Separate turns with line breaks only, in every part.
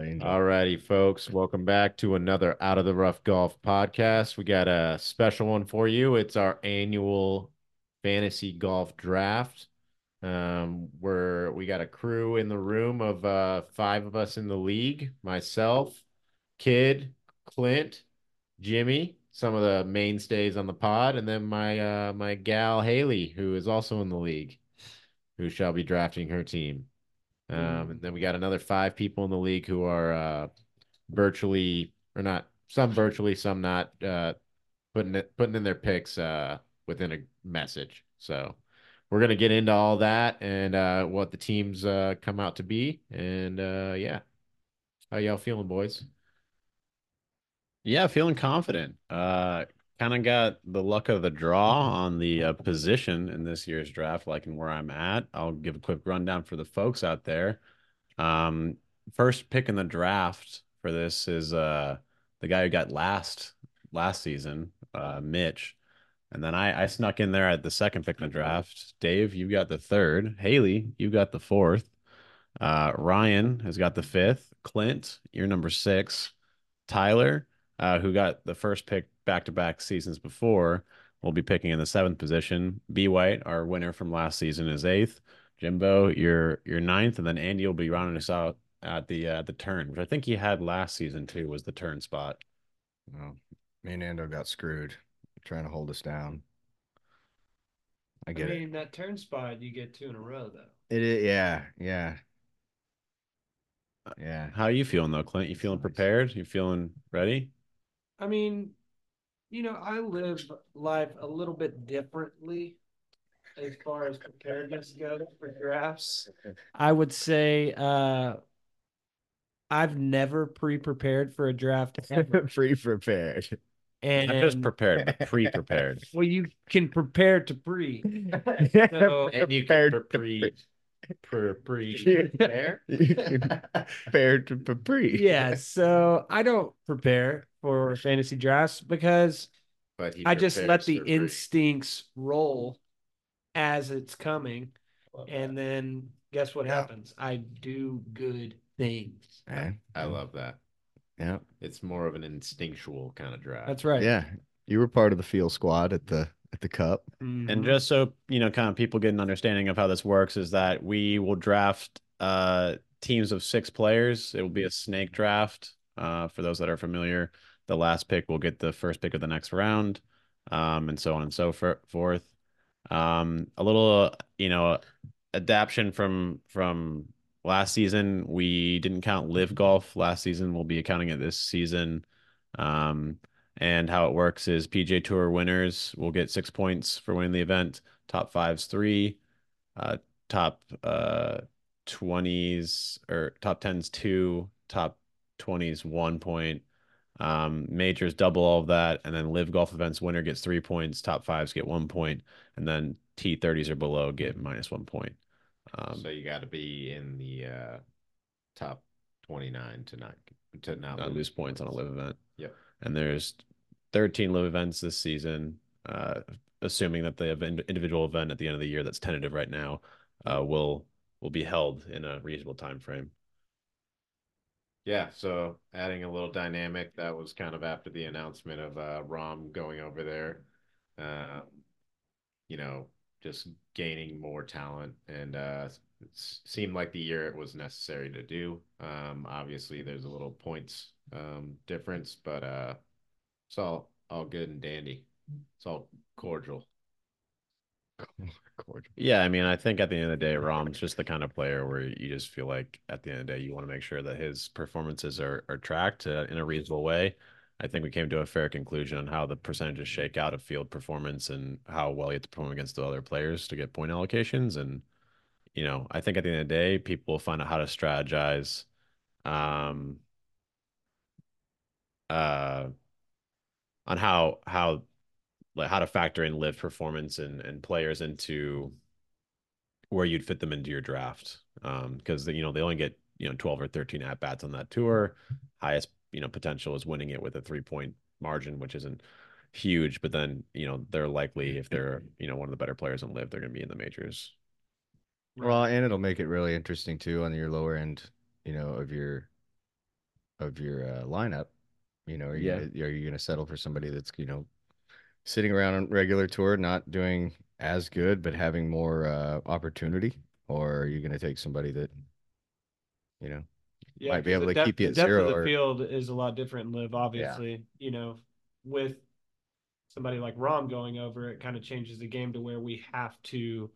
Enjoy.
All righty, folks. Welcome back to another Out of the Rough Golf podcast. We got a special one for you. It's our annual fantasy golf draft. Um, we're we got a crew in the room of uh five of us in the league, myself, Kid, Clint, Jimmy, some of the mainstays on the pod, and then my uh my gal Haley, who is also in the league, who shall be drafting her team. Um, and then we got another five people in the league who are uh, virtually or not some virtually, some not uh, putting it, putting in their picks uh, within a message. So we're gonna get into all that and uh, what the teams uh, come out to be. And uh, yeah, how y'all feeling, boys?
Yeah, feeling confident. Uh, kind of got the luck of the draw on the uh, position in this year's draft, like and where I'm at. I'll give a quick rundown for the folks out there. Um, first pick in the draft for this is uh the guy who got last last season, uh, Mitch. And then I, I snuck in there at the second pick in the draft. Dave, you got the third. Haley, you got the fourth. Uh, Ryan has got the fifth. Clint, you're number six. Tyler, uh, who got the first pick back to back seasons before, will be picking in the seventh position. B White, our winner from last season, is eighth. Jimbo, you're you're ninth, and then Andy will be rounding us out at the uh, the turn, which I think he had last season too, was the turn spot.
Well, me and Ando got screwed trying to hold us down. I get
I mean, that turn spot, you get two in a row,
it.
though.
It is, yeah, yeah, yeah.
How you feeling though, Clint? You feeling
Nice.
prepared? You feeling ready?
I mean, you know, I live life a little bit differently as far as preparedness goes for drafts. I would say uh, I've never pre-prepared for a draft ever,
Free prepared.
and
Not just prepared, but pre prepared.
well, you can prepare to pre. So,
And you
Prepared
can
to
pre pre pre
pre-
prepare.
prepared to pre.
yeah, so I don't prepare for fantasy drafts because
But he
I just let
prepares
the
for pre.
instincts roll as it's coming, and then guess what
Yeah.
happens? I do good things.
Yeah.
I love that.
Yeah.
It's more of an instinctual kind of draft.
That's right.
Yeah. You were part of the field squad at the at the cup.
And
Mhm.
just so you know, kind of people get an understanding of how this works is that we will draft uh teams of six players. It will be a snake draft. Uh, for those that are familiar, the last pick will get the first pick of the next round, um, and so on and so for- forth. Um, a little, you know, adaption from from last season. We didn't count live golf last season. We'll be accounting it this season. Um, and how it works is PJ Tour winners will get six points for winning the event. Top fives three, uh, top uh twenties or top tens two, top twenties one point. Um, majors double all of that, and then live golf events winner gets three points. Top fives get one point, and then T thirties or below get minus one point. Um,
Oh, so you got to be in the uh, top 29 to not to not,
not lose points on a live event.
Yep.
And there's 13 live events this season. Uh, assuming that the event, individual event at the end of the year that's tentative right now uh, will will be held in a reasonable time frame.
Yeah, so adding a little dynamic that was kind of after the announcement of uh, Rom going over there, um, you know, just gaining more talent, and uh, it s- seemed like the year it was necessary to do. Um, obviously, there's a little points um, difference, but uh, it's all all good and dandy. It's all cordial.
Cordial.
Yeah, I mean, I think at the end of the day, Rom's just the kind of player where you just feel like at the end of the day, you want to make sure that his performances are are tracked uh, in a reasonable way. I think we came to a fair conclusion on how the percentages shake out of field performance and how well you have to perform against the other players to get point allocations. And you know, I think at the end of the day, people will find out how to strategize. Um, uh, on how how like how to factor in live performance and and players into where you'd fit them into your draft um because you know they only get you know 12 or 13 at bats on that tour highest you know potential is winning it with a three point margin which isn't huge but then you know they're
Mm-hmm.
likely if they're you know one of the better players in live they're going to be in the majors
Well, and it'll make it really interesting too on your lower end, you know, of your of your uh, lineup. You know, are you,
Yeah.
gonna- are you going to settle for somebody that's you know sitting around on regular tour, not doing as good, but having more uh, opportunity, or are you going to take somebody that you know?
yeah,
might be
'cause
able to
the depth-
keep you
the
at
depth
zero
Of the
or-
field is a lot different. in Live obviously, you know, with somebody like Rom going over, it kind of changes the game to where we have to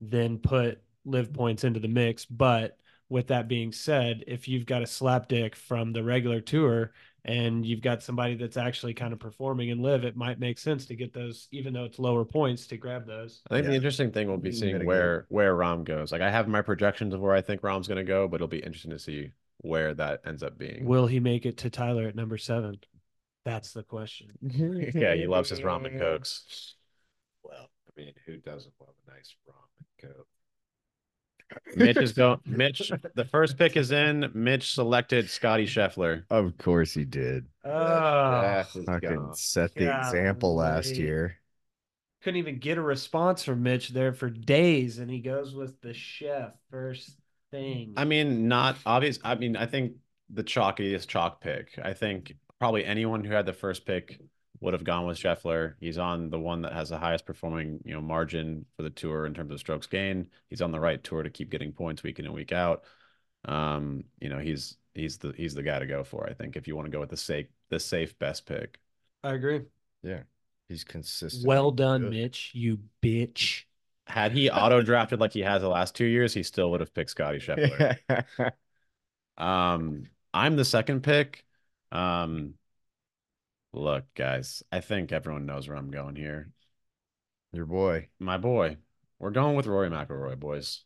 then put live points into the mix. But with that being said, if you've got a slap dick from the regular tour and you've got somebody that's actually kind of performing in live, it might make sense to get those, even though it's lower points, to grab those.
I think the
Yeah.
interesting thing will be
You can
seeing
mitigate.
where where Rom goes. Like I have my projections of where I think Rom's going to go, but it'll be interesting to see where that ends up being.
Will he make it to Tyler at number seven? That's the question.
yeah, he loves his ramen cokes.
Well, I mean, who doesn't love a nice ramen coke?
Mitch is going. Mitch, the first pick is in. Mitch selected Scotty Scheffler.
Of course he did.
Ah.
Jeff is
Fucking
gone.
set the
Yeah,
example last
right.
year.
couldn't even get a response from Mitch there for days, and he goes with the chef first thing.
I mean, not obvious. I mean, I think the chalkiest chalk pick. I think probably anyone who had the first pick would have gone with Scheffler. He's on the one that has the highest performing, you know, margin for the tour in terms of strokes gained. He's on the right tour to keep getting points week in and week out. Um, you know, he's he's the he's the guy to go for. I think if you want to go with the safe the safe best pick.
I agree.
He's consistent.
Well done,
Good.
Mitch. You bitch.
Had he auto drafted like he has the last two years, he still would have picked Scotty Scheffler. Um, I'm the second pick. Um, look, guys, I think everyone knows where I'm going here.
Your boy.
My boy, we're going with Rory McIlroy, boys.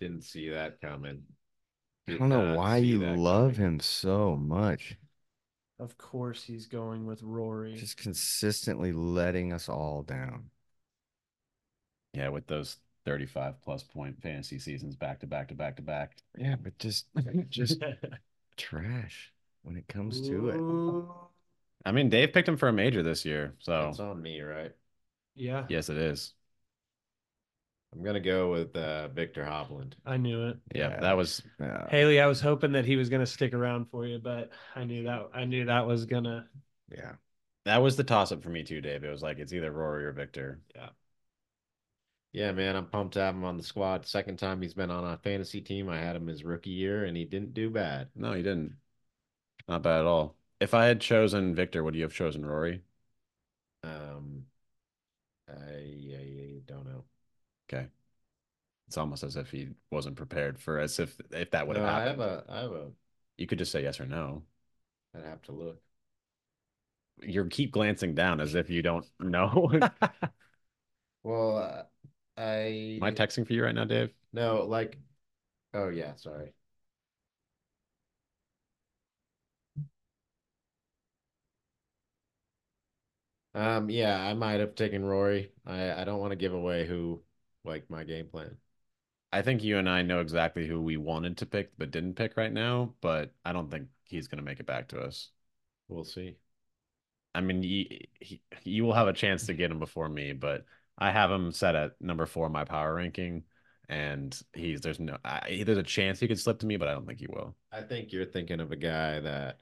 Didn't see that coming.
I
Did
don't know
not
why
see
you
that
love
coming.
him so much.
Of course, he's going with
Mm-hmm.
Rory.
Just consistently letting us all down.
Yeah, with those 35 plus point fantasy seasons back to back to back to back.
Yeah, but just just trash when it comes to it.
Ooh.
I mean, Dave picked him for a major this year, so
That's on me, right?
Yeah,
yes, it is.
I'm gonna go with uh, Victor Hovland.
I knew it.
Yeah,
Yeah.
that was
Yeah.
Haley, I was hoping that he was going to stick around for you, but I knew that I knew that was gonna.
yeah.
that was the toss up for me too, Dave. It was like it's either Rory or Victor. Yeah.
Yeah, man, I'm pumped to have him on the squad. Second time he's been on a fantasy team. I had him his rookie year, and he didn't do bad.
No, you didn't. Not bad at all. If I had chosen Victor, would you have chosen Rory?
Um, I, I don't know.
It's almost as if he wasn't prepared for as if if that would
No,
have
I
happened.
have a, I have a.
You could just say yes or no.
I'd have to look.
You keep glancing down as if you don't know.
Well, uh, I
Am I texting for you right now, Dave?
no like. Oh yeah, sorry. Um, yeah, I might have taken Rory. I I don't want to give away who like my game plan.
I think you and I know exactly who we wanted to pick but didn't pick right now, but I don't think he's going to make it back to us.
We'll see.
I mean, you, he, you will have a chance to get him before me, but I have him set at number four in my power ranking, and he's there's no I, there's a chance he could slip to me, but I don't think he will.
I think you're thinking of a guy that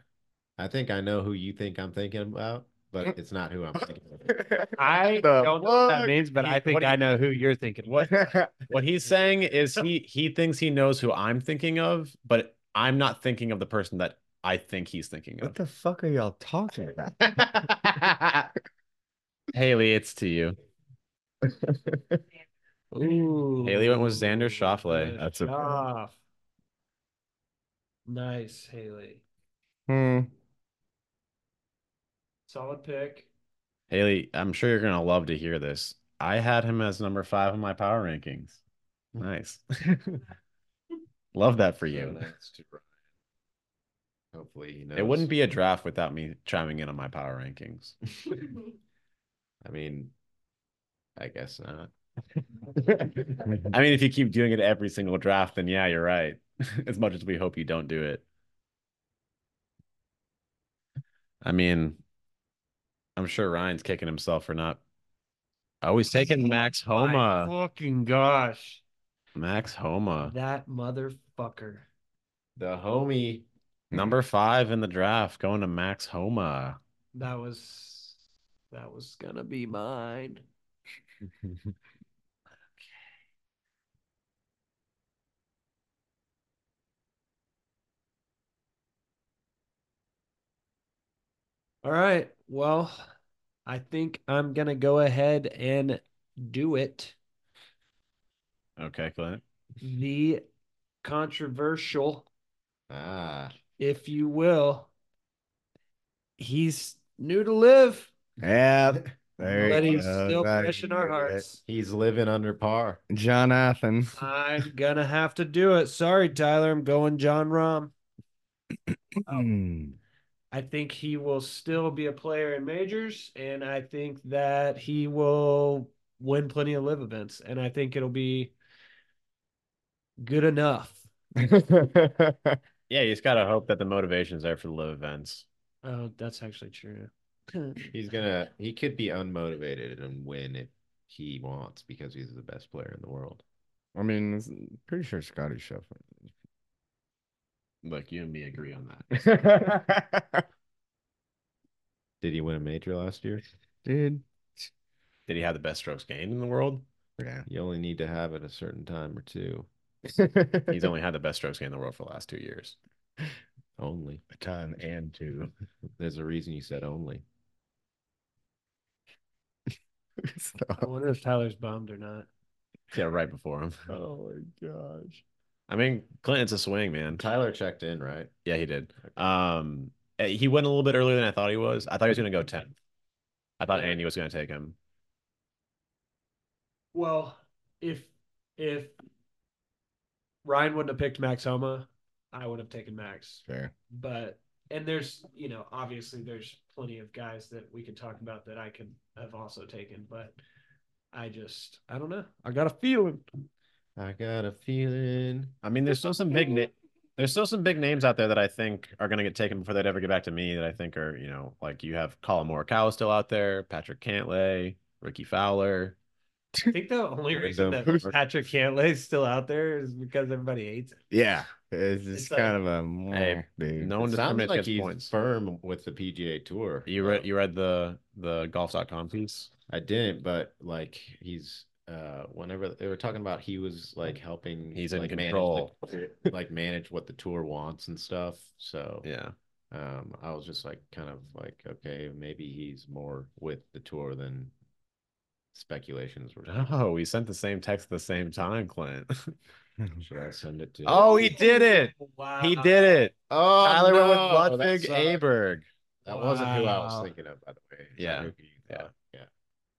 I think I know who you think I'm thinking about, but it's not who I'm thinking of.
I
The
don't know what that
fuck?
means, but
He-
I think
what do
I
you-
know who you're thinking.
What what he's saying is he he thinks he knows who I'm thinking of, but I'm not thinking of the person that I think he's thinking
What
of.
the fuck are y'all talking about?
Haley, it's to you.
Ooh.
Haley went with Xander Schauffele.
Good
That's a-
Schauff. nice, Haley.
Hmm.
Solid pick.
Haley, I'm sure you're gonna love to hear this. I had him as number five in my power rankings. Nice. love that for
So
you.
that's to Ryan. Hopefully he knows.
It wouldn't be a draft without me chiming in on my power rankings.
I mean, I guess not.
I mean, if you keep doing it every single draft, then yeah, you're right. as much as we hope you don't do it. I mean, I'm sure Ryan's kicking himself for not. Oh, he's taking Max Homa.
My fucking gosh.
Max Homa.
That motherfucker.
The homie
Number five in the draft, going to Max Homa.
That was that was gonna be mine. All right. Well, I think I'm gonna go ahead and do it.
Okay, Clint.
The controversial,
Ah,
if you will, he's new to live,
Yeah.
but
you
he's
go.
still
That-
fresh in our hearts.
he's living under par.
Jonathan.
I'm gonna have to do it. Sorry, Tyler. I'm going John Rom. Oh.
Mm.
I think he will still be a player in majors, and I think that he will win plenty of live events, and I think it'll be good enough.
Hmm.
Yeah, you just gotta hope that the motivation's there for the live events.
Oh, that's actually true.
He's gonna. He could be unmotivated and win if he wants because he's the best player in the world.
I mean, it's- mm, pretty sure Scotty Scheffler.
Look, you and me agree on that. Did he win a major last year?
Dude.
Did he have the best strokes gained in the world?
Yeah.
You only need to have it a certain time or two.
He's only had the best strokes gained in the world for the last two years.
Only.
A time and two.
There's a reason you said only.
I wonder if Tyler's bummed or not.
Yeah, right before him.
oh my gosh.
I mean, Clint's a swing, man.
Tyler checked in, right?
Yeah, he did. Um, eh, he went a little bit earlier than I thought he was. I thought he was gonna go 10th. I thought Andy was gonna take him.
Well, if if Ryan wouldn't have picked Max Homa, I would have taken Max.
Fair.
But and there's you know obviously there's plenty of guys that we could talk about that I could have also taken, but I just I don't know. I got a feeling.
I got a feeling.
I mean, there's still some big na- there's still some big names out there that I think are gonna get taken before they'd ever get back to me. That I think are you know like you have Colin Morikawa still out there, Patrick Cantlay, Ricky Fowler.
I think the only
Wait,
reason
the-
that Patrick Cantlay is still out there is because everybody hates him.
Yeah. It's just
It's like,
kind of a
hey,
dude.
No
No
one
one sounds
discriminates
like
against
he's
points.
firm with the PGA Tour.
You read you read the the golf.com piece.
I didn't, but like he's uh whenever they were talking about he was like helping
He's in
like
control.
manage the, like manage what the tour wants and stuff. So
Yeah,
um I was just like kind of like okay, maybe he's more with the tour than speculations were.
Oh, we sent the same text at the same time, Clint.
Should I send it to
Oh, he did it.
Wow.
He did it.
Uh, Oh,
Tyler
no,
went with
that
Ludwig
sucks.
Aberg.
That wasn't who I
Wow.
was thinking of, by the way. Is
Yeah.
that who you
Yeah.
thought? Yeah.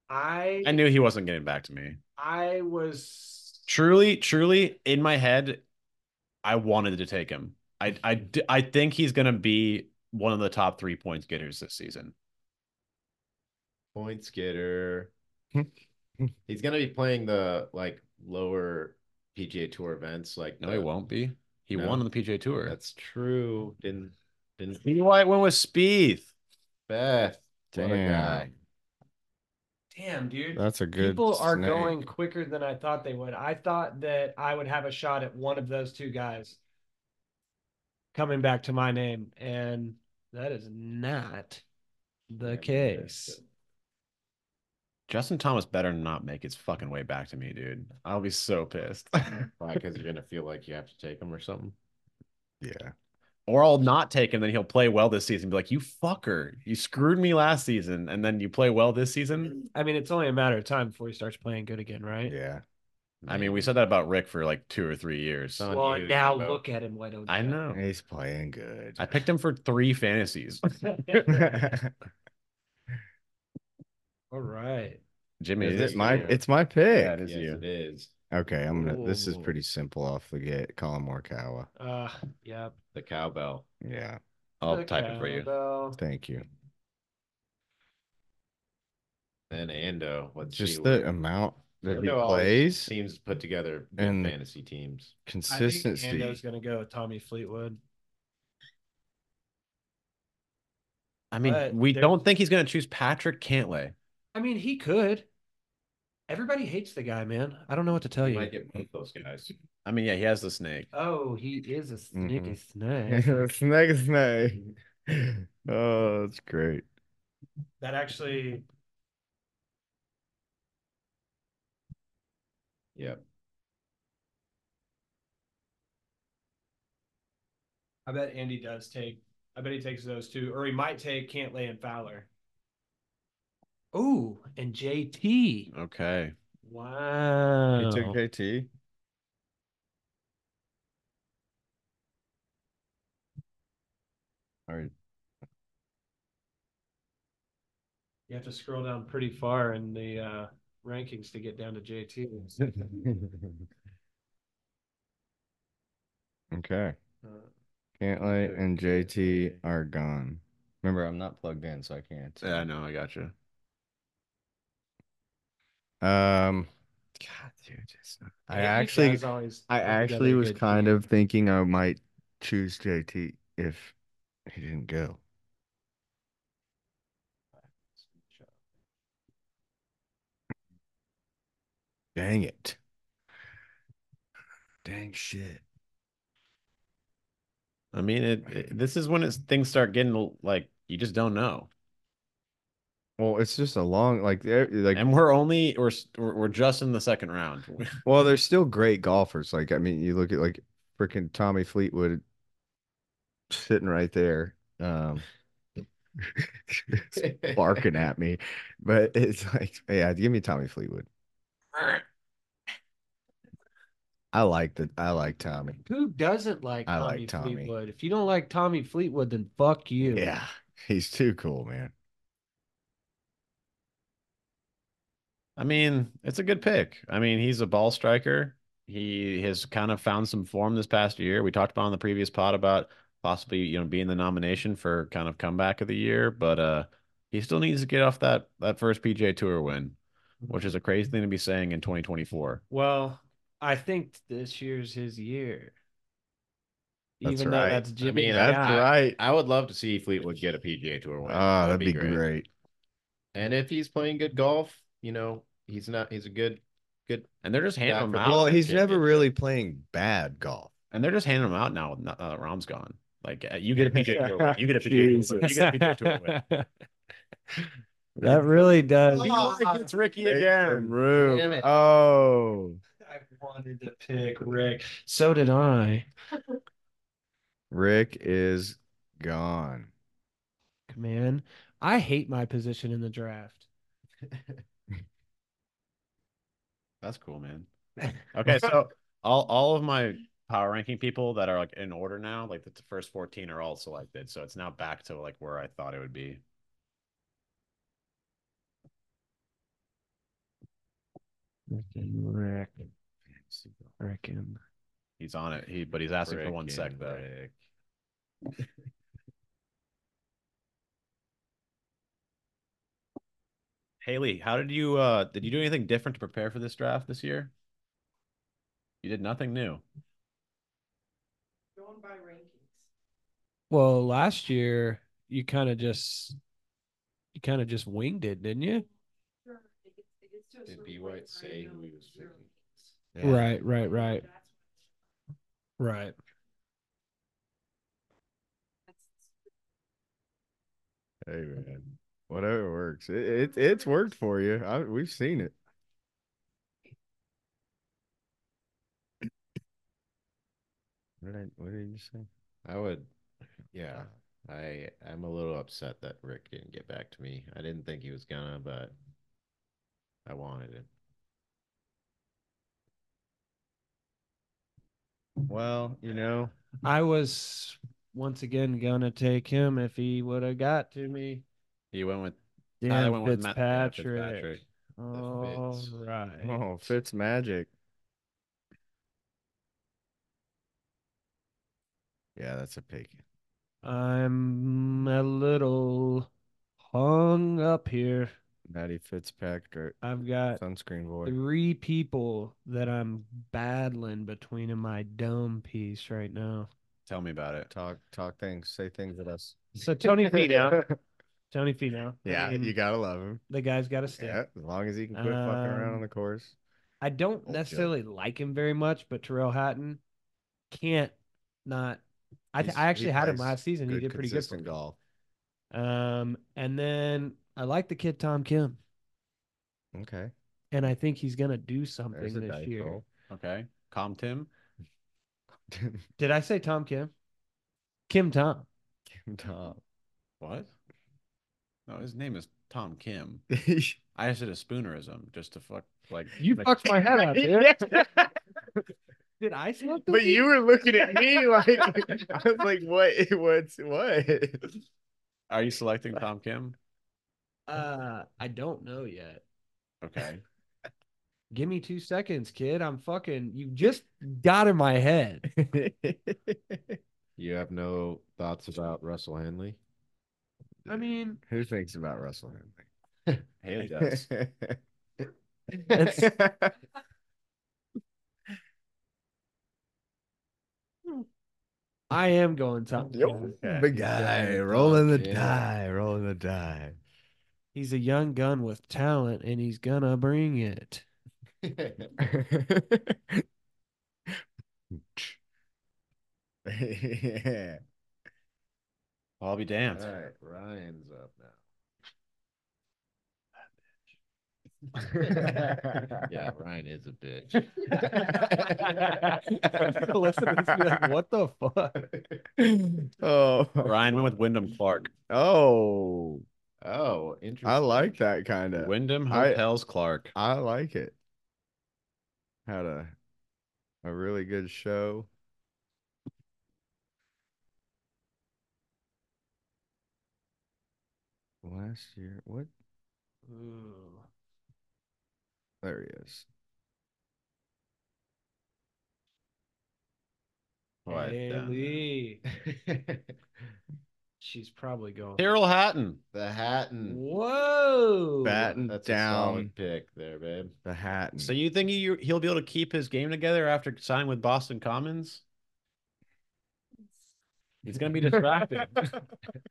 I
I knew he wasn't getting back to me.
I was
Truly, truly, in my head, I wanted to take him. I, I, d- I think he's gonna be one of the top three points getters this season.
Points getter. He's gonna be playing the like lower PGA Tour events, like
No,
the-
he won't be. He
No.
won on the PGA Tour.
That's true. Didn't didn't
T. White went with Spieth.
Beth. What a guy.
Damn.
damn dude.
That's a good
People are
snake.
going quicker than I thought they would. I thought that I would have a shot at one of those two guys coming back to my name, and that is not the case.
Justin Thomas better not make his fucking way back to me, dude. I'll be so pissed.
Why? Because you're gonna feel like you have to take him or something.
Yeah.
or I'll not take him. Then he'll play well this season. Be like, you fucker, you screwed me last season, and then you play well this season.
I mean, it's only a matter of time before he starts playing good again, right?
Yeah.
I mean, we said that about Rick for like two or three years.
Son.
Well,
Dude,
now
bro.
look at him. Why don't
I
you?
know.
He's playing good.
I picked him for three fantasies.
All right.
Jimmy,
Is
this
it my
you?
it's my pick.
Yeah, it
yes,
is you.
it is
Okay, I'm gonna this is
Ooh.
pretty simple off the get. Colin Morikawa.
Uh, yeah.
the cowbell.
Yeah.
I'll
The
type it for you.
cowbell.
Thank you.
Then Ando. Let's see
Just
what-
the amount that he
Ando always
plays.
seems to put together good
And-
fantasy teams.
I think
Consistency.
Ando's gonna go with Tommy Fleetwood.
I mean,
But
we
there-
don't think he's going to choose Patrick Cantlay.
I mean, he could. Everybody hates the guy, man. I don't know what to tell
You
you.
might get both those guys.
I mean, yeah, he has the snake.
Oh, he is a sneaky
Mm-hmm.
snake.
snake, snake. Oh, that's great.
that actually.
Yep.
I bet Andy does take. I bet he takes those two, or he might take Cantlay and Fowler. Oh, and JT.
Okay.
He
Wow.
took JT. All right.
You have to scroll down pretty far in the uh, rankings to get down to JT.
Okay.
Uh,
Cantlay
Okay,
and JT
okay.
are gone. Remember, I'm not plugged in, so I can't.
Yeah, I know. I gotcha.
Um, God, dude, just I
you
actually,
guys always
I
put
actually
together
was
good
kind
teams.
of thinking I might choose JT if he didn't go. Dang it. Dang shit.
I mean, it, it- This is when it's things start getting like you just don't know.
Well, it's just a long like there like
And we're only we're s- we're, we're just in the second round.
well, they're still great golfers. Like I mean, you look at like freaking Tommy Fleetwood sitting right there. Um barking at me. But it's like, yeah, give me Tommy Fleetwood. I like the I like Tommy.
Who doesn't like
I
Tommy
like Tommy.
Fleetwood? If you don't like Tommy Fleetwood, then fuck you.
Yeah, he's too cool, man.
I mean, it's a good pick. I mean, he's a ball striker. He has kind of found some form this past year. We talked about on the previous pod about possibly, you know, being the nomination for kind of comeback of the year, but uh he still needs to get off that that first PJ Tour win, which is a crazy thing to be saying in 2024.
Well, I think this year's his year.
That's
Even though
right.
that's
I
Jimmy.
mean,
Scott.
that's
right.
I would love to see Fleetwood get a PGA Tour win.
Ah, that'd be great.
And if he's playing good golf, you know, he's not. He's a good, good.
And they're just handing him
for-
out.
Well,
that
he's
shit
never
gets
really playing bad golf.
and they're just handing him out now with no- uh, Rom's gone. Like uh, you get a PJ Tour win. You get a PJ Tour win. You get a PJ Tour win.
that really does.
Oh,
it's Ricky
Damn, Rube.
Damn it.
Oh,
I wanted to pick Rick. So did I.
Rick is gone.
Man, I hate my position in the draft.
That's cool, man. Okay, so all all of my power ranking people that are like in order now, like the first 14 are all selected. So it's now back to like where I thought it would be.
Frickin' Rick. Frickin'.
He's on it. He but he's asking for one sec
Frickin'
though.
Rick.
Haley, how did you uh did you do anything different to prepare for this draft this year? You did nothing new.
Going by rankings.
Well, last year you kind of just you kind of just winged it, didn't you?
Sure, it gets, it gets to a
Did
certain
B.
point
White
where I
say who
know
he was
your
picking?
rankings.
Yeah.
Right, right,
And
right,
That's,
right.
that's
Hey man, whatever works. It, it it's worked for you. I, we've seen it. What did I? What did you say?
I would. Yeah, I I'm a little upset that Rick didn't get back to me. I didn't think he was gonna, but I wanted it.
Well, you know,
I was once again gonna take him if he would have got to me.
You went with Tyler
Damn
went with Matt- yeah,
Fitzpatrick. All
Fitz.
right.
oh, Fitz magic. Yeah, that's a pig.
I'm a little hung up here.
Matty Fitzpatrick,
I've got
sunscreen boy.
three people that I'm battling between in my dome piece right now.
Tell me about it.
Talk, talk things, say things at us.
So Tony Finau, Tony Finau. I
Yeah,
mean,
you gotta love him.
the guy's got to stay.
Yeah, as long as he can quit fucking around on
Um,
the course.
I don't
Joe.
necessarily like him very much, but Terrell Hatton can't not. I, th-
He's-
I
he
actually had him
plays
last season. He
Good,
did pretty good. For
consistent
me.
golf.
Um, and then I like the kid Tom Kim,
Okay.
and I think he's gonna do
There's
something
a
this
dice
year.
roll.
Okay. Calm Tim.
Kim
Did I say Tom Kim? Kim Tom.
Tom.
What? No, his name is Tom Kim. I just did a spoonerism just to fuck like
You
make-
fucked my head up, dude. Did I smoke?
but you were looking at me like I was like, what? What's what?
Are you selecting Tom Kim?
Uh, I don't know yet.
Okay.
Give me two seconds, kid. I'm fucking. You just got in my head.
You have no thoughts about Russell Henley?
I mean,
Who thinks about Russell
Haley
Henley?
does.
It's- I am going Tom.
Yep.
Kim.
Big guy rolling the die, rolling the die.
He's a young gun with talent, and he's gonna bring it.
yeah.
Well, I'll be damned.
All right, Ryan's up now. Yeah, Ryan is a bitch.
Listen to this, be like, what the fuck?
oh,
Ryan went with Wyndham Clark.
oh,
Oh, interesting.
I like that kind of.
Wyndham
I-
Hotels Clark.
I like it. Had a a really good show. Last year, what?
Ooh.
There he is.
What the-
Haley.
the
She's probably going.
Tyrrell Hatton.
Hatton.
Whoa.
Batten
That's a
down
solid pick there, babe.
the hat. and-
So you think he, he'll be able to keep his game together after signing with Boston Commons? He's gonna be distracted.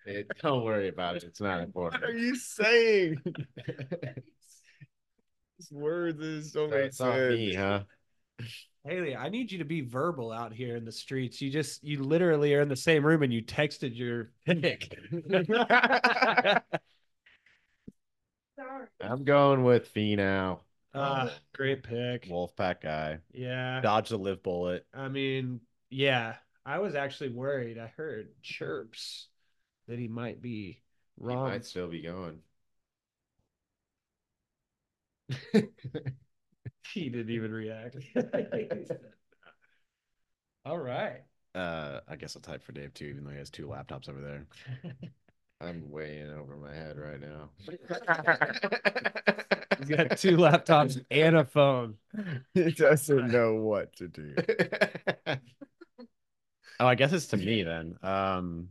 Hey, don't worry about it. It's not
what are
important.
you saying? These words is so
So
many
it's on me,
sense.
huh?
Haley, I need you to be verbal out here in the streets. You just, you literally are in the same room and you texted your pick.
Sorry.
I'm going with Finau,
Ah, great pick.
Wolfpack guy.
Yeah.
Dodge the live bullet.
I mean, yeah. I was actually worried. I heard chirps that he might be
He
wrong.
might still be going.
He didn't even react. All right.
Uh, I guess I'll type for Dave too, even though he has two laptops over there.
I'm way in over my head right now.
He's got two laptops and a phone.
He doesn't know what to do.
Oh, I guess it's to me then. Um,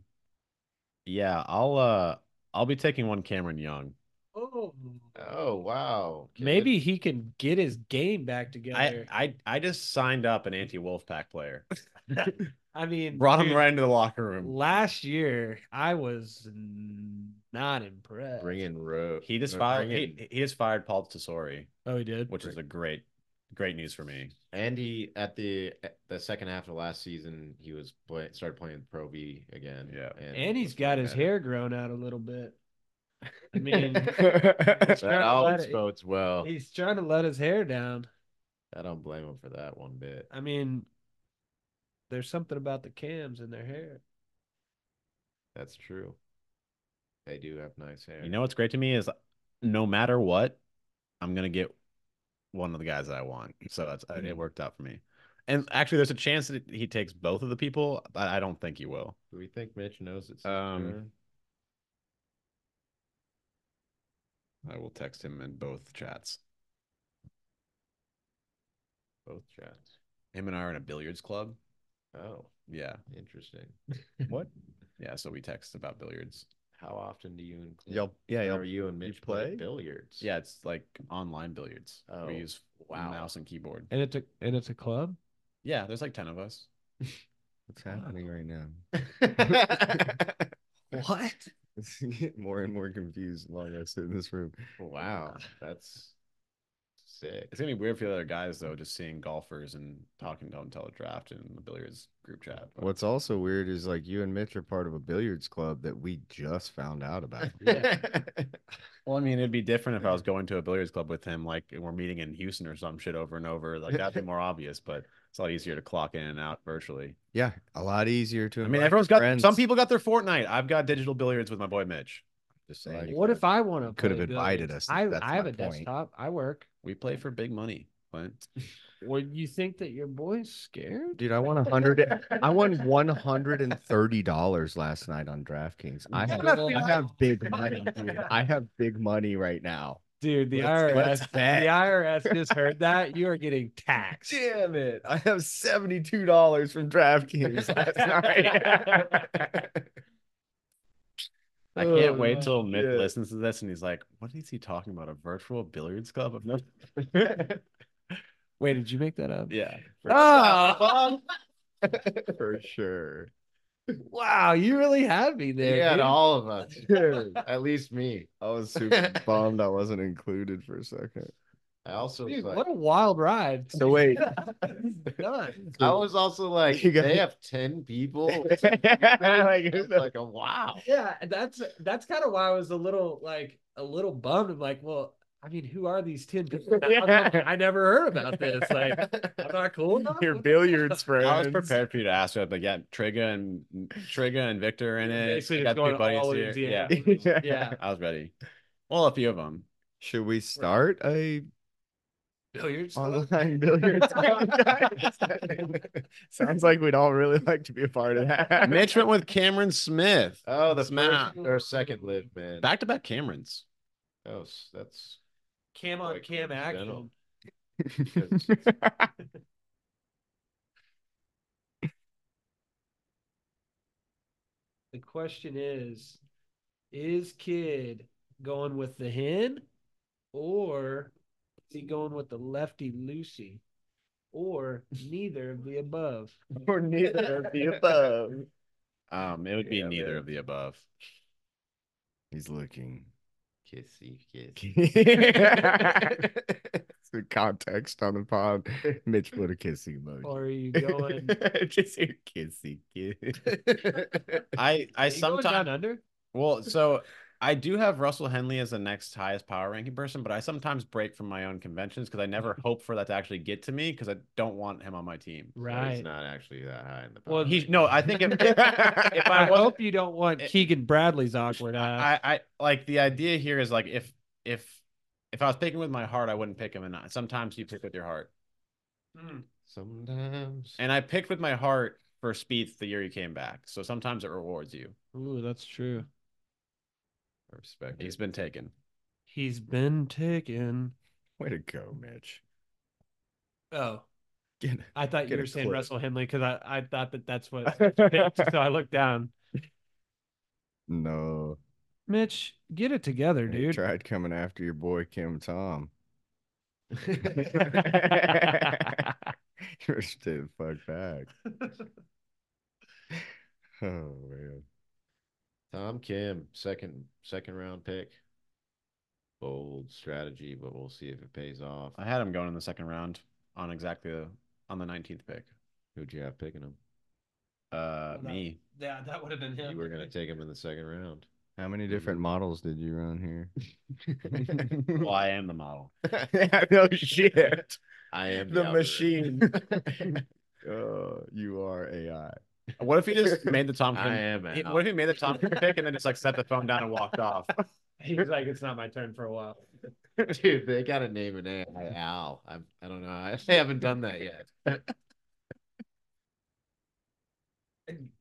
yeah, I'll uh, I'll be taking one Cameron Young.
Oh,
oh wow. Kid.
maybe he can get his game back
I
together. I,
I I just signed up an anti Wolfpack player.
mean,
Brought him
dude,
right into the locker room.
Last year, I was n- not impressed.
bring in Rowe.
He just
no,
fired.
uh, bring in
He, he just fired Paul Tesori,
Oh, he did.
which is a great great news for me.
Andy at the at the second half of last season, he was play, started playing Pro V again.
Yeah.
and
he
he's
was
got
way
his
better.
hair grown out a little bit. I mean,
That
Not
always
bad.
bodes well.
he's trying to let his hair down.
I don't blame him for that one bit.
I mean, there's something about the cams in their hair.
That's true. They do have nice hair.
You know what's great to me is no matter what, I'm gonna get one of the guys that I want. So that's uh, it worked out for me. And actually, there's a chance that he takes both of the people, but I don't think he will.
do we think Mitch knows it's
Um,
um,
I will text him in both chats.
both chats?
Him and I are in a billiards club.
Oh,
Yeah,
interesting.
What? yeah. So we text about billiards.
How often do you and
Y'all, yeah,
or
y'all.
you and Mitch
play?
billiards?
Yeah, it's like online billiards.
Oh,
we use
wow.
mouse and keyboard.
And it's a and it's a club.
Yeah, there's like ten of us.
What's happening right now?
What?
It's getting more and more confused while I sit in this room.
Wow, that's sick.
It's gonna be weird for the other guys though, just seeing golfers and talking to them until the draft in the billiards group chat. but-
What's also weird is like you and Mitch are part of a billiards club that we just found out about.
Well, I mean, it'd be different if I was going to a billiards club with him, like and we're meeting in Houston or some shit over and over. Like that'd be more obvious, but it's a lot easier to clock in and out virtually.
yeah, a lot easier to.
I mean,
invite
everyone's got
friends.
some people got their Fortnite. I've got digital billiards with my boy Mitch.
Just saying.
What if I want to?
could have invited us,
I,
that's
I have
my
a
point.
desktop. I work.
We play for big money. Clint.
Would you think that your boy's scared?
Dude, I won a hundred. I won one hundred and thirty dollars last night on DraftKings. I
Yeah,
have,
but I feel
I have big money. dude. I have big money right now.
Dude, the
Let's- let's
IRS, the
bet.
IRS just heard that you are getting taxed.
Damn it! I have seventy-two dollars from DraftKings last night.
I can't wait
Uh,
till Mitch
yeah.
listens to this and he's like, "What is he talking about? A virtual billiards club?" I've never-
Wait, did you make that up?
yeah.
Oh,
For sure.
wow, you really had me there.
yeah,
dude.
all of us. At least me.
I was super bummed I wasn't included for a second.
I also was
Dude,
like,
what a wild ride.
So wait.
Done.
I was also like,
You
they
guys-
have ten people.
like, who
It's
the-
like a wow.
Yeah, that's that's kind of why I was a little like a little bummed. I'm like, well, I mean, who are these ten people? How come I never heard about this. Like, I'm not cool. enough?
your
What-
billiards friends.
I was prepared for you to ask that, but yeah, Trigga and Trigga and Victor are in it.
Basically,
I got
just going
big buddies
all
here.
in
Yeah,
Indiana. Yeah,
I was ready. Well, a few of them.
Should we start a
billiards.
online billiards? Sounds like we'd all really like to be a part of that.
Mitch went with Cameron Smith.
Oh, the
Smack.
first or second live, man.
Back to back Camerons.
Oh, s- that's
Cam on
Like,
cam action.
general.
The question is, is Kid going with the hen, or is he going with the lefty Lucy, or neither of the above?
or neither of the above.
Um, it would be
Yeah,
neither
man.
of the above.
He's looking.
kissy kiss.
it's the context on the pod. Mitch put a kissy emoji.
Or are you going?
Just hear kissy kiss.
I I
Are you going down
sometimes
under.
well, so I do have Russell Henley as the next highest power ranking person, but I sometimes break from my own conventions because I never hope for that to actually get to me because I don't want him on my team.
He's
Right.
not actually that high in the
Well,
power
He
ranking.
no, I think if, if
If
I
I eh,
was
hope you don't want
it-
Keegan Bradley's awkward uh, eye.
I, I like the idea here is like if if if I was picking with my heart, I wouldn't pick him. And I- sometimes you pick with your heart.
Hmm. sometimes.
And I picked with my heart for Spieth the year he came back. So sometimes it rewards you.
Ooh, that's true.
I respect.
He's
it.
been taken.
He's been taken.
Way to go, Mitch.
Oh,
Get-
I thought you
Get a
were saying
clip.
Russell Henley because I, I thought that that's what. so I looked down.
no.
Mitch, get it together,
They
dude.
tried coming after your boy Kim Tom. You're still fuck back. Oh man.
Tom Kim, second second round pick. Bold strategy, but we'll see if it pays off.
I had him going in the second round on exactly the on the nineteenth pick.
Who'd you have picking him?
Uh
Well, that-
me.
Yeah, that would have been
You were gonna take him in the second round.
How many different models did you run here?
Well, I am the model.
no shit.
I am
The
algorithm.
machine. oh, you are AI.
What if he just made the Tom
I
Kim?
am.
he-
an
What if he made the Tom Kim pick and then just like set the phone down and walked off?
He was like, "It's not my turn for a while."
Dude, they got to name an AI Al. I'm, I don't know. I, they haven't done that yet.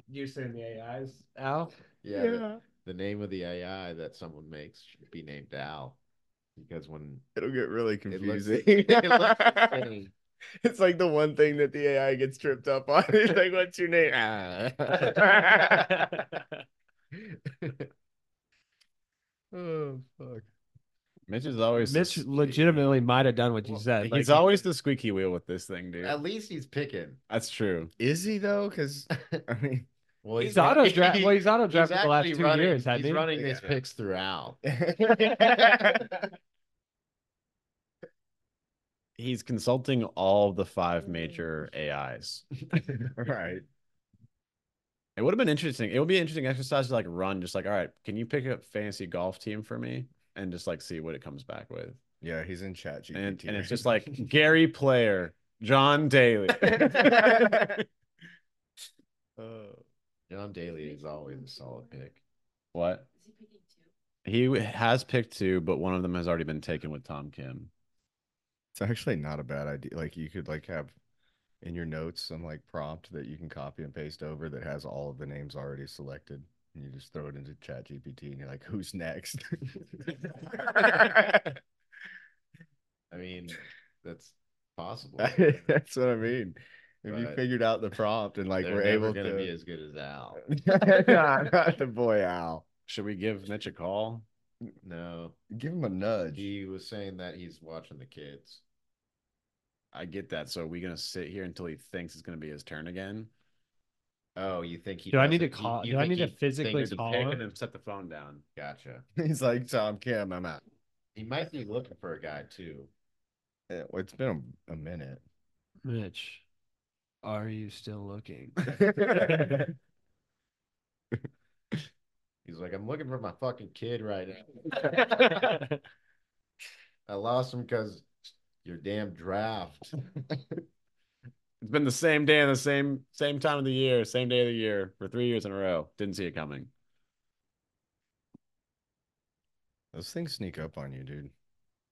You're saying the AIs, Al?
Yeah. The, the name of the AI that someone makes should be named Al. Because when
It'll get really
it looks,
confusing.
it looks the same.
It's like the one thing that the AI gets tripped up on. It's like, what's your name? Ah. oh fuck.
Mitch is always the
Mitch
s-
legitimately might have done what you
Well,
said.
He's
like-
always the squeaky wheel with this thing, dude.
at least he's picking.
That's true.
Is he though? Because I mean,
Well,
he's auto draft.
he-
Well, he's auto
he's
drafted the last
actually
two
running,
years,
He's
hasn't he?
running
Yeah.
his picks through Al.
he's consulting all the
Mm.
five major AIs.
right.
It would have been interesting. It would be an interesting exercise to like run, just like, all right, can you pick a fantasy golf team for me and just like see what it comes back with?
Yeah, he's in chat GPT.
And, and
right
it's just
now.
like Gary Player, John Daly.
John Daly is always a solid pick.
what?
Is he picking two?
He has picked two, but one of them has already been taken with Tom Kim.
it's actually not a bad idea. Like you could like have in your notes some like prompt that you can copy and paste over that has all of the names already selected. And you just throw it into chat GPT and you're like, who's next?
I mean, that's possible.
That's what I mean. If you
Right.
figured out the prompt and like
They're
we're
never
able
gonna
to
be as good as Al.
Nah, not the boy Al.
Should we give Mitch a call?
No,
Give him a nudge.
he was saying that he's watching the kids.
I get that. So are we gonna sit here until he thinks it's gonna be his turn again?
Oh, you think he?
Do I need
doesn't-
to
you-
call-
you
do I
think
need to
he
physically
thinks
call
pick-
him?
And then set the phone down.
Gotcha.
He's like Tom Kim, I'm out.
He might be looking for a guy too.
Yeah, well, It's been a, a minute.
Mitch, are you still looking?
He's like, I'm looking for my fucking kid right now. I lost him because your damn draft.
It's been the same day and the same same time of the year, same day of the year for three years in a row. Didn't see it coming.
Those things sneak up on you, dude.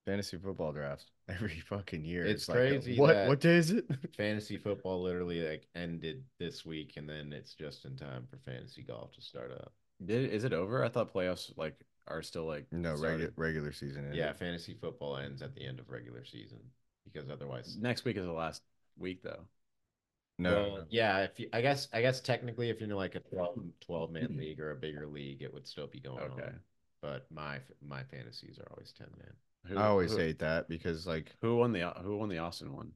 Fantasy football drafts every fucking year.
It's
like,
crazy
what
that-
what day is it?
fantasy football literally like ended this week, and then it's just in time for fantasy golf to start up.
Did is it over? I thought playoffs like are still like
No, regular
started.
regular season.
Yeah, fantasy football ends at the end of regular season because otherwise,
Next week is the last week though.
No.
Well, yeah. If you, I guess, I guess technically, if you're in like a 12, 12 man league or a bigger league, it would still be going
Okay.
on. But my my fantasies are always ten man.
Who,
I always
who,
hate that because like
who won the who won the Austin one?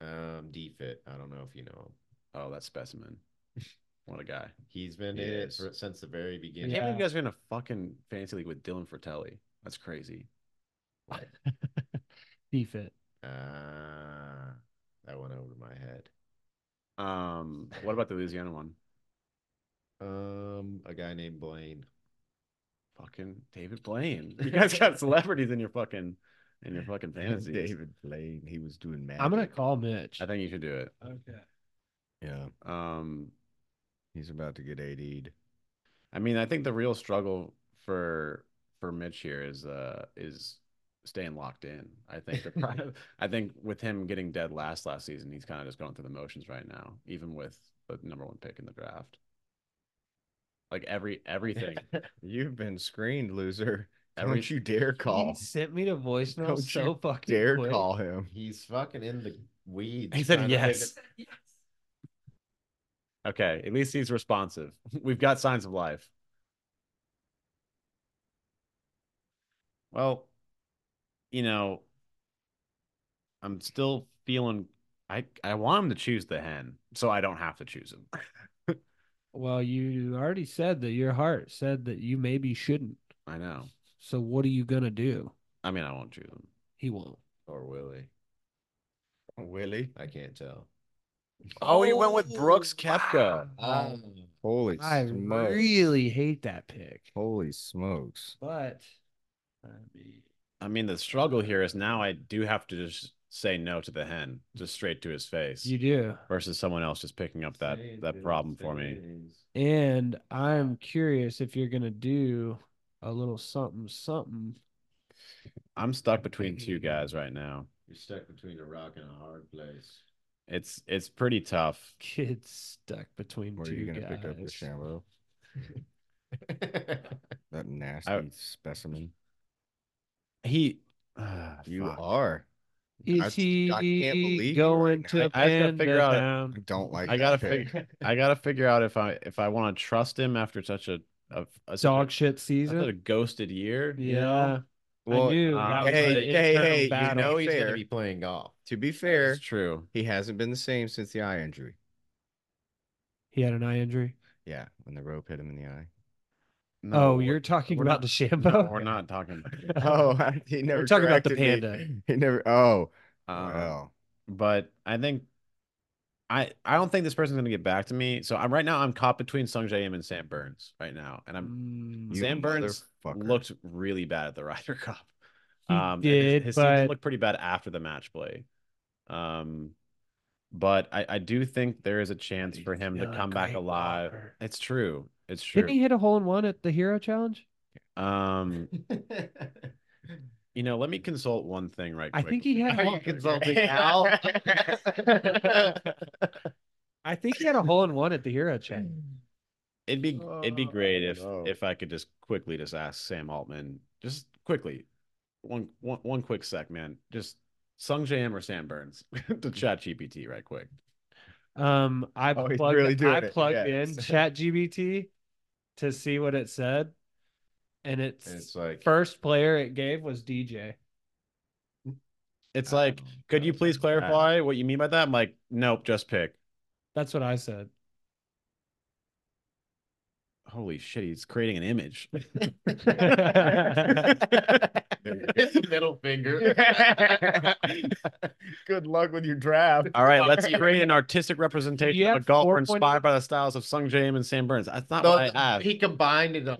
Um, DFIT. I don't know if you know him.
Oh, that specimen. what a guy.
He's been
He
in it
is.
for, since the very
I
beginning.
can't believe
Yeah.
you guys are in a fucking fantasy league with Dylan Fratelli. That's crazy.
Defit.
Uh, that went over my head.
Um, what about the Louisiana one?
Um, a guy named Blaine.
Fucking David Blaine. You guys got celebrities in your fucking in your fucking fantasy.
David Blaine, he was doing magic.
I'm gonna call Mitch.
I think you should do it.
Okay.
Yeah,
Um,
he's about to get AD'd.
I mean, I think the real struggle for for Mitch here is uh is staying locked in. I think the pri- I think with him getting dead last last season, he's kind of just going through the motions right now, even with the number one pick in the draft. Like every everything,
You've been screened, loser.
Every-
Don't you dare
He
call.
sent me to voicemail
Don't
so fucking
Dare
quick.
call him.
He's fucking in the weeds.
He said
trying to figure-
yes. okay, at least he's responsive. We've got signs of life. Well, you know, I'm still feeling I I want him to choose the hen, so I don't have to choose him.
Well, you already said that your heart said that you maybe shouldn't.
I know.
So what are you gonna do?
I mean, I won't choose him.
He won't.
Or Willie.
Willie.
I can't tell.
Oh, he went with Brooks Koepka.
wow.
Holy
I
smokes.
really hate that pick.
Holy smokes.
But I mean,
I mean, the struggle here is now I do have to just say no to the hen, just straight to his face,
you do.
versus someone else just picking up that
Say
that
it,
problem
say
for me.
it.
And I'm curious if you're gonna do a little something something.
I'm stuck between two guys right now.
You're stuck between a rock and a hard place.
It's it's pretty tough.
Kids stuck between
Where are
two
you gonna
guys.
pick up the Shambo? That nasty specimen.
He,
You
you are.
are.
Is
I s- I
he
can't believe you
going
right
to
now.
I- I just gotta
bend
figure out-
I
down?
don't like
I
that
gotta
pick.
figure. I gotta figure out if I if I want to trust him after such a a, a such
Dog
a,
shit
such a
season.
ghosted year.
Yeah.
You know?
Well,
I knew.
uh,
that was
hey,
an
hey, hey, you
internal
You
battle.
know he's
fair.
gonna be playing golf.
To be
It's
fair,
true.
he hasn't been the same since the eye injury.
He had an eye injury.
Yeah, when the rope hit him in the eye.
No,
oh,
we're-
you're talking
we're
about
not-
DeChambeau?
We're not talking.
Oh, he never
talking about the
corrected me.
panda.
He never. Oh,
Uh,
wow.
but I think I I don't think this person's gonna get back to me. So I'm right now I'm caught between Sung Jae Im and Sam Burns right now, and I'm
Mm,
You
Sam Burns
motherfucker.
looked really bad at the Ryder Cup.
He
Um, and
did,
his, his teams
but
looked pretty bad after the match play. Um, but I I do think there is a chance for him to
still a
come back
great
alive.
golfer.
It's true. It's true.
didn't he hit a hole in one at the Hero Challenge?
Um, you know, let me consult one thing right
I
quick.
think he had. a
Are
hole-
you consulting Al?
I think he had a hole in one at the Hero Challenge.
It'd be it'd be
Oh,
great if
no.
if I could just quickly just ask Sam Altman just quickly one one one quick sec, man. Just Sung J M or Sam Burns
Mm-hmm.
to Chat GPT right quick.
Um, I
Oh, he's
plugged,
really doing
I
it.
plugged
Yes.
in ChatGPT to see what it said, and it's,
It's like
first player it gave was DJ.
It's like, could you please clarify what you mean by that? I'm like, nope, just pick.
That's what I said.
Holy shit, he's creating an image.
His middle finger.
Good luck with your draft.
All right, let's create an artistic representation
You
of a
have
golfer
4.8
inspired by the styles of Sung J M and Sam Burns. That's not what I have.
he combined it. All.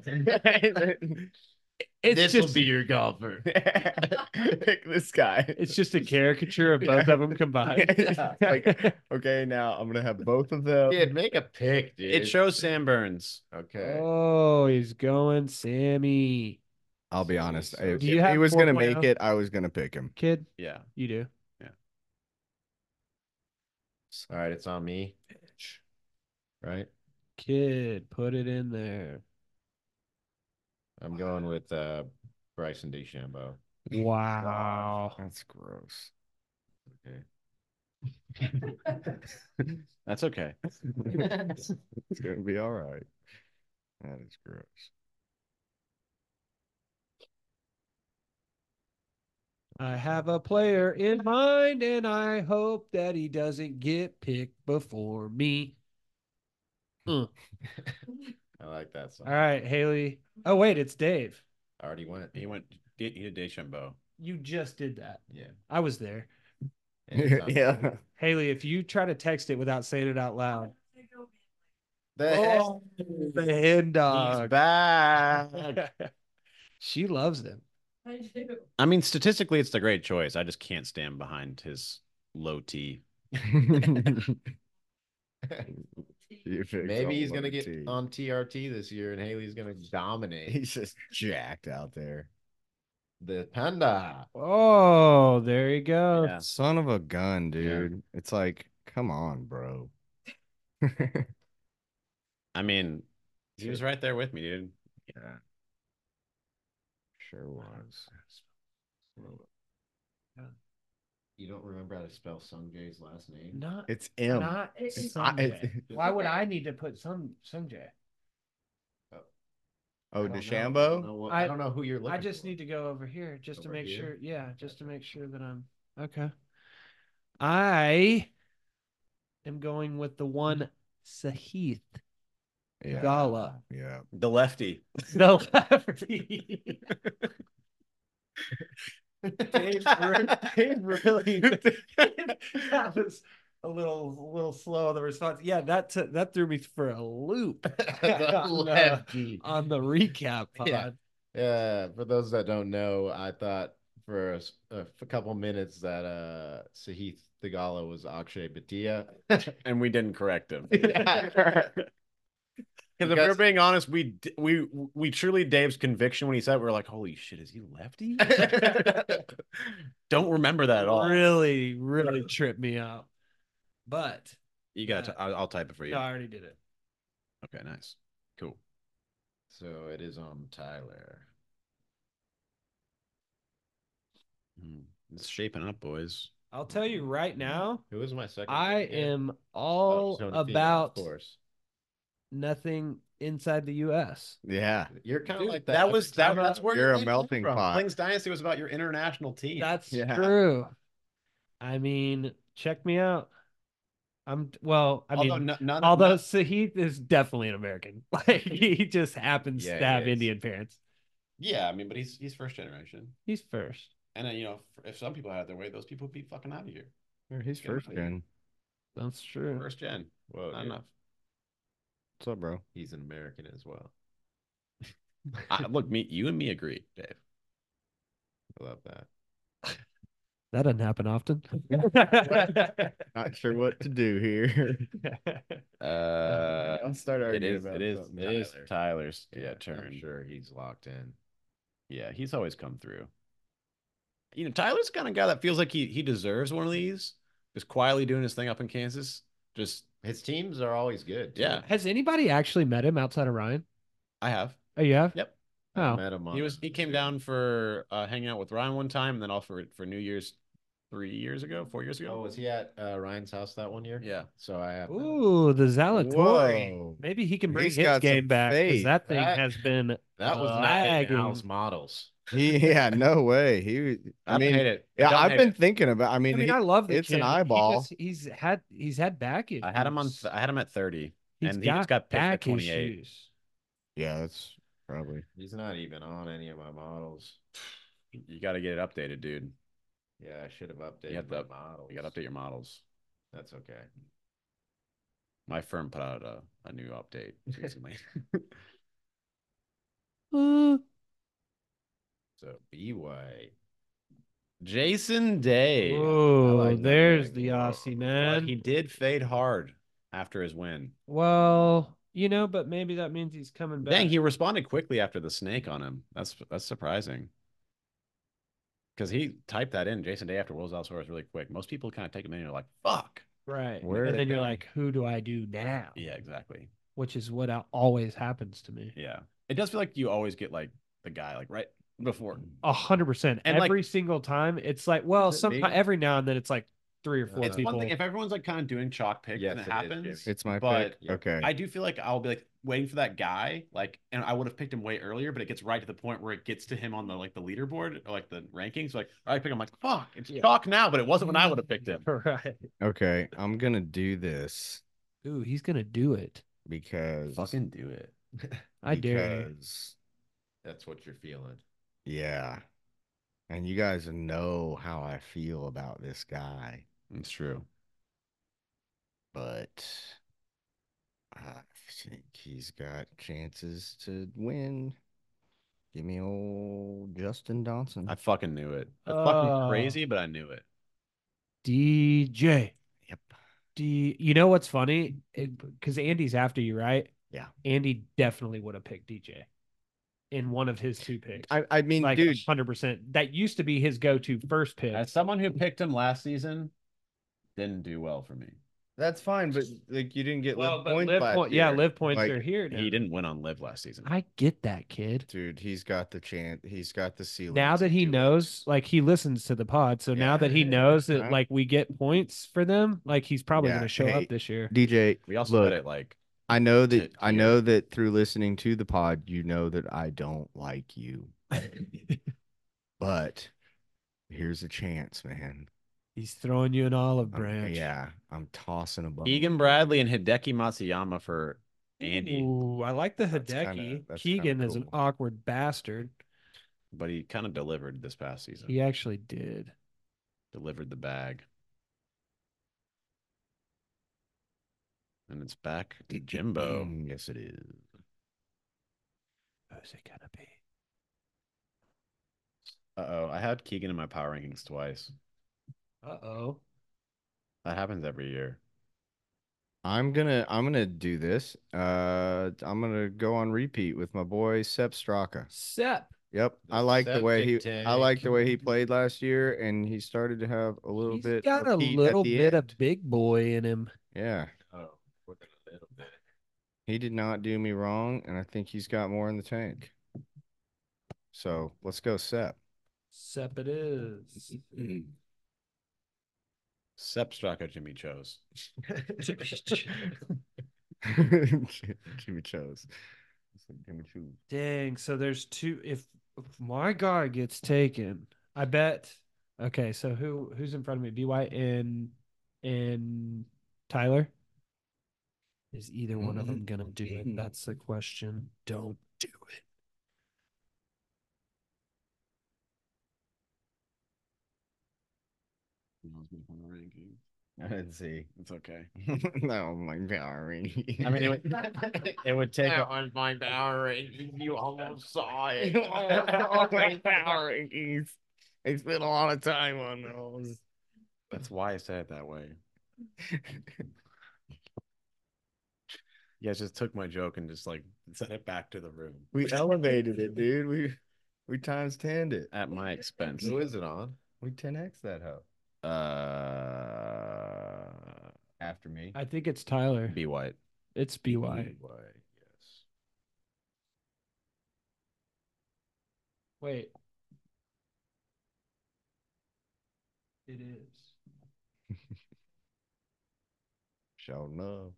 It's
this will
just
be your golfer.
Pick this guy.
it's just a caricature of both of them combined.
Yeah, like- Okay, now I'm gonna have both of them.
Dude, make a pick, dude.
It shows Sam Burns.
Okay.
oh, he's going Sammy.
I'll be honest.
So-
I-
Do you
if he
have
was gonna make
4.0?
it, I was gonna pick him.
Kid,
Yeah.
you do.
All right, it's on me. Right.
Kid, put it in there.
I'm going with uh Bryson DeChambeau.
Wow.
That's gross.
That's okay.
It's gonna be all right. That is gross.
I have a player in mind, and I hope that he doesn't get picked before me.
I like that song.
All right, Haley. Oh, wait, it's Dave.
I already went.
He went he did Deschambeau.
You just did that.
Yeah.
I was there.
And it's on-
Haley, if you try to text it without saying it out loud,
The
Oh, the hen
He's
dog.
back.
she loves him.
I do.
I mean, statistically, it's the great choice. I just can't stand behind his low T.
heck?
He picks
Maybe he's
all
gonna
over
get
T.
on TRT this year, and Haley's gonna dominate
He's just jacked out there.
the panda.
Oh, there you go.
Yeah.
Son of a gun, dude. It's like, come on, bro.
I mean, he was right there with me, dude.
Yeah. Sure was.
You don't remember how to spell Sungjae's last name?
Not,
It's M.
not
It's
It's
Sungjae.
not- it-
Why would I need to put some Sungjae?
oh,
I don't know. I don't know,
DeChambeau?
what-
I-
I don't know who you're looking.
I just
for.
need to go over here just to
Over
make
here?
sure. Yeah, just to make sure that I'm okay. I am going with the one Sahith
Yeah.
Gala.
Yeah.
The lefty.
The lefty. Dave, re- Dave really. that was a little, little slow on the response. Yeah, that t- that threw me for a loop
the
on, the,
lefty.
on the recap pod.
Yeah. Yeah, for those that don't know, I thought for a, s- a f- couple minutes that uh Sahith Tagala was Akshay Batia.
And we didn't correct him. Because if
Because-
we're being honest, we d- we we truly Dave's conviction when he said it, we are like, holy shit, is he lefty? Don't remember that at all.
Really, really tripped me out. But
You got. to I'll, I'll type it for you.
no, I already did it.
Okay, nice, cool.
So it is on Tyler.
Mm, It's shaping up, boys.
I'll tell you right now,
Who is my second?
I
pick?
am
Oh,
all
Tony Finau,
about
of course.
nothing inside the U.S.
Yeah.
You're kind of
Dude,
like
that
that. every
was- that-
time I-
that's where
You're
your
a
name came
melting
from.
pot.
Flings Dynasty was about your international team.
That's
Yeah.
true. I mean, check me out. I'm well. I
although
mean,
no- none,
although
none-
Sahith is definitely an American. Like he just happens
Yeah,
to
he
have
is.
Indian parents.
yeah, I mean, but he's he's first generation,
He's first.
And then, you know, if- if some people had it their way, those people would be fucking out of here.
They're his
Get 'em
first
outta here.
gen.
That's true.
First gen,
Well,
not
yeah,
enough.
What's up, bro?
he's an American as well.
I, look, me, you and me agree, Dave.
I love that.
That doesn't happen often.
Not sure what to do here.
Uh,
Don't start
it
arguing
is,
about
it is,
something,
it is
Tyler.
Tyler's yeah
I'm
turn.
sure he's locked in.
Yeah, he's always come through. You know, Tyler's the kind of guy that feels like he he deserves one of these. Just quietly doing his thing up in Kansas. Just
His teams are always good. too.
yeah,
Has anybody actually met him outside of Ryan?
I have.
Oh, you have?
Yep.
I
Oh.
met him on
He was
a-
he came down for uh hanging out with Ryan one time and then all for for New Year's three years ago, four years ago.
Oh, was he at uh, Ryan's house that one year?
Yeah.
So I have.
Ooh, the Zalatori.
Whoa.
Maybe he can bring
He's
his
got some
game back because
faith.
that thing
That-
has been.
That was not
Lagging.
in Al's models.
He, yeah, no way. He, was- I, mean,
it. I
yeah,
don't
I've
hate
been
it.
thinking about. I
I
mean,
mean,
he-
I love the
it's an
kid. He
eyeball.
just- he's had he's had back issues.
I had him on th- I had him at 30
He's
and he just got picked at
back
28.
issues.
yeah, that's probably.
He's not even on any of my models.
You got to get it updated, dude.
Yeah, I should have updated
have to
my
up-
models.
You got to update your models.
That's okay.
My firm put out a, a new update recently.
Uh,
So BY.
Jason Day.
oh,
like that
there's
leg.
the
Whoa.
Aussie
But
man.
he did fade hard after his win.
Well, you know, but maybe that means he's coming back.
Dang, he responded quickly after the snake on him. That's that's surprising. Because he typed that in, Jason Day after Will's Alsaurus really quick. Most people kind of take him in and you're like, fuck.
right.
Where are
and
they
then you're
going?
like, who do I do now?
Yeah, exactly.
Which is what al- always happens to me.
Yeah. It does feel like you alwaways get like the guy like right before.
A hundred percent.
And, like-
Every single time, it's like, well,
Is it me?
sometimes every now and then, it's like three or
No,
four
It's
people.
one thing if everyone's like kind of doing chalk picks
Yes,
and
it
it,
is,
happens.
Jimmy.
It's my
But-
pick. Okay.
I do feel like I'll be like waiting for that guy, like, and I would have picked him way earlier, but it gets right to the point where it gets to him on the like the leaderboard or like the rankings. Like, all right, pick him. I'm like, fuck, it's
Yeah.
chalk now, but it wasn't when I would have picked him.
right.
okay. I'm gonna do this
Ooh, he's gonna do it.
because
Fucking do it.
I dare you.
because-
That's what you're feeling.
Yeah. And you guys know how I feel about this guy,
It's true.
but I think he's got chances to win. Give me old Justin Donson.
I fucking knew it. It's
Uh.
fucking crazy, but I knew it.
DJ.
Yep.
Do you, you know what's funny? Because Andy's after you, right?
Yeah.
Andy definitely would have picked DJ in one of his two picks.
I, I mean,
like
dude,
hundred percent. That used to be his go-to first pick.
As someone who picked him last season, didn't do well for me.
that's fine, but like you didn't get live points
live
last
point- yeah,
year.
live points
Like,
are here. Now.
He didn't win on live last season.
I get that kid.
Dude, he's got the chance. He's got the ceiling.
Now
to
that he
do it.
knows, like he listens to the pod, so now that he
Yeah.
knows that,
Huh?
like we get points for them, like he's probably
Yeah.
going to show
Hey,
up this year.
DJ,
we also
look,
did it like
I know
to
that I
hear.
know that through listening to the pod, you know that I don't like you. but here's a chance, man.
He's throwing you an olive
I'm-
branch.
Oh, yeah, I'm tossing a bone.
Egan Bradley and Hideki Matsuyama for Andy,
Ooh, I like the
That's
Hideki.
kinda- that's kinda
Keegan is an
cool.
awkward bastard.
but he kind of delivered this past season.
He actually did.
delivered the bag. And it's back to Jimbo.
Mm, Yes, it is.
Who's it gonna be?
Uh oh. I had Keegan in my power rankings twice.
Uh oh.
That happens every year.
I'm gonna I'm gonna do this. Uh I'm gonna go on repeat with my boy Sep Straka.
Sep.
Yep.
The
I like the way he
septic
I like the way he
tank.
played last year and he started to have a little
He's
bit
got
of
a
heat at
little
the
bit
end.
of big boy in him.
Yeah.
Oh, we're gonna little bit.
He did not do me wrong, and I think he's got more in the tank. So let's go, Sep.
Sep it is.
Sep Straka Jimmy chose.
Jimmy chose. Jimmy Choo.
Dang, so there's two if, if my guy gets taken, I bet okay, so who who's in front of me? BY and and Tyler? Is either one
Mm-hmm.
of them gonna do it? That's the question. Don't do it.
I didn't see.
It's okay.
no, Oh my Barry.
I mean, it would, it would take. a-
on my power, you almost saw it.
oh, my Power Rangers. I spent a lot of time on those.
That's why I said it that way. You guys just took my joke and just like sent it back to the room
We elevated it, dude. We we times tanned it.
at my expense.
Who is it on?
We 10x that hoe.
Uh,
After me.
I think it's Tyler.
be white.
It's BY.
yes.
Wait. It is.
Show love.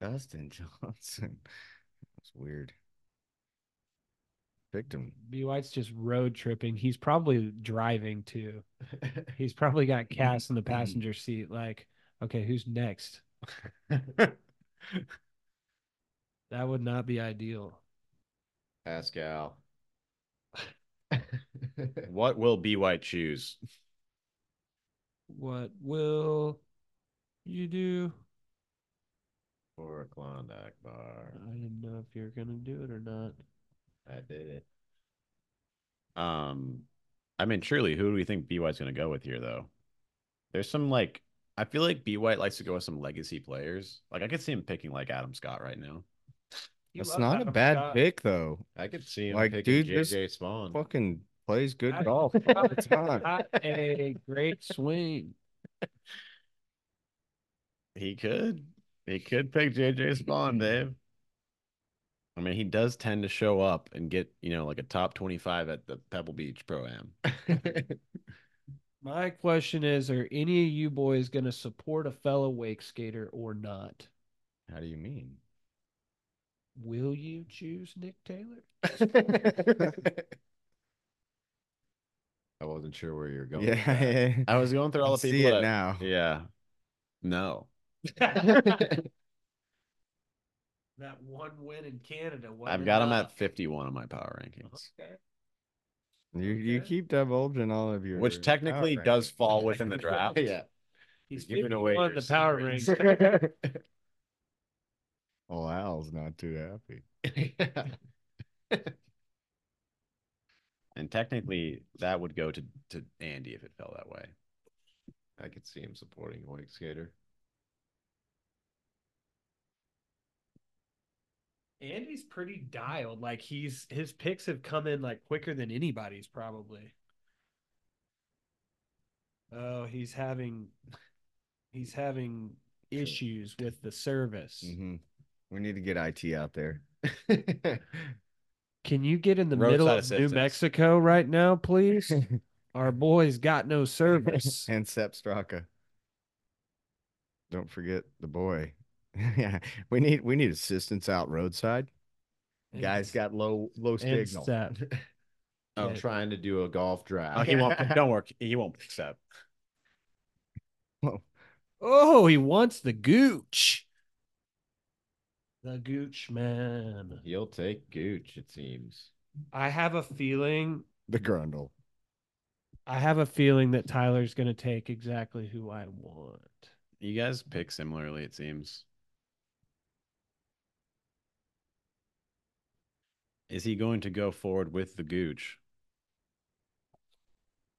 Dustin Johnson. That's weird. Picked him.
B White's just road tripping. He's probably driving too. He's probably got Cass in the passenger seat. Like, okay, who's next? that would not be ideal.
Pascal.
What will be white choose?
What will you do?
Or a Klondike bar.
I didn't know if you were gonna do it or not.
I did it.
Um, I mean, surely who do we think B White's gonna go with here though? There's some like I feel like B White likes to go with some legacy players. Like I could see him picking like Adam Scott right now.
That's not a bad pick though.
I could see him
Like,
picking
dude, this
JJ Spawn.
Fucking plays good
I-
golf all the time.
Not a great swing.
He could. He could pick JJ Spawn, Dave. I mean, he does tend to show up and get, you know, like a top 25 at the Pebble Beach Pro Am.
My question is, are any of you boys gonna support a fellow wake skater or not?
How do you mean?
Will you choose Nick Taylor?
I wasn't sure where you were going. with
yeah,
that.
yeah.
I was going through all
I
the people
see it
that-
now.
Yeah. No.
That one win in uh, Canada.
I've got him at 51 on my power rankings,
You you
Okay.
keep divulging all of your
which
power
technically does
rankings.
fall within the draft.
yeah.
He's
You're
giving
giving away
away
your
the power
secrets.
rings.
Oh, Al's not too happy.
And technically, that would go to, to Andy if it fell that way.
I could see him supporting a wake skater.
Andy's pretty dialed. Like he's his picks have come in like quicker than anybody's probably. Oh, he's having he's having issues with the service.
Mhm. We need to get IT out there.
Can you get in the
Roadside
middle of
assistance.
New Mexico right now, please? Our boys got no service.
and Sep Straka. Don't forget the boy. yeah, we need we need assistance out roadside. Guys got low low
and
signal.
step.
I'm
Yeah.
trying to do a golf
Oh,
draft.
he won't. Don't work. He won't accept.
Oh, he wants the gooch. The gooch man.
He'll take Gooch, it seems.
I have a feeling
The grundle.
I have a feeling that Tyler's going to take exactly who I want.
You guys pick similarly, it seems. Is he going to go forward with the Gooch?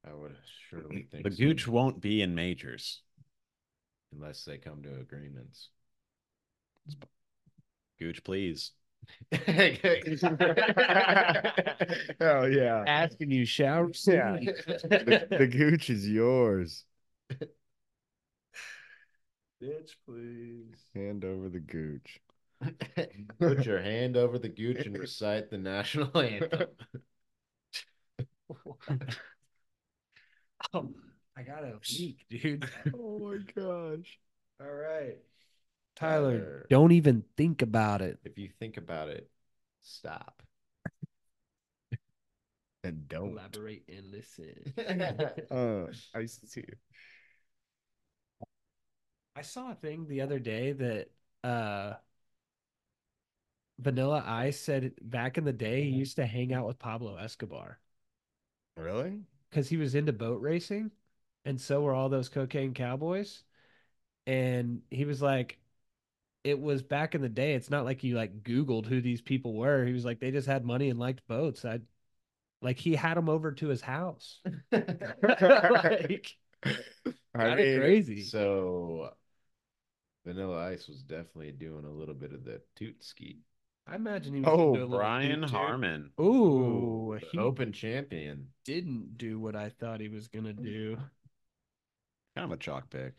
I would surely think
The
so,
Gooch won't be in majors.
unless they come to agreements.
Gooch, please.
Oh yeah.
Asking you shall
Yeah. The, the gooch is yours.
Bitch, please.
Hand over the gooch.
Put your hand over the Gooch and recite the national anthem.
Oh, I got a leak, dude.
Oh my gosh.
All right. Tyler,
Tyler.
don't even think about it.
If you think about it, stop.
And don't.
Elaborate and listen.
Uh, I used to.
I saw a thing the other day that uh Vanilla Ice said back in the day he used to hang out with Pablo Escobar
Really?
because he was into boat racing. and so were all those cocaine cowboys. And he was like, it was back in the day. It's not like you like Googled who these people were. He was like, they just had money and liked boats. I like he had them over to his house. like,
I
Kinda
mean,
crazy.
So Vanilla Ice was definitely doing a little bit of the toot ski.
I imagine he was
Oh,
into a little
Brian
dude, too.
Harmon.
Ooh,
the
he
open champion.
didn't do what I thought he was gonna do.
Kind of a chalk pick.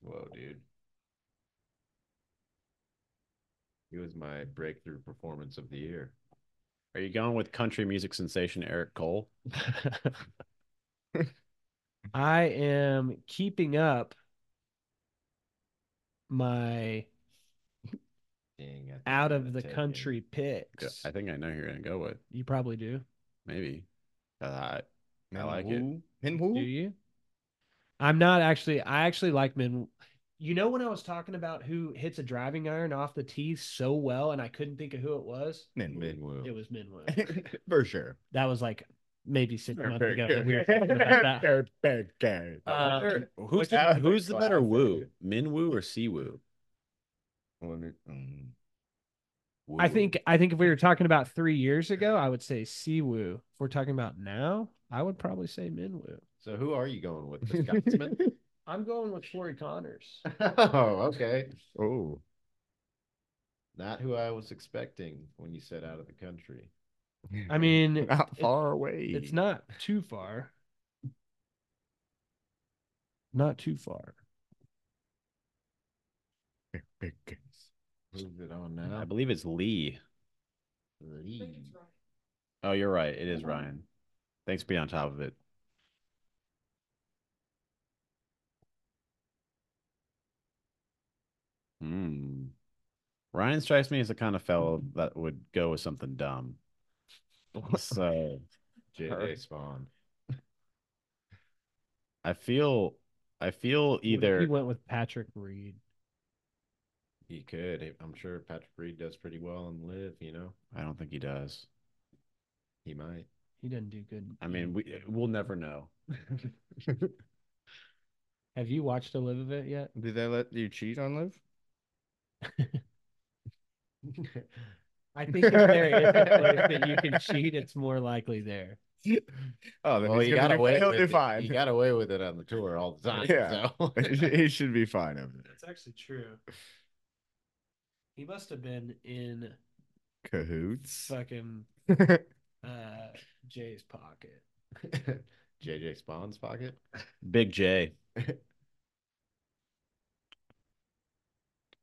Whoa, dude. He was my breakthrough performance of the year.
Are you going with country music sensation Eric Cole?
I am keeping up my
Dang, I think
out
I'm
of
gonna
the
take it.
country picks.
I think I know who you're gonna go with.
You probably do.
Maybe. Uh, I
Man,
like it.
woo. Man, woo.
Do you? I'm not actually. I actually like men. You know when I was talking about who hits a driving iron off the tee so well, and I couldn't think of who it was.
Man, man.
Woo.
It was Minwoo.
For sure.
That was like maybe six
Fair,
months
fair,
ago.
fair.
That we were talking about that.
Fair, fair, fair.
Uh,
Or-
Which
who's the,
I was
who's the
like,
better
wow,
woo?
dude.
Min woo or si woo?
Wonder- um,
I think. I think if we were talking about three years ago, I would say Siwoo. If we're talking about now, I would probably say Minwoo.
So who are you going with? The Scotsman?
I'm going with Corey Connors.
oh, okay.
Oh,
Not who I was expecting when you said out of the country.
I mean,
not
it-
far away.
It's not too far. Not too far.
Fair, fair, guys.
Moved it on
I
now.
believe it's Lee.
Lee.
Oh, you're right. It is Ryan. Thanks for being on top of it. Hmm. Ryan strikes me as the kind of fellow that would go with something dumb. So
JJ Spawn.
I feel, I feel
He
either.
went with Patrick Reed.
He could. I'm sure Patrick Reed does pretty well and live, you know.
I don't think he does.
He might.
He doesn't do good.
I mean, we we'll never know.
have you watched a live of it yet?
Did they let you cheat on Liv?
I think if there is a place that you can cheat, it's more likely there.
Oh, then
Well,
he's
he
gonna
got
be-
away
He'll
with
do
it.
fine.
He got away with it on the tour all the time.
Yeah.
So
he should be fine over there.
That's actually true. He must have been in
Cahoots.
fucking uh, Jay's pocket.
JJ Spawn's pocket.
Big J.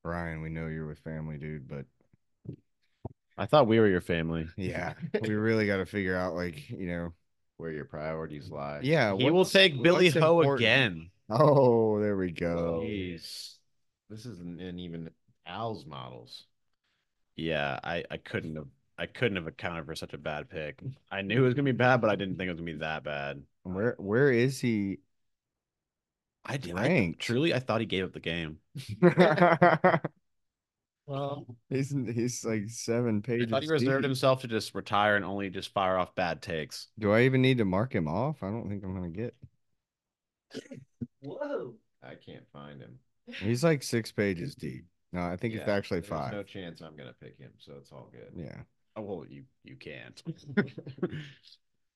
Ryan, we know you're with family, dude, but
I thought we were your family.
yeah, we really got to figure out, like, you know,
Where your priorities lie.
yeah.
He will
what's-
take Billy
what's
Ho
important?
again.
Oh, there we go.
Jeez. This isn't in even Al's models.
Yeah, I, I couldn't have I couldn't have accounted for such a bad pick. I knew it was gonna be bad, but I didn't think it was gonna be that bad.
Where where is he?
I did I,
Ranked.
truly I thought he gave up the game.
Well,
he's he's like seven
I
pages.
thought he reserved
deep.
himself to just retire and only just fire off bad takes.
Do I even need to mark him off? I don't think I'm gonna get.
whoa.
I can't find him.
He's like six pages deep. No, I think it's
Yeah,
actually
there's No
five.
chance I'm gonna pick him, so it's all good.
Yeah.
Oh well you you can't.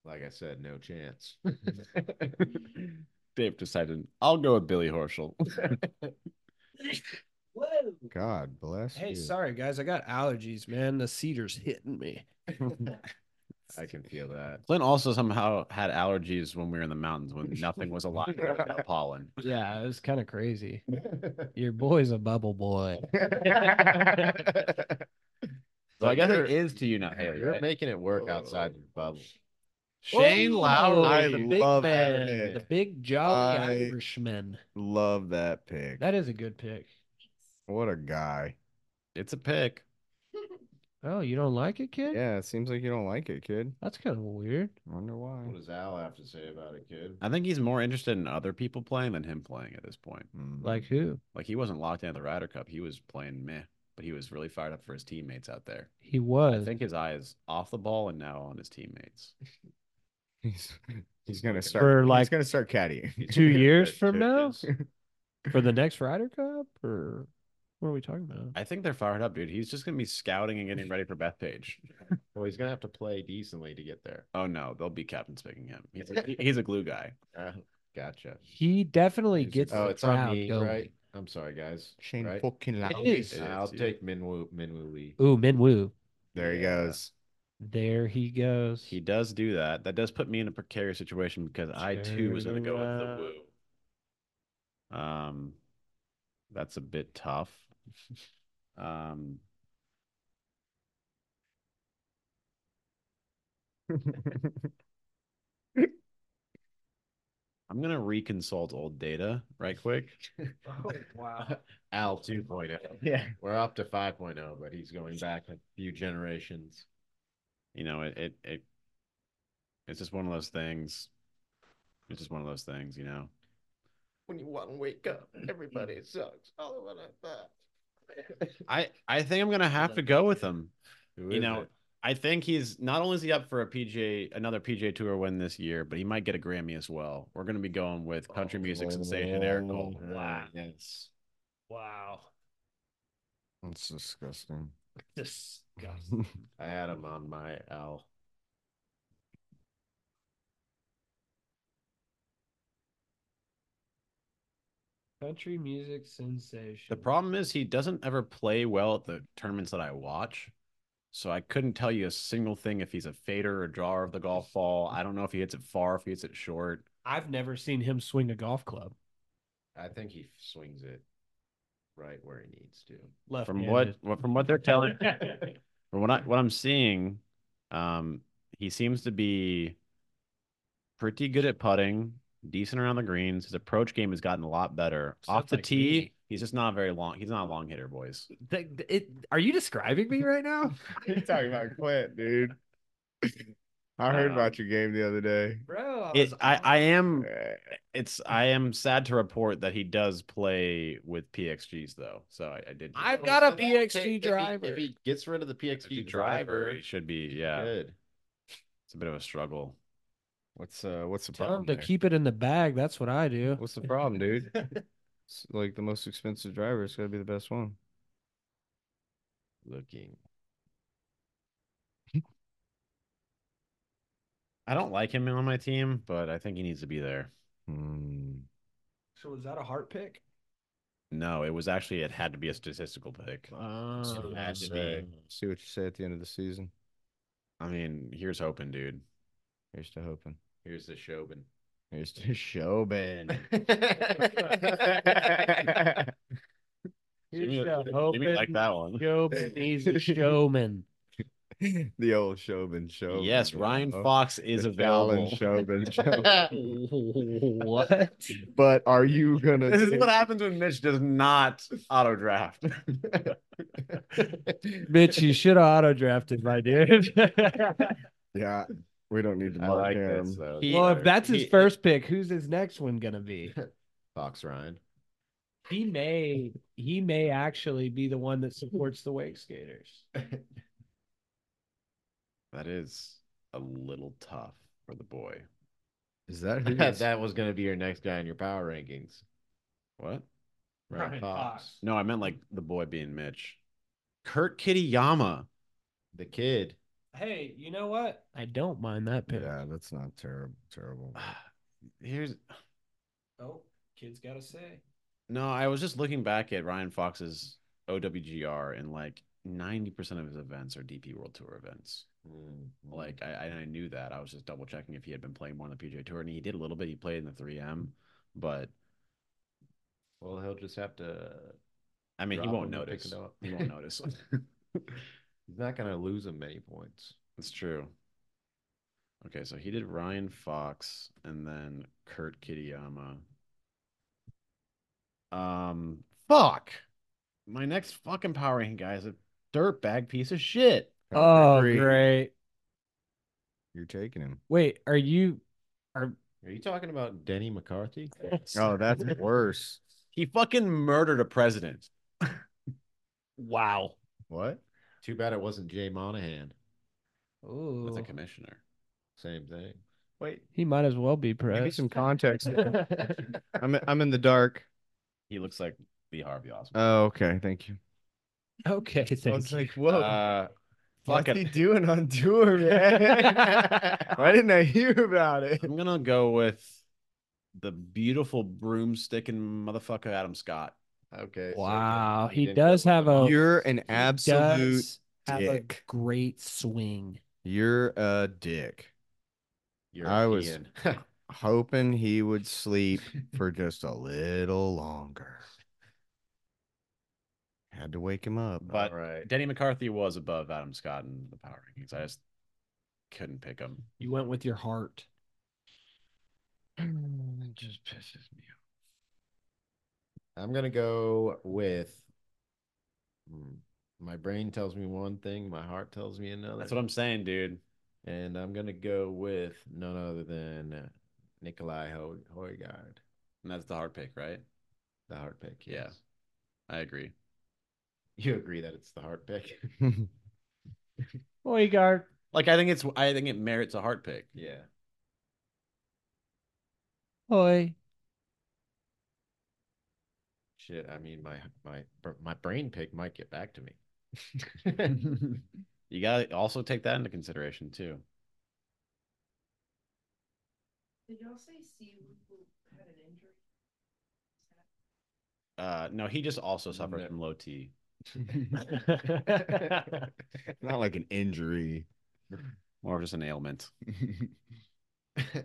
Like I said, no chance.
Dave decided I'll go with Billy Horschel.
Whoa.
God bless.
Hey,
you.
sorry guys, I got allergies, man. The cedar's hitting me.
I can feel that.
Clint also somehow had allergies when we were in the mountains when nothing was alive without pollen.
Yeah, it was kind of crazy. Your boy's a bubble boy.
So I guess
You're-
it is to you not Haley.
You're
right?
making it work outside the bubble.
Shane
Oh,
Lowry.
the
I
big
love
man,
it.
the big jolly
I-
Irishman.
Love that pick.
That is a good pick.
What a guy.
It's a pick.
Oh, you don't like it, kid?
Yeah, it seems like you don't like it, kid.
That's kind of weird.
Wonder why.
What does Al have to say about it, kid?
Uh,
I think he's more interested in other people playing than him playing at this point.
Mm.
Like who?
Like he wasn't locked into the Ryder Cup. He was playing meh, but he was really fired up for his teammates out there.
He
I
was.
think his eye is off the ball and now on his teammates.
He's he's gonna start
For,
he's
like,
gonna start caddying.
two years
That
from
shit
now
is-
for the next Ryder Cup, or what are we talking about?
I think they're fired up, dude. He's just gonna be scouting and getting ready for Bethpage.
Well, he's gonna have to play decently to get there.
Oh no, they'll be captain's picking him. He's a, he- he's a glue guy.
Uh, gotcha.
He definitely
Is it-
gets.
oh,
the
it's on
crowd
me,
going.
right? I'm sorry, guys.
Shane
Right?
fucking Lowry.
is.
It
I'll
is, dude.
take Minwoo Minwoo Lee.
Ooh, Min Woo.
There he
Yeah.
goes.
There he goes.
He does do that. That does put me in a precarious situation because I too was gonna go
Uh,
with the woo. Um, that's a bit tough. Um, I'm gonna reconsult old data right quick.
oh, wow.
Al 2.0.
Yeah.
We're up to 5.0, but he's going back a few generations.
you know, it it, it it's just one of those things. It's just one of those things, you know.
When you want to wake up, everybody sucks. All of us suck.
I I think I'm gonna have to go with him.
Who
You
is
know,
it?
I think he's not only is he up for a PJ another PJ tour win this year, but he might get a Grammy as well. We're gonna be going with country music sensation Eric Cole.
Oh,
Wow.
Yes.
Wow.
That's disgusting.
Disgusting.
I had him on my Al.
Country music sensation.
The problem is he doesn't ever play well at the tournaments that I watch. So I couldn't tell you a single thing if he's a fader or drawer of the golf ball. I don't know if he hits it far, if he hits it short.
I've never seen him swing a golf club.
I think he swings it right where he needs to.
Left
From what what from what they're telling From what I what I'm seeing, um, he seems to be pretty good at putting, decent around the greens. His approach game has gotten a lot better. Off
Sounds
the
like
tee,
me.
he's just not very long. He's not a long hitter, boys.
it, are you describing me right now?
you talking about Clint, dude. I heard
Um,
about your game the other day.
Bro,
Oh,
I,
It,
was-
I I am
Eh,
it's I am sad to report that he does play with PXGs though. So I, I did.
I've
If
got a
If he-
PXG
if he-
driver.
If he gets rid of the
it's
PXG
a
driver,
it should be
he's
yeah.
good.
It's a bit of a struggle.
What's uh what's the
Tell him
problem?
to
there?
keep it in the bag. That's what I do.
What's the problem, dude? It's like the most expensive driver is gonna be the best one.
Looking.
I don't like him on my team, but I think he needs to be there.
Hmm.
So was that a heart pick?
No, it was actually it had to be a statistical pick.
Oh,
it had to be.
See what you say at the end of the season.
I mean, here's hoping, dude.
Here's to hoping.
Here's the Shobin.
Here's to Shobin.
Here's
Jimmy-
to
Jimmy
hoping.
like that one.
Showman. He's a showman.
the old Shobin show.
Yes, Ryan
Oh,
Fox is available.
Shobin
what?
But are you gonna?
This is
take-
what happens when Mitch does not auto draft.
Bitch, you should have auto drafted my dude.
Yeah, we don't need to
I
mark
like
him.
this though.
He-
well, if that's his
He-
first pick, who's his next one gonna be?
Fox Ryan.
He may he may actually be the one that supports the wake skaters.
that is a little tough for the boy.
Is that who? you-
that was gonna be your next guy in your power rankings.
What?
Ryan,
Ryan
Fox.
Fox.
No, I meant like the boy being Mitch. Kurt Kittyama.
The kid.
Hey, you know what? I don't mind that pick.
yeah, that's not terrible. Terrible.
Here's
Oh, kids gotta say.
no, I was just looking back at Ryan Fox's OWGR and like 90% of his events are DP World Tour events.
Mm-hmm.
Like I, I I knew that. I was just double checking if he had been playing more on the PJ Tour, and he did a little bit. He played in the 3M, but
Well, he'll just have to.
I mean, he
Drop
won't
him and pick
notice.
it up.
He won't notice.
He's not gonna lose him many points.
It's true. Okay, so he did Ryan Fox and then Kurt Kitayama. Um, fuck. My next fucking power ranking guy is a dirtbag piece of shit.
Oh,
Kyrie,
great.
You're taking him.
Wait, are you are
Are you talking about Denny McCarthy?
Oh, that's worse.
He fucking murdered a president.
wow.
What?
Too bad it wasn't Jay Monahan.
Oh
That's a commissioner.
Same thing.
Wait,
He might as well be
give me
pressed.
some context. I'm I'm in the dark.
He looks like Lee Harvey Oswald.
Oh, okay. Thank you.
Okay,
I
thank
was
you.
like, whoa,
Uh,
what's
fucking-
he doing on tour, man? Why didn't I hear about it?
I'm gonna go with the beautiful broomstick and motherfucker Adam Scott.
Okay.
Wow,
he
he
didn't
does
go
have a
You're an
he
absolute.
does have a
dick.
great swing.
You're a dick.
you're
I was-
Ian.
Hoping he would sleep for just a little longer. Had to wake him up.
But
All right.
Denny McCarthy was above Adam Scott in the power rankings. I just couldn't pick him.
You went with your heart.
It just pisses me off.
I'm gonna go with. Hmm. My brain tells me one thing, my heart tells me another.
That's what I'm saying, dude.
And I'm gonna go with none other than Nikolai Ho- Højgaard,
And that's the hard pick, right?
the heart pick.
Yeah.
yes.
I agree.
you agree that it's the heart pick?
Boygaard.
Like I think it's I think it merits a heart pick.
yeah.
Oi.
Shit. I mean, my my br- my brain pick might get back to me.
You gotta also take that into consideration too.
Did y'all say Steve had an injury?
Uh no, he just also suffered
No.
from low T.
Not like an injury.
More of just an ailment.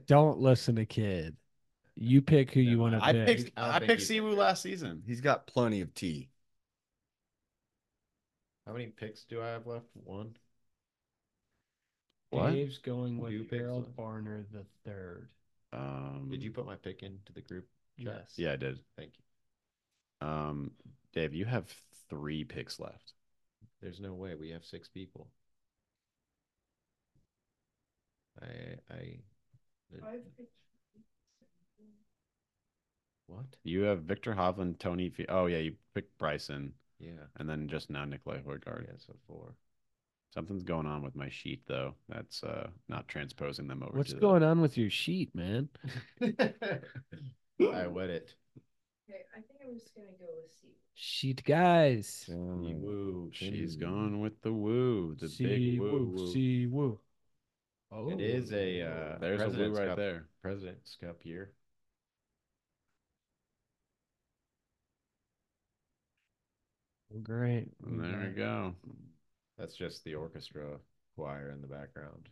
Don't listen to kid. You pick who you
No,
want to
I
pick.
picked
I don't
I
think
picked
he's-
Siwu last season.
He's got plenty of tea.
How many picks do I have left? One.
What?
Dave's going with
You picked
Harold
one.
Barner the third.
Um
Did you put my pick into the group? chat?
Yes.
Yeah, I did.
Thank you.
Um Dave, you have three picks left.
There's no way we have six people. I I
Five pictures.
what?
You have Victor Hovland, Tony Fe- oh yeah, you picked Bryson
Yeah.
and then just now Nikolai Hoygaard.
Yeah. So four.
Something's going on with my sheet though. That's uh not transposing them over
What's
to the-
going on with your sheet, man?
I wet it.
Okay, I think I'm just gonna go with Steve.
Sheet guys.
You woo,
She's
mm.
gone with the woo, the big woo. woo.
See woo. Oh,
It is a uh,
There's a woo
President's
right
Cup-
there.
President's Cup year.
great. We
Mm-hmm.
There
got-
we go.
That's just the orchestra choir in the background.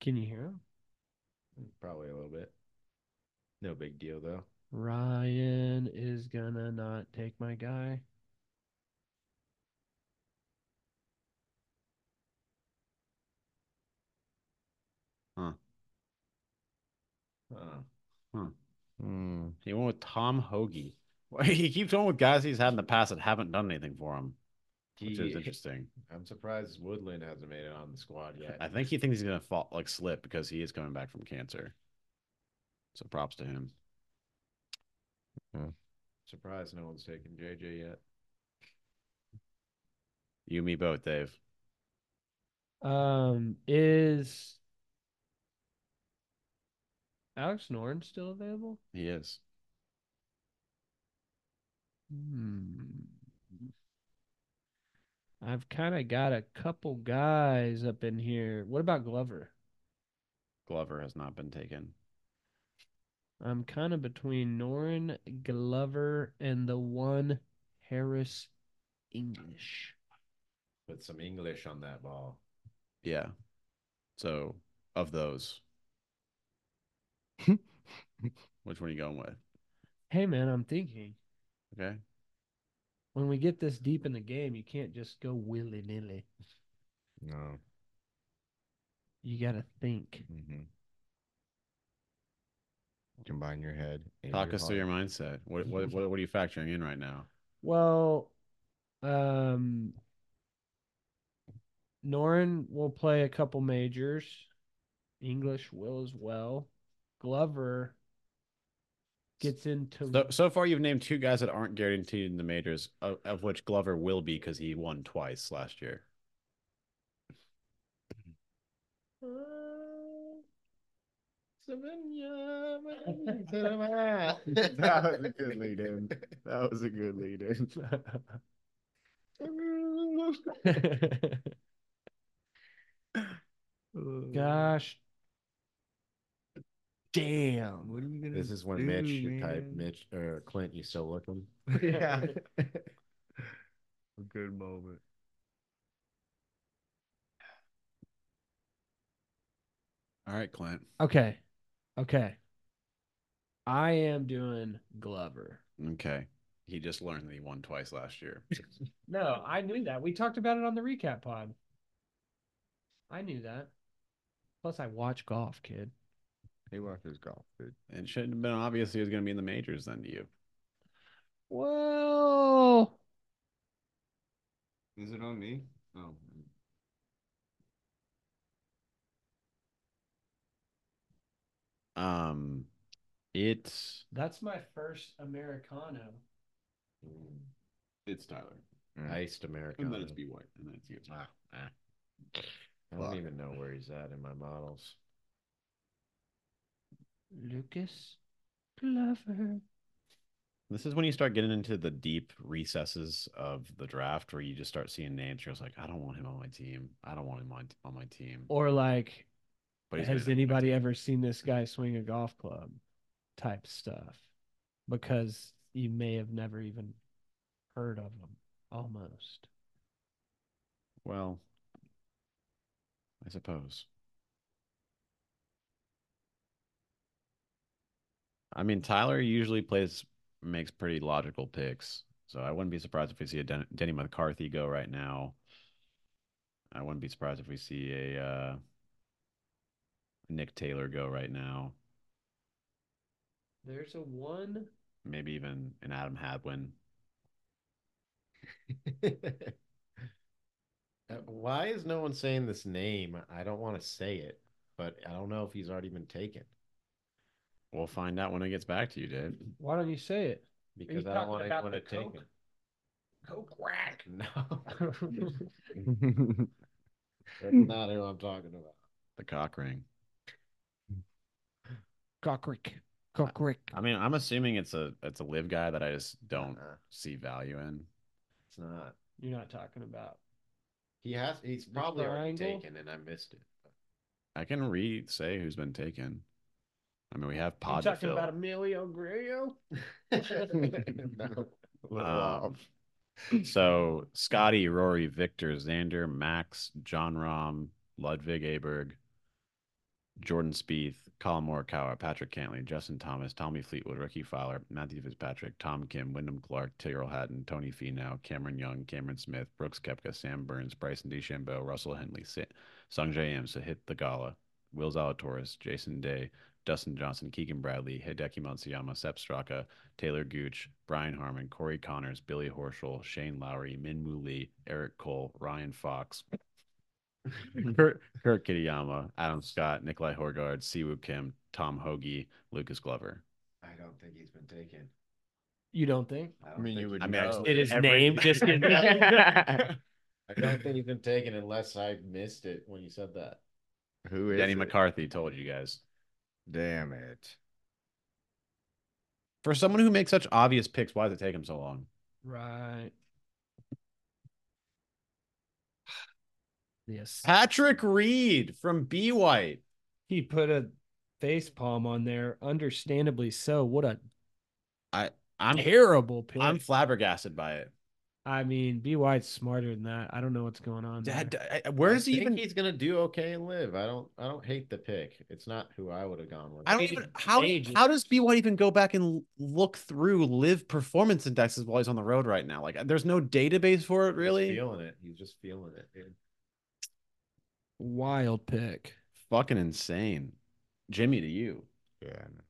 Can you hear him?
Probably a little bit. No big deal though.
Ryan is gonna not take my guy.
Huh. Hmm.
Mm.
He went with Tom Hoagie. Why- He keeps going with guys he's had in the past that haven't done anything for him, which is
He-
interesting.
I'm surprised Woodland hasn't made it on the squad yet.
I think he thinks he's gonna fall like slip because he is coming back from cancer. So props to him.
surprised no one's taken JJ yet.
You, me, both, Dave.
Um, is Alex Noren still available?
He is.
Hmm. I've kind of got a couple guys up in here. What about Glover?
Glover has not been taken.
I'm kind of between Noren, Glover, and the one Harris English.
Put some English on that ball.
Yeah. So of those, which one are you going with?
Hey man, I'm thinking
Okay.
when we get this deep in the game, you can't just go willy nilly.
No.
You gotta think.
hmm Combine your head. and
Talk
your
us through your
heart.
mindset. What what what, what are you factoring in right now?
Well, um, Norin will play a couple majors. English will as well. Glover gets into
So, so far, you've named two guys that aren't guaranteed in the majors, of, of which Glover will be because he won twice last year.
Uh,
Surrender,
that was a good lead in. That was a good lead in.
Gosh. Damn.
What are you gonna
This is when
do,
Mitch should type
man?
Mitch or Clint, you still looking?
yeah. a good moment.
All right, Clint.
Okay. Okay. I am doing Glover.
Okay. He just learned that he won twice last year.
No, I knew that. We talked about it on the recap pod. I knew that. Plus, I watch golf, kid.
He walked his golf, dude.
it shouldn't have been obvious he was going to be in the majors then to you.
Well,
Is it on me? Oh.
Um, it's
that's my first Americano.
it's Tyler,
Iced America.
White, and then it's you. ah.
I don't
Fuck.
even know where he's at in my models.
Lucas Glover.
This is when you start getting into the deep recesses of the draft, where you just start seeing names. You're just like, I don't want him on my team. I don't want him on, on my team.
Or, like,
But Oh, he's been
has
in the mix.
anybody ever seen this guy swing a golf club type stuff? Because you may have never even heard of him almost.
Well, I suppose. I mean, Tyler usually plays makes pretty logical picks, so I wouldn't be surprised if we see a Den Denny McCarthy go right now. I wouldn't be surprised if we see a uh, Nick Taylor go right now.
There's a one.
Maybe even an Adam Hadwin.
Uh, Why is no one saying this name? I don't want to say it, but I don't know if he's already been taken
We'll find out when it gets back to you, Dave.
Why don't you say it?
because I don't want anyone to take him.
Coke rack.
No,
Mm.
that's not who I'm talking about.
The cock ring.
Cockrick. Cockrick.
I mean, I'm assuming it's a it's a live guy that I just don't
Uh-huh.
Uh-uh,
see value in.
it's not.
You're not talking about.
He has. He's probably already
triangle?
taken, and I missed it.
I can re say who's been taken. I mean, we have
You're
pod to
talking
fill.
about Emilio Grillo?
No.
Um, so Scotty, Rory, Victor, Xander, Max, John Rom, Ludwig Aberg, Jordan Spieth, Colin Morikawa, Patrick Cantley, Justin Thomas, Tommy Fleetwood, Ricky Fowler, Matthew Fitzpatrick, Tom Kim, Wyndham Clark, Tyrrell Hatton, Tony Finau, Cameron Young, Cameron Smith, Brooks Koepka, Sam Burns, Bryson DeChambeau, Russell Henley, Sa- Sung Jae Im, Sahith Theegala, Will Zalatoris, Jason Day, Dustin Johnson, Keegan Bradley, Hideki Matsuyama, Sepp Straka, Taylor Gooch, Brian Harmon, Corey Connors, Billy Horschel, Shane Lowry, Min Woo Lee, Eric Cole, Ryan Fox, Kurt, Kurt Kitayama, Adam Scott, Nikolai Horgard, Siwoo Kim, Tom Hoagie, Lucas Glover.
I don't think he's been taken.
You don't think?
I,
I
don't
mean,
think-
you would
I mean, I
know.
just- It is Every- named, just kidding.
I don't think he's been taken unless I missed it when you said that.
Who is
Danny
it?
McCarthy told you guys.
Damn it.
For someone who makes such obvious picks, why does it take him so long?
Right. Yes.
Patrick Reed from B White.
He put a face palm on there, understandably so. What a
I'm
terrible pick.
I'm flabbergasted by it.
I mean, B White's smarter than that. I don't know what's going on.
Da-
There.
da- I- Where
I
is he
think
even?
He's gonna do okay and live. I don't. I don't hate the pick. It's not who I would have gone with.
I don't
Age-
even how
age
how
is-
does B White even go back and l- look through live performance indexes while he's on the road right now? Like there's no database for it
He's
really.
feeling it. He's just feeling it. dude.
Wild pick.
Fucking insane. Jimmy to you.
Yeah. I know.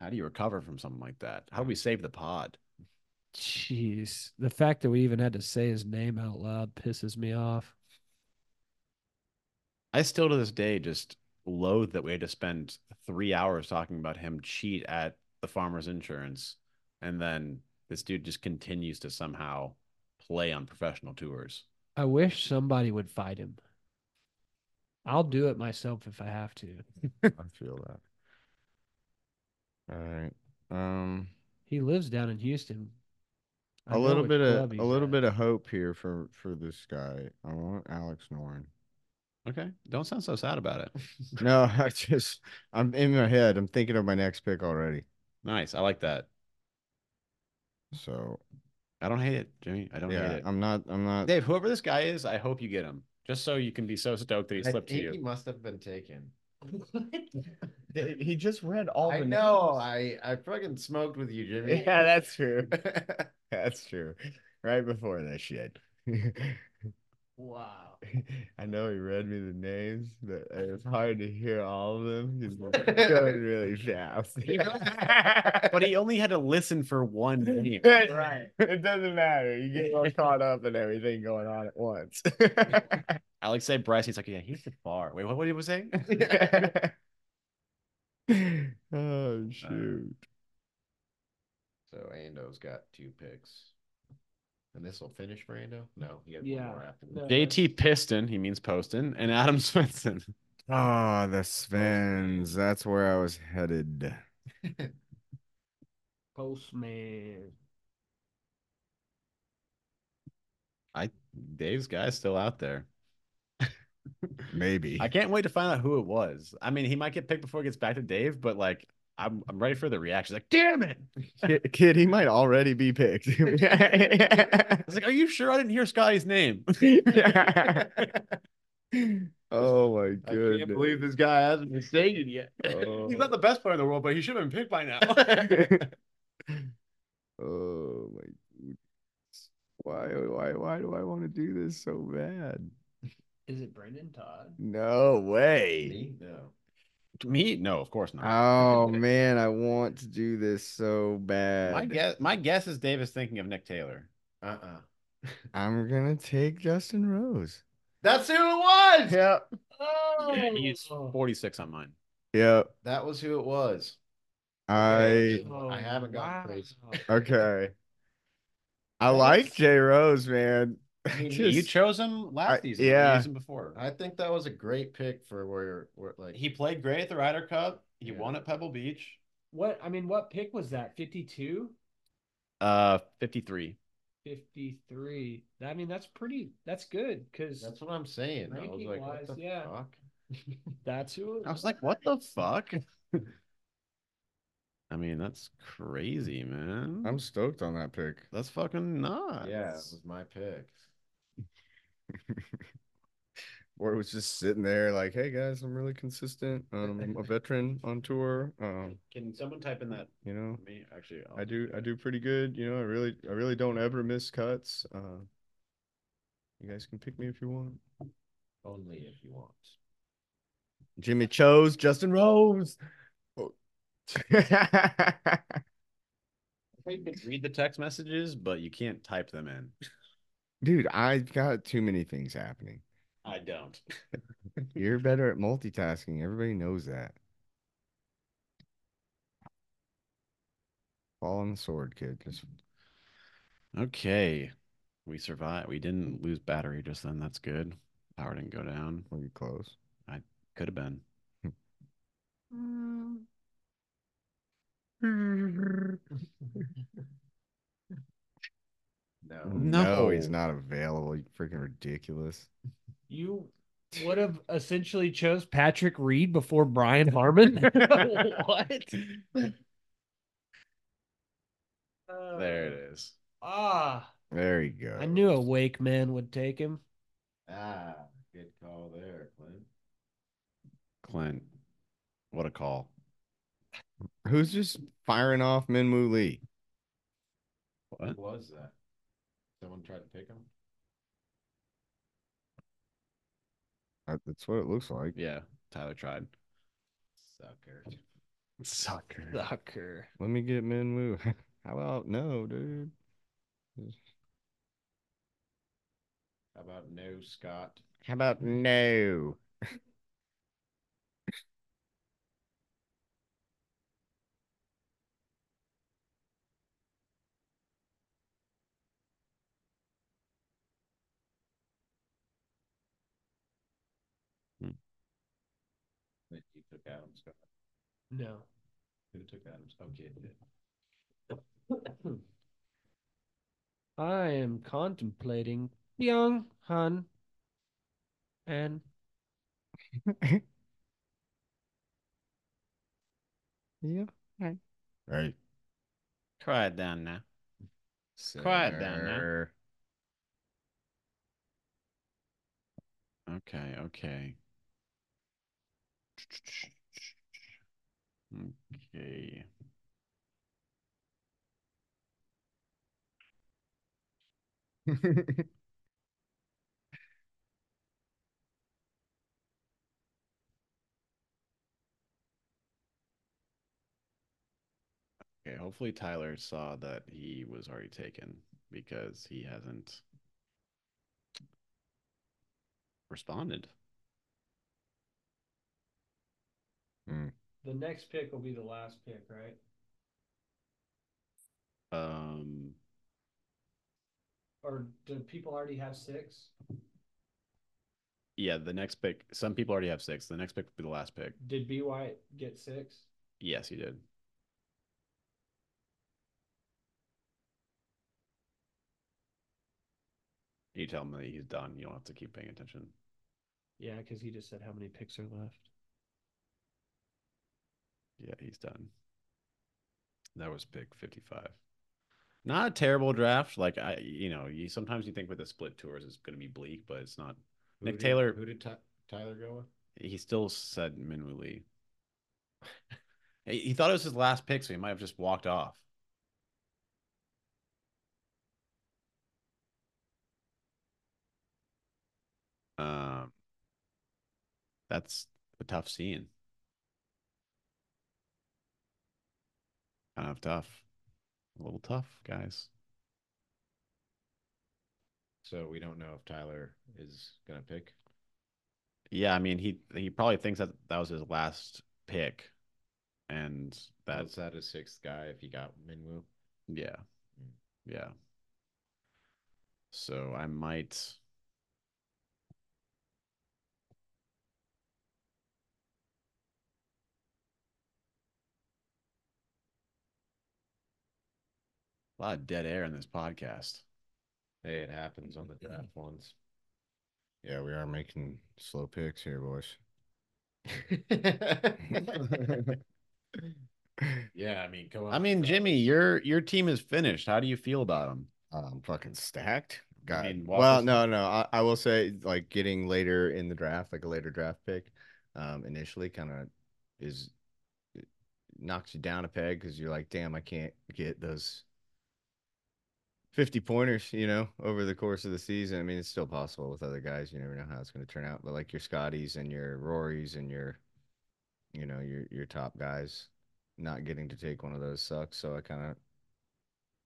How do you recover from something like that? How do we save the pod?
Jeez. The fact that we even had to say his name out loud pisses me off.
I still to this day just loathe that we had to spend three hours talking about him cheat at the farmer's insurance and then this dude just continues to somehow play on professional tours.
I wish somebody would fight him. I'll do it myself if I have to.
I feel that. All right. Um,
He lives down in Houston. I
a
know
little
which
bit of
club
a
he's
little
at.
bit of hope here for for this guy. I want Alex Noren.
Okay. Don't sound so sad about it.
No, I just I'm in my head. I'm thinking of my next pick already.
nice. I like that.
So
I don't hate it, Jimmy. I don't
yeah,
hate it.
I'm not. I'm not.
Dave, whoever this guy is, I hope you get him. Just so you can be so stoked that he
I
slipped to
think He
you.
must have been taken.
He just read all
I know. I I fucking smoked with you, Jimmy.
Yeah, that's true. that's true. Right before that shit.
Wow.
I know he read me the names, but it was hard to hear all of them. 'cause we're going really fast.
But he only had to listen for one name.
right. It doesn't matter. You get all caught up in everything going on at once.
Alex said Bryce. He's like, yeah, he's the bar. Wait, what, what did he say? Uh,
oh shoot.
So Ando's got two picks. And this will finish for Ando? No, he had
Yeah.
one more after
No.
that.
JT Piston, he means Poston, and Adam Svensson.
Ah, the Svens. That's where I was headed.
Postman.
I Dave's guy's still out there.
Maybe.
I can't wait to find out who it was. I mean, he might get picked before he gets back to Dave, but like I'm I'm ready for the reaction. Like, damn it.
Kid, kid, he might already be picked. Oh
It's like, are you sure I didn't hear Scotty's name?
oh my Oh,
I
goodness.
can't believe this guy hasn't been stated yet.
He's not the best player in the world, but he should have been picked by now.
oh my goodness. Why why why do I want to do this so bad?
Is it Brendan Todd?
No way.
Me? No.
Me? No, of course not.
Oh man, I want to do this so
my
bad.
guess my guess is Dave is thinking of Nick Taylor.
Uh-uh.
I'm gonna take Justin Rose.
That's who it was.
Yep.
Oh,
He's 46 on mine.
Yep.
That was who it was.
I
oh,
I haven't gotten praise.
okay. I like J Rose, man.
I mean,
Just-
you chose him last
I-
season.
yeah.
Yeah. Season before.
I think that was a great pick for where, where like
he played great at the Ryder Cup. He
Yeah.
won at Pebble Beach.
What I mean, what pick was that? 52?
Uh 53.
53. I mean, that's pretty that's good because
that's what I'm saying. I was like, what
Ranking-wise,
the
yeah.
fuck?
that's who it
I was like, what the fuck? I mean, that's crazy, man.
I'm stoked on that pick.
that's fucking nuts.
Yeah, it was my pick.
Or it was just sitting there like, hey guys, I'm really consistent. Um, I'm a veteran on tour. Um,
Can someone type in that
you know,
me? Actually, I'll
I do I
it.
do pretty good. You know, I really I really don't ever miss cuts. Uh, you guys can pick me if you want.
Only if you want.
Jimmy chose Justin Rose.
You can read the text messages, but you can't type them in.
Dude, I've got too many things happening.
I don't.
You're better at multitasking. Everybody knows that. Fall on the sword, kid. Just
Okay. We survived. We didn't lose battery just then. That's good. Power didn't go down.
when you close.
Could have been.
Mm.
No.
Mm-hmm.
No, he's
No.
not available. You freaking ridiculous.
you would have essentially chose Patrick Reed before Brian Harmon. what? Uh,
There it is.
Ah,
There you go.
I knew a wake man would take him.
Ah, good call there, Clint.
Clint. What a call.
Who's just firing off Minwoo Lee?
What?
Who was that? Someone tried to pick him?
Uh, That's what it looks like.
Yeah. Tyler tried.
Sucker.
Sucker.
Sucker.
Let me get Minwoo. How about no, dude?
How about no Scott?
How about no?
that you took Adam Scott?
No.
Who took Adams? Okay, it did.
I am contemplating Byung Han and yeah.
Right.
Quiet down now. Quiet down now.
Sinner.
Okay, okay. Okay. Okay, hopefully Tyler saw that he was already taken because he hasn't responded.
The next pick will be the last pick, right?
Um,
Or do people already have six?
yeah, the next pick. Some people already have six. The next pick would be the last pick.
Did BY get six?
Yes, he did. You tell him that he's done. You don't have to keep paying attention.
Yeah, because he just said how many picks are left.
Yeah, he's done. That was pick 55. Not a terrible draft. Like I, you know, you sometimes you think with the split tours it's going to be bleak, but it's not.
Who
Nick
did-
Taylor-
Who did Ty- Tyler go with?
He still said Minwoo Lee. he, he thought it was his last pick, so he might have just walked off. Um, that's a tough scene. Kind of tough. A little tough, guys.
So we don't know if Tyler is gonna pick.
Yeah, I mean, he he probably thinks that that was his last pick, and that's
That's that a sixth guy if he got Minwoo.
Yeah.
Mm.
Yeah. So I might. A lot of dead air in this podcast.
Hey, it happens on the draft ones.
Yeah, we are making slow picks here, boys.
yeah, I mean, come on.
I mean, Jimmy,
fellas.
your your team is finished. How do you feel about them?
Um, fucking stacked. God.
mean, walk
well,
us
no, no. I, I will say, like, getting later in the draft, like a later draft pick, um, initially kind of is it knocks you down a peg because you're like, damn, I can't get those 50 pointers, you know, over the course of the season. I mean, it's still possible with other guys. You never know how it's going to turn out. But like your Scotties and your Rorys and your, you know, your your top guys, not getting to take one of those sucks. So I kind of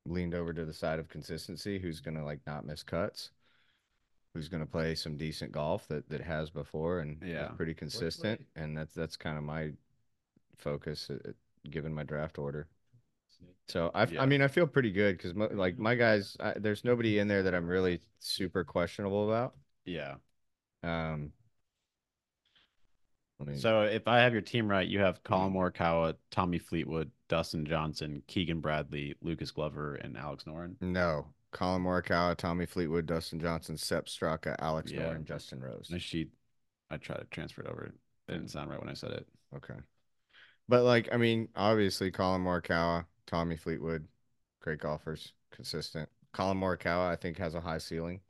leaned over to the side of consistency who's going to like not miss cuts who's going to play some decent golf that that has before and is
Yeah.
pretty consistent and that's that's kind of my focus at, at- given my draft order so I, f-
Yeah.
I mean I feel pretty good because like my guys I, there's nobody in there that I'm really super questionable about
Yeah.
um I mean,
So if I have your team right, you have Colin Morikawa, Tommy Fleetwood, Dustin Johnson, Keegan Bradley, Lucas Glover, and Alex Noren.
no Colin Morikawa Tommy Fleetwood Dustin Johnson Sep Straka Alex
Yeah.
Noren and Justin Rose
The sheet, I tried to transfer it over. It didn't sound right when I said it.
Okay. But like, I mean, obviously Colin Morikawa, Tommy Fleetwood, great golfers, consistent. Colin Morikawa, I think, has a high ceiling,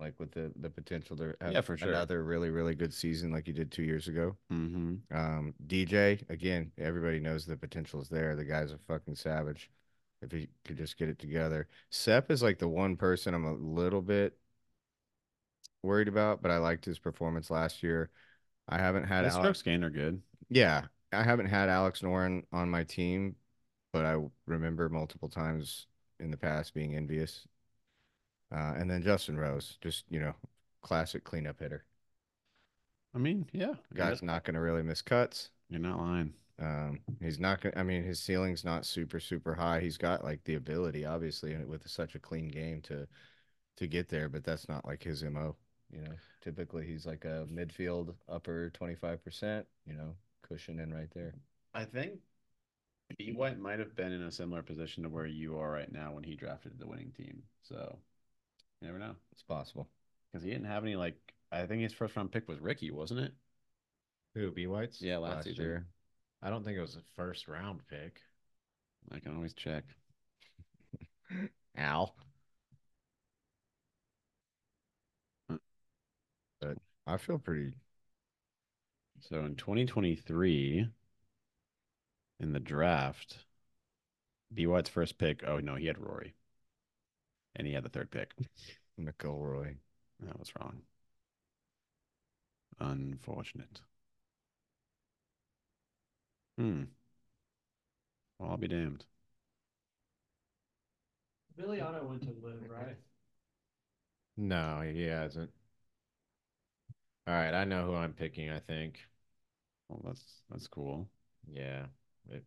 like with the the potential to have
Yeah, for sure.
another really, really good season like he did two years ago.
Mm-hmm.
Um, DJ, again, everybody knows the potential is there. The guy's a fucking savage. If he could just get it together. Sep is like the one person I'm a little bit worried about, but I liked his performance last year. I haven't had
The
Alex-
strokes gained are good.
yeah, I haven't had Alex Noren on my team, but I remember multiple times in the past being envious. Uh, and then Justin Rose, just, you know, classic cleanup hitter.
I mean, yeah, I
Guy's
guess
not going to really miss cuts.
you're not lying.
Um, he's not going to, I mean, his ceiling's not super, super high. He's got like the ability, obviously, and with such a clean game to to get there, but that's not like his MO, you know. Typically, he's like a midfield upper 25%, you know, cushion in right there.
I think B White might have been in a similar position to where you are right now when he drafted the winning team. So you never know.
It's possible.
Because he didn't have any like I think his first round pick was Ricky, wasn't it?
Who, B Whites?
Yeah, last, season.
year. I don't think it was a first round pick.
I can always check.
Al.
I feel pretty.
So in 2023, in the draft, B White's first pick. Oh no, he had Rory, and he had the third pick.
McElroy.
That was wrong. Unfortunate. Hmm. Well, I'll be damned.
Billy Otto went to live, right?
No, he hasn't. All right, I know who I'm picking, I think.
Well, that's that's cool.
Yeah. It,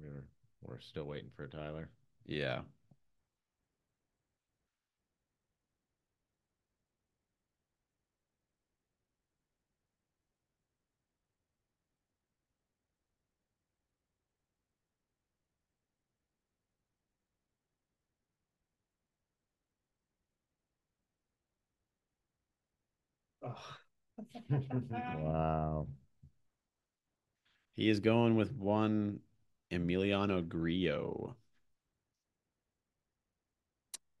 we were we're still waiting for Tyler.
Yeah.
Wow.
He is going with one Emiliano Grillo.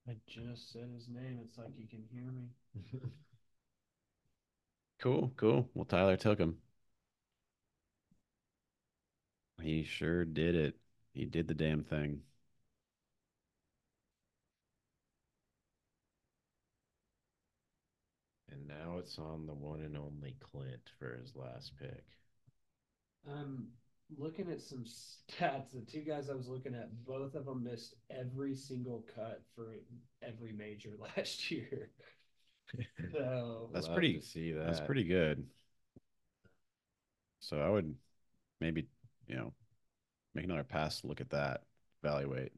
I just said his name. It's like you can hear me.
Cool, cool. Well, Tyler took him. He sure did it. He did the damn thing.
And now it's on the one and only Clint for his last pick.
I'm Um, looking at some stats. The two guys I was looking at, both of them missed every single cut for every major last year. So
That's
Love
pretty-
to see
That's
that.
pretty good. So I would maybe, you know, make another pass, look at that, evaluate.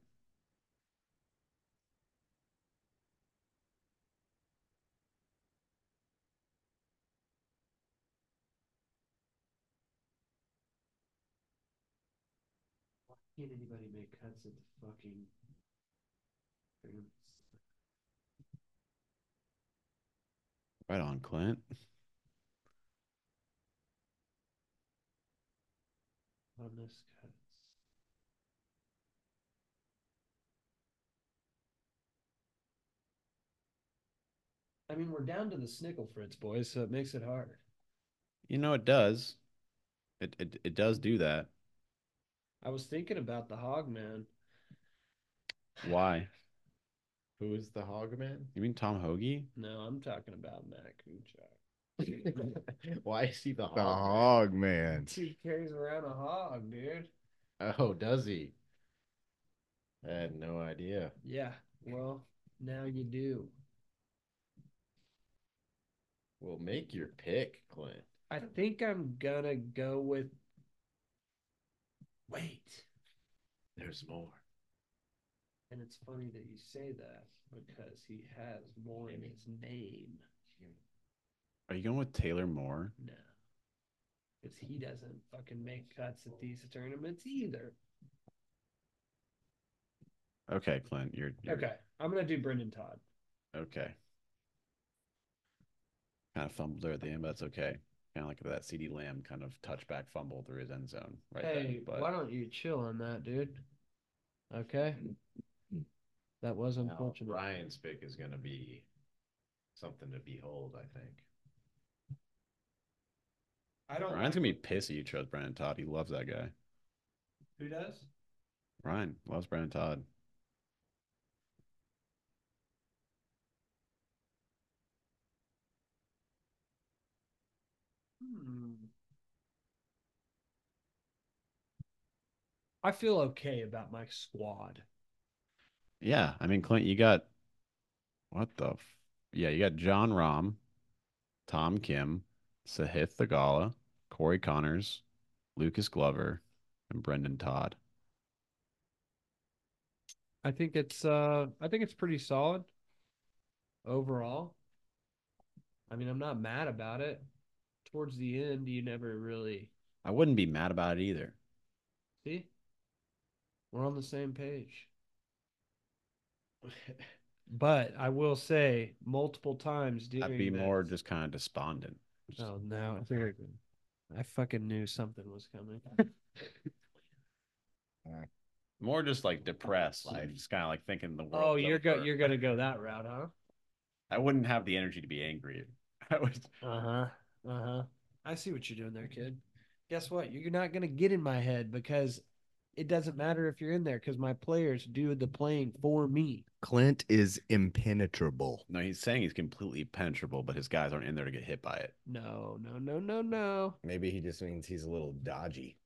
why can't anybody make cuts at the fucking tournaments?
Right on, Clint.
on this cuts? I mean, we're down to the snickle fritz, boys, so it makes it hard.
You know it does. It it it does do that.
I was thinking about the Hogman.
Why?
Who is the Hogman?
You mean Tom Hoagie?
No, I'm talking about Matt Kuchar.
Why is he the
The
Hog?
hog man.
He carries around a hog, dude.
Oh, does he? I had no idea.
Yeah, well, now you do.
Well, make your pick, Clint.
I think I'm gonna go with. Wait.
There's more.
And it's funny that you say that because he has more in his name
Are you going with Taylor Moore?
now. Because he doesn't fucking make cuts at these tournaments either.
Okay, Clint, you're, you're
Okay, I'm gonna do Brendan Todd.
okay. Kind of fumbled there at the end, but that's okay. Kind of like that CD Lamb kind of touchback fumble through his end zone right there.
hey,
But
why don't you chill on that, dude? Okay. That was
Now,
unfortunate.
Ryan's pick is going to be something to behold, I think.
I don't.
Ryan's gonna be pissy you chose Brandon Todd. He loves that guy.
Who does?
Ryan loves Brandon Todd.
Hmm. I feel okay about my squad.
Yeah, I mean Clint, you got what the f- yeah, you got John Rahm, Tom Kim, Sahith Thagala, Corey Connors, Lucas Glover, and Brendan Todd.
I think it's uh I think it's pretty solid overall. I mean, I'm not mad about it. Towards the end, you never really
I wouldn't be mad about it either.
see. We're on the same page. but I will say multiple times during
I'd be more
that-
just kind of despondent. Just-
Oh no, seriously. I fucking knew something was coming.
More just like depressed,
Life.
like just kind of like thinking the world.
oh, you're go you're gonna go that route, huh?
I wouldn't have the energy to be angry. I would.
Uh-huh. Uh-huh. I see what you're doing there, kid. Guess what? You're not gonna get in my head because it doesn't matter if you're in there because my players do the playing for me.
Clint is impenetrable.
No, he's saying he's completely penetrable, but his guys aren't in there to get hit by it.
No, no, no, no, no.
Maybe he just means he's a little dodgy.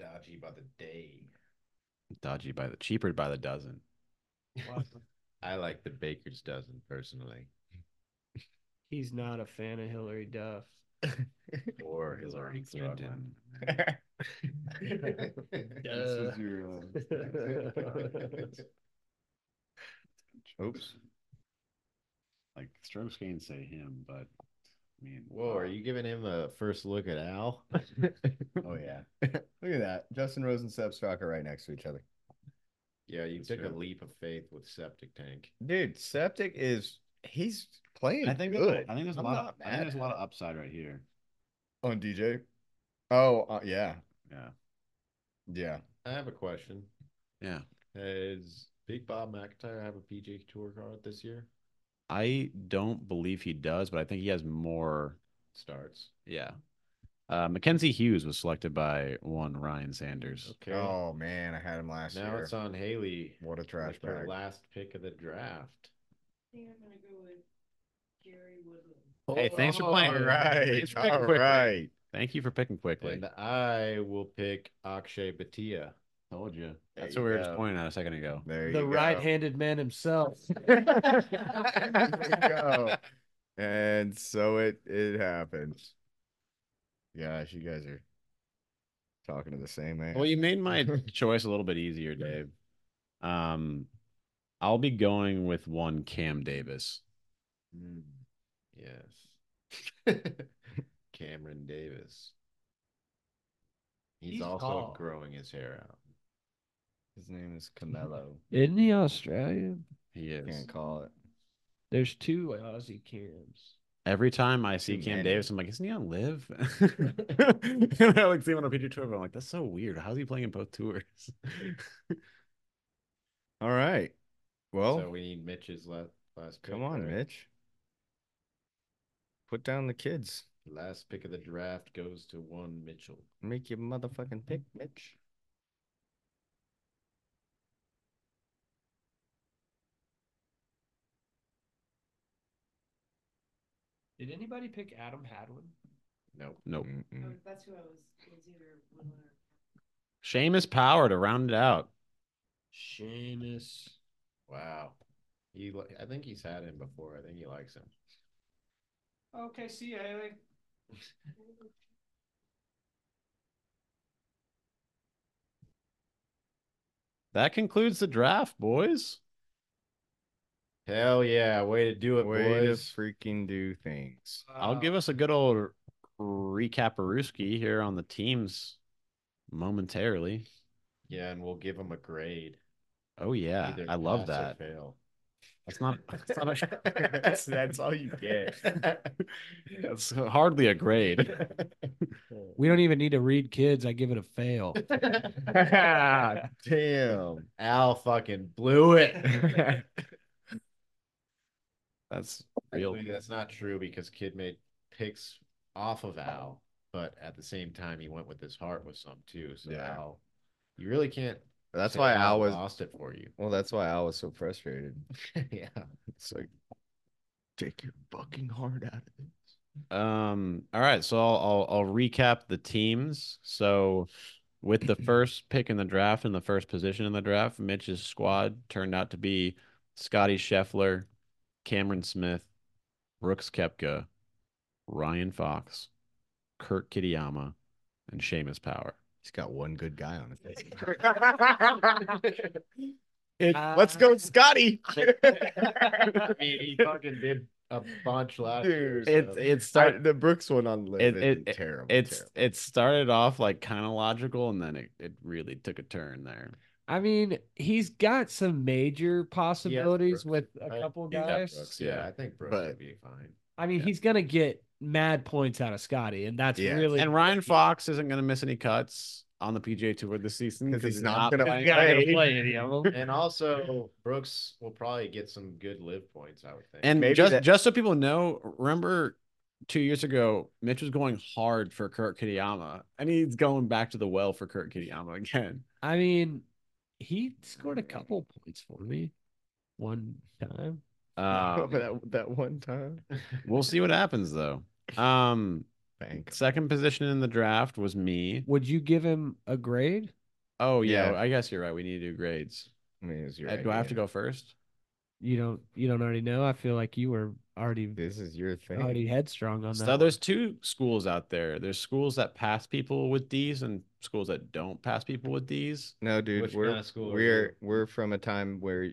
Dodgy by the day.
Dodgy by the cheaper by the dozen.
I like the baker's dozen personally,
He's not a fan of Hillary Duff.
Or Hillary Clinton.
Duh.
uh,
Oops.
Like strokes can't say him, but I mean,
Whoa, are you giving him a first look at Al?
Oh yeah. Look at that. Justin Rose and Seb Straka right next to each other.
yeah, you
That's
took a
true.
leap of faith with septic tank.
Dude, Septic is he's playing.
I think there's
good.
a, I think there's a
I'm
lot. Of,
not
I think
mad
there's a
at
lot of upside right here.
him. on DJ. Oh uh, yeah,
Yeah.
yeah.
I have a question.
Yeah.
Has Big Bob McIntyre have a PJ Tour card this year?
I don't believe he does, but I think he has more.
Starts.
Yeah. Uh, Mackenzie Hughes was selected by one Ryan Sanders.
Okay.
Oh man, I had him last
now
year.
it's on Haley.
What a trash
with her
bag.
last pick of the draft.
think I'm gonna go with Gary Woodland.
Hey, thanks for playing.
All right,
Thanks for picking
all
quickly.
right.
Thank you for picking quickly.
And I will pick Akshay Batia.
Told you.
There
That's
you
what we were just
go.
pointing at a second ago.
There
The
you go.
right-handed man himself.
There you go. And so it it happened. Gosh, you guys are talking to the same man.
Well, you made my choice a little bit easier, Dave. Um, I'll be going with one Cam Davis.
Hmm.
Yes. Cameron Davis. He's,
He's
also
tall.
growing his hair out.
His name is Canelo.
Isn't he Australian?
He is.
Can't call it.
There's two Aussie cams.
Every time I see
Too
Cam
many.
Davis, I'm like, isn't he on Live? And I like see him on a PG tour, but I'm like, that's so weird. How's he playing in both tours?
All right. Well,
so we need Mitch's last last pick.
come on,
right?
Mitch. Put down the kids.
Last pick of the draft goes to one Mitchell.
Make your motherfucking pick, Mitch.
Did anybody pick Adam Hadwin?
Nope.
nope.
Oh,
Mm-mm.
that's who I was. It was either Woodland or.
Seamus Power to round it out.
Seamus.
Wow. He, li- I think he's had him before. I think he likes him.
Okay, see you, Haley.
That concludes the draft, boys.
Hell yeah! Way to do it,
Way to
boys.
freaking do things.
I'll
Uh,
give us a good old recaparooski here on the teams momentarily.
Yeah, and we'll give him a grade.
Oh yeah,
Either
I love
pass or
that.
Fail.
That's not. That's not a.
that's, that's all you get.
That's hardly a grade.
We don't even need to read kids. I give it a fail.
Damn. Al fucking blew it.
That's real.
Actually, that's not true because Kid made picks off of Al, but at the same time, he went with his heart with some too. So
Yeah.
Al, you really can't.
That's
say
why Al was.
lost it for you.
Well, that's why Al was so frustrated.
yeah.
It's like, take your fucking heart out of it.
Um. All right. So I'll, I'll I'll recap the teams. So with the first pick in the draft and the first position in the draft, Mitch's squad turned out to be Scotty Scheffler, Cameron Smith, Brooks Kepka, Ryan Fox, Kurt Kitayama, and Seamus Power.
He's got one good guy on his team.
Let's go,
Scotty.
I mean, he fucking did a bunch last year.
Dude.
It's
so-
it
I-
started.
the Brooks one on
It-
live is
it- it-
terrible.
It's
terrible.
it started off like kind of logical, and then it, it really took a turn there.
I mean, he's got some major possibilities
Brooks.
with a
I-
couple
he's got
guys.
Brooks, yeah,
Yeah.
I think Brooks
But-
would be fine.
I mean, he's gonna get mad points out of Scotty, and that's
Yeah.
really
And Ryan Fox isn't going to miss any cuts on the PGA Tour this season
'Cause he's not
not
gonna
playing.
play.
I don't play any of them.
And also, Brooks will probably get some good live points. I would think.
And
Maybe
just
that-
just so people know, remember two years ago, Mitch was going hard for Kurt Kitayama, and he's going back to the well for Kurt Kitayama again.
I mean, he scored a couple points for me one time.
Uh,
that, that one time.
we'll see what happens though. Um,
Bank.
second position in the draft was me.
Would you give him a grade?
Oh yeah,
Yeah.
I guess you're right. We need to do grades.
I mean, it's your
Ed, Uh, do I have to
idea.
go first?
You don't. You don't already know. I feel like you were already
This is your thing.
already headstrong on that.
So there's two schools out there. There's schools that pass people with D's and schools that don't pass people with D's.
No, dude,
Which
we're
kinda school are
we're
you?
we're from a time where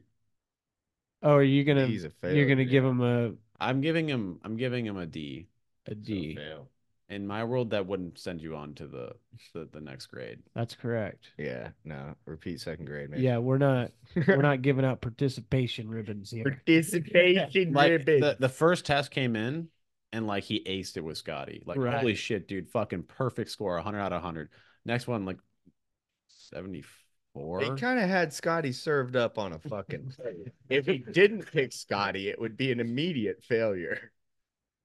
oh, are you gonna?
he's a failure.
You're gonna give him a
I'm giving him I'm giving him a D.
a
So
D.
fail.
in my world that wouldn't send you on to the the, the next grade
That's correct.
Yeah, no. Repeat second grade, man.
Yeah, we're not. We're not giving out participation ribbons here.
Participation
like the, the first test came in and like he aced it with scotty like
Right.
holy shit dude fucking perfect score 100 out of 100 next one like 74
They kind of had Scotty served up on a fucking. plate. if he didn't pick Scotty, it would be an immediate failure.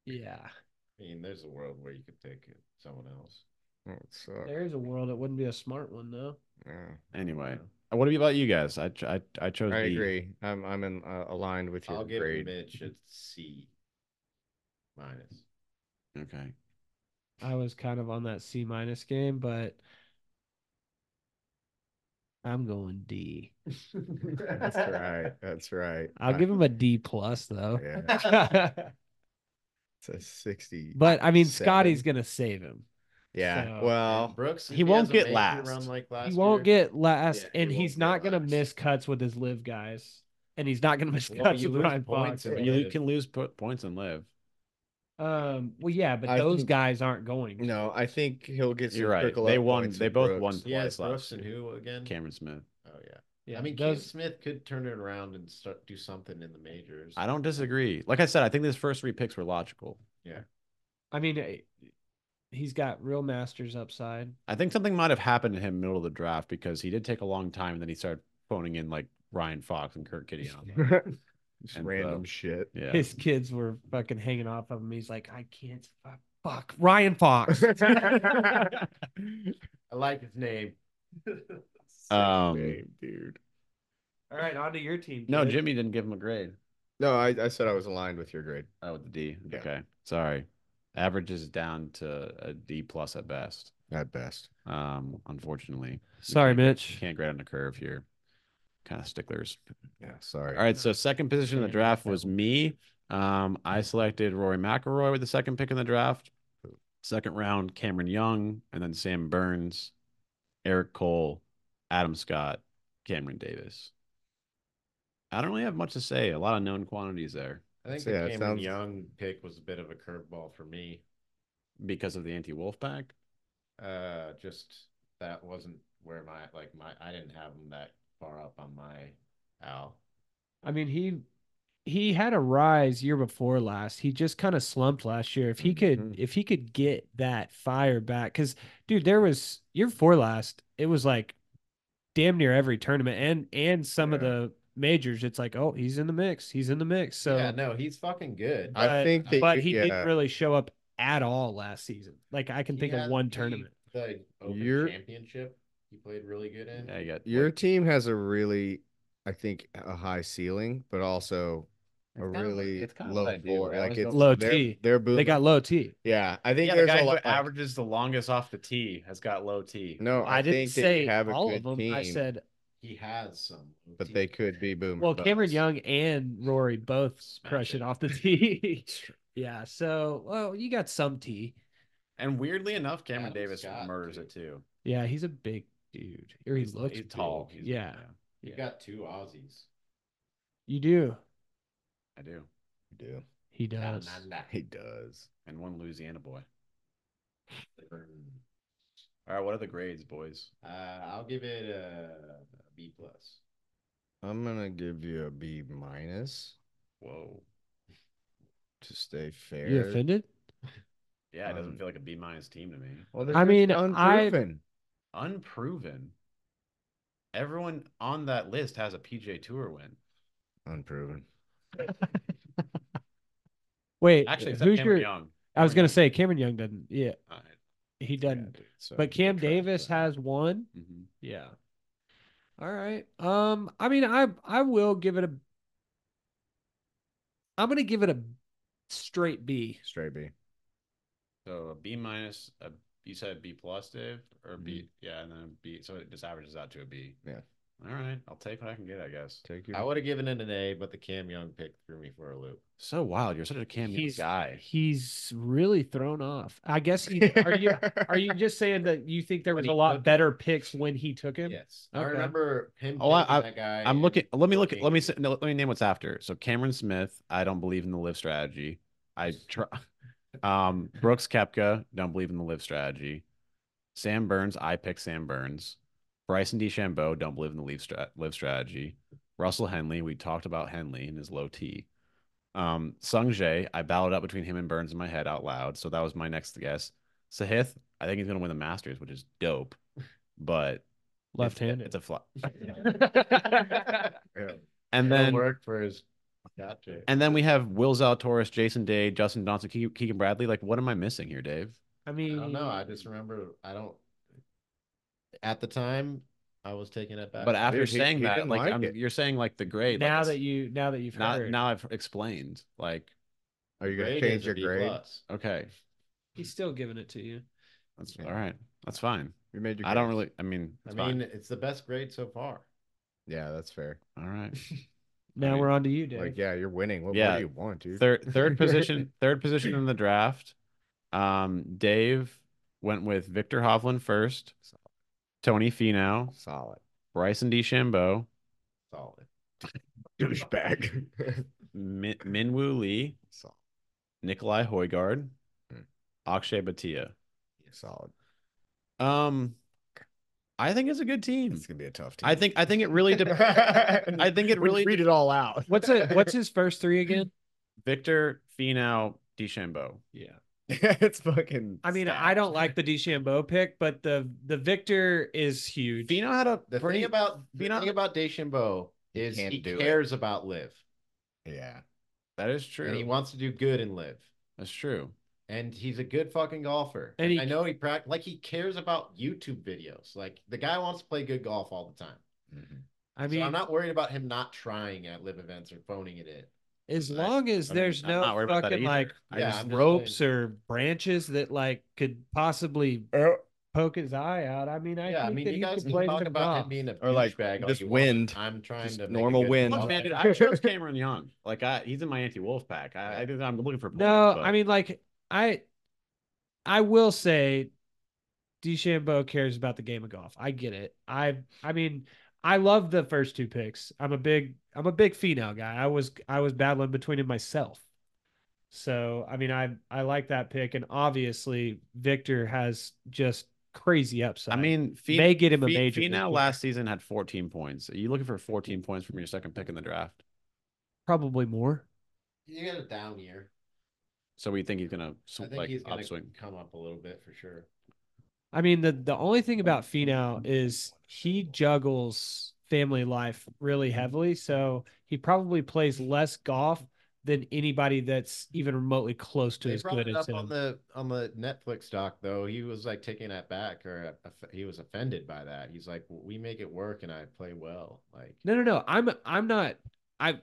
Yeah,
I mean, there's a world where you could pick someone else.
Oh, it sucks.
there is a world. It wouldn't be a smart one though.
Yeah.
anyway Uh, what about you guys i ch- i, I chose
I
B.
agree. I'm I'm in uh, aligned with your
I'll give
grade.
Mitch a C minus.
okay
I was kind of on that C minus game, but I'm going D.
That's right. That's right.
I'll
I-
give him a D plus though.
Yeah, it's a sixty.
But I mean,
Seven.
Scotty's gonna save him.
yeah.
so-
And
well,
Brooks, if
he won't
has a
get
major
last.
Run like last
He won't
year,
get last,
Yeah, he
and
won't
he's
get
not gonna
last.
miss cuts with his live guys, and he's not gonna miss
Well,
cuts
you
with
lose
Ryan
points
Fox.
in
you
Live.
can lose po- points and live
Um, well, yeah, but
I
those
think-
guys aren't going.
no, I think he'll get. Some
You're right.
trickle
They
up
won-
points
they
with
both
Brooks.
won.
He has
twice last
Brooks and
year.
who again?
cameron smith
Oh yeah.
Yeah,
I mean, Cam
those
Smith could turn it around and start do something in the majors.
i don't disagree like i said i think these first three picks were logical
I mean, eh, he's got real masters upside.
I think something might have happened to him middle of the draft because he did take a long time. And then he started phoning in like Ryan Fox and Kurt Gideon.
Just
And
random
so-
shit.
Yeah,
His kids were fucking hanging off of him. He's like, I can't. Fuck, fuck Ryan Fox.
I like his name.
Um,
Same, dude.
All right, on to your team.
no,
kid.
Jimmy didn't give him a grade.
No, I, I said I was aligned with your grade.
Oh, with the D.
Yeah.
Okay, sorry. Average is down to a D plus at best.
At best.
Um, unfortunately,
Sorry, Mitch.
can't grade on the curve here. Kind of sticklers.
Yeah. Sorry.
All right, so second position in the draft was me. Um, I selected Rory McIlroy with the second pick in the draft. Second round, Cameron Young, and then Sam Burns, Eric Cole, Adam Scott, Cameron Davis. I don't really have much to say. A lot of known quantities there
I think
So,
the
yeah, it
Cameron
sounds-
Young pick was a bit of a curveball for me.
because of the anti-wolf pack.
Uh, just that wasn't where my like my I didn't have him that far up on my owl.
I mean, he he had a rise year before last. He just kind of slumped last year. If he could
Mhm.
if he could get that fire back, because dude, there was year before last, it was like damn near every tournament and and some of
Yeah.
the majors. It's like, oh, he's in the mix. He's in the mix. So
yeah, no, he's fucking good.
I
but-
think that
but he
yeah.
didn't really show up at all last season. Like I can
He
think of
had
one
the-
tournament.
The Open
You're-
Championship he played really good in.
Yeah, you got
Your team has a really, I think, a high ceiling, but also a
kinda like-
really
it's kinda
low
what I do.
floor.
I
Like
always
it's
go-
Low
they're,
T.
They're booming.
They got low T.
yeah. I think
yeah, the
there's
guy
a
who
lot. Like,
averages the longest off the tee has got low tee.
no, I,
I didn't
think that
say
you have a
all
good
of them.
team,
I said
He has some,
but they could be booming.
Well, Cameron
busts.
Young and Rory both
Smash
crush it
it.
off the tee. yeah, so well, you got some tee.
And weirdly enough, Cameron
Adam
Davis
Scott,
murders
dude.
it too.
Yeah, he's a big dude. Or he
He's-
looks
he's tall.
big.
He's-
yeah,
You
yeah.
got two Aussies.
you do.
I do.
You do.
He does.
He does.
and one Louisiana boy. All right, what are the grades, boys?
Uh, I'll give it a B plus.
I'm gonna give you a B minus
Whoa.
to stay fair.
You offended?
Yeah, it doesn't
Um,
feel like a B minus team to me.
Well, they're
I
just
mean, I-
unproven.
Unproven. Everyone on that list has a PJ Tour win.
unproven.
Wait,
Actually,
actually,
except
who's
Cameron
your?
Young.
I was
Cameron
gonna
Young.
say Cameron Young doesn't. Yeah,
All right.
he
Yeah,
doesn't.
dude, so
but Cam
detract
Davis
that.
has one.
Mhm.
Yeah. All right. Um, I mean, I I will give it a. I'm gonna give it a straight B.
Straight B.
So a B minus, a you said B plus, Dave, or B, yeah, and then a B. So it just averages out to a B.
Yeah.
All right, I'll take what I can get, I guess.
Take your.
I would have given it an A, but the Cam Young pick threw me for a loop.
So wild, you're such a Cam Young
He's-
guy.
He's really thrown off. I guess he are you are you just saying that you think there
When
was
he
a
took him?
lot better picks when he took him?
Yes, I
Okay.
remember him.
Oh, I-
picking
I-
that guy.
I'm
and
looking. Let me look at. Let me
thinking-
s- no, let me name what's after. So Cameron Smith, I don't believe in the live strategy. I try. Um, Brooks Kepka, don't believe in the live strategy. Sam Burns, I pick Sam Burns. Bryson DeChambeau, don't believe in the leave strat- live strategy. Russell Henley, we talked about Henley and his low T. Um, Sung Jae, I battled up between him and Burns in my head out loud, so that was my next guess. Sahith, I think he's gonna win the Masters, which is dope, but
Left handed.
it's a flop.
Yeah.
And
It'll
then
work for his. Gotcha.
and then we have Will Zalatoris, Jason Day, Justin Johnson, Ke- Keegan Bradley. Like, what am I missing here, Dave?
I
I
mean,
don't know. I just remember. I don't. At the time, I was taking it back.
But after
Dude, he-
saying
he
that,
didn't
like,
like
I'm,
it.
you're saying like the grade. like,
now
it's-
that you now that you've
now,
heard,
now I've explained. Like,
Are you Oh, gonna
Grade
change
is
your
a B
grade?
plus.
okay,
he's still giving it to you.
that's
Yeah.
all right. That's fine.
You made your.
I don't
grades.
really. I mean,
I
it's fine.
mean, it's the best grade so far.
Yeah, that's fair.
all right.
Now
mean,
we're on to you, Dave.
Like, yeah, you're winning. What more
Yeah.
do you want, dude?
Third, third position, third position in the draft. Um, Dave went with Victor Hovland first, Tony Finau,
Solid.
Bryson DeChambeau,
Solid.
Douchebag.
Min- Minwoo Lee,
Solid.
Nikolai Hoygaard,
Mm.
Akshay Batia.
Solid.
Um, I think it's a good team.
It's gonna be a tough team.
I think I think it really depends. I think it really
read it all out.
What's it? What's his first three again?
Victor Finau DeChambeau.
Yeah.
it's fucking.
I mean, I don't like the DeChambeau pick, but the the Victor is huge.
Finau had a
The
pretty
thing about the
Finau-
thing about Deschambeau
He
is
can't
he
do it.
cares about live,
Yeah.
that is true.
and he wants to do good in live,
That's true.
and he's a good fucking golfer.
And
And,
he-
I know he pract like he cares about YouTube videos. Like the guy wants to play good golf all the time.
I mean,
so I'm not worried about him not trying at live events or phoning it in.
as
I-
long as
I mean,
there's
I'm not worried
no
about that
fucking
either.
like
I
Yeah,
just-
I'm just
ropes or branches that like could possibly poke his eye out. I mean, I
Er yeah, I
think
mean,
that
you
he
guys
could
can
play
talk
some
about
golf.
him being a
Or, like,
douchebag all
just
you want.
wind.
I'm trying
Just
to make a
normal
good
wind.
golf
Look, man, dude,
game.
I chose Cameron Young. Like I, he's in my anti-Wolf pack. I, I think I'm looking for. points,
No,
but-
I mean, like I, I will say, DeChambeau cares about the game of golf. I get it. I, I mean, I love the first two picks. I'm a big, I'm a big Finau guy. I was, I was battling between him myself. So I mean, I, I like that pick, and obviously Victor has just crazy upside.
I mean, Fin-
may get him a
Fin-
major this year.
Finau last season had 14 points. Are you looking for 14 points from your second pick in the draft?
probably more.
You got a down year.
So we think he's gonna sw-
I think
like
he's gonna
upswing.
come up a little bit for sure.
I mean, the the only thing about
mm-hmm.
Finau is he juggles family life really heavily, so he probably plays less golf than anybody that's even remotely close to
They
as
brought
good
it
as
up on
him.
the on the Netflix doc though. He was like taking that back, or aff- he was offended by that. He's like, "We make it work, and I play well." Like,
No, no, no. I'm I'm not. I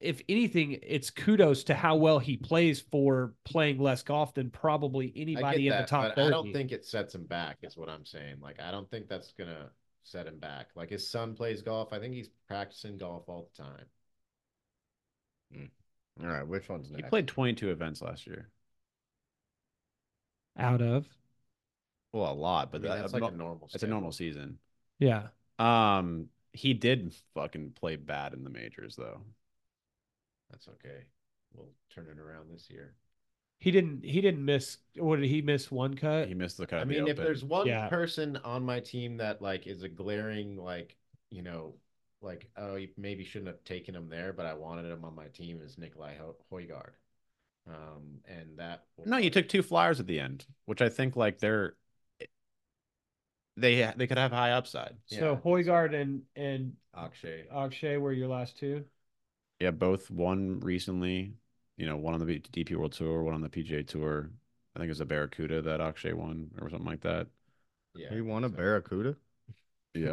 if anything, it's kudos to how well he plays for playing less golf than probably
I get
anybody in the
that,
top
but I
thirty.
don't think it sets him back. Is what I'm saying. Like, I don't think that's gonna set him back. Like, his son plays golf. I think he's practicing golf all the time.
All right. Which one's
He
next?
played 22 events last year.
out of
Well, a lot,
But
but that-
that's
mo-
like a normal.
it's a normal season.
yeah.
Um, he did fucking play bad in the majors though.
That's okay. we'll turn it around this year.
He didn't. He didn't miss. What did he miss? One cut.
He missed the cut.
Uh, I
of the
mean, if
open.
there's one
Yeah.
person on my team that like is a glaring like, you know, like oh you maybe shouldn't have taken him there, but I wanted him on my team is Nikolai Ho- Hoygaard. Um, and that
no, you took two flyers at the end, which I think like they're they they could have high upside.
So
Yeah.
Hoygaard and and
Akshay.
Akshay were your last two.
Yeah, both won recently. You know, one on the B- DP World Tour, one on the PGA Tour. I think it was a Barracuda that Akshay won or something like that.
Yeah,
He won a
so-
Barracuda.
Yeah.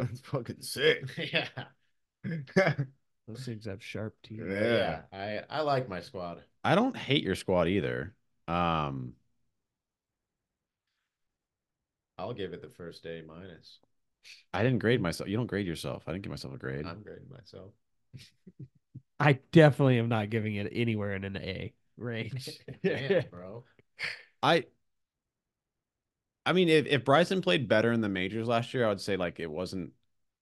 That's fucking sick.
yeah.
Those things have sharp teeth.
Yeah.
yeah, I I like my squad.
I don't hate your squad either. Um,
I'll give it the first A minus.
I didn't grade myself. You don't grade yourself. I didn't give myself a grade.
I'm grading myself.
I definitely am not giving it anywhere in an A range.
Damn, bro.
I I mean if, if Bryson played better in the majors last year, I would say like it wasn't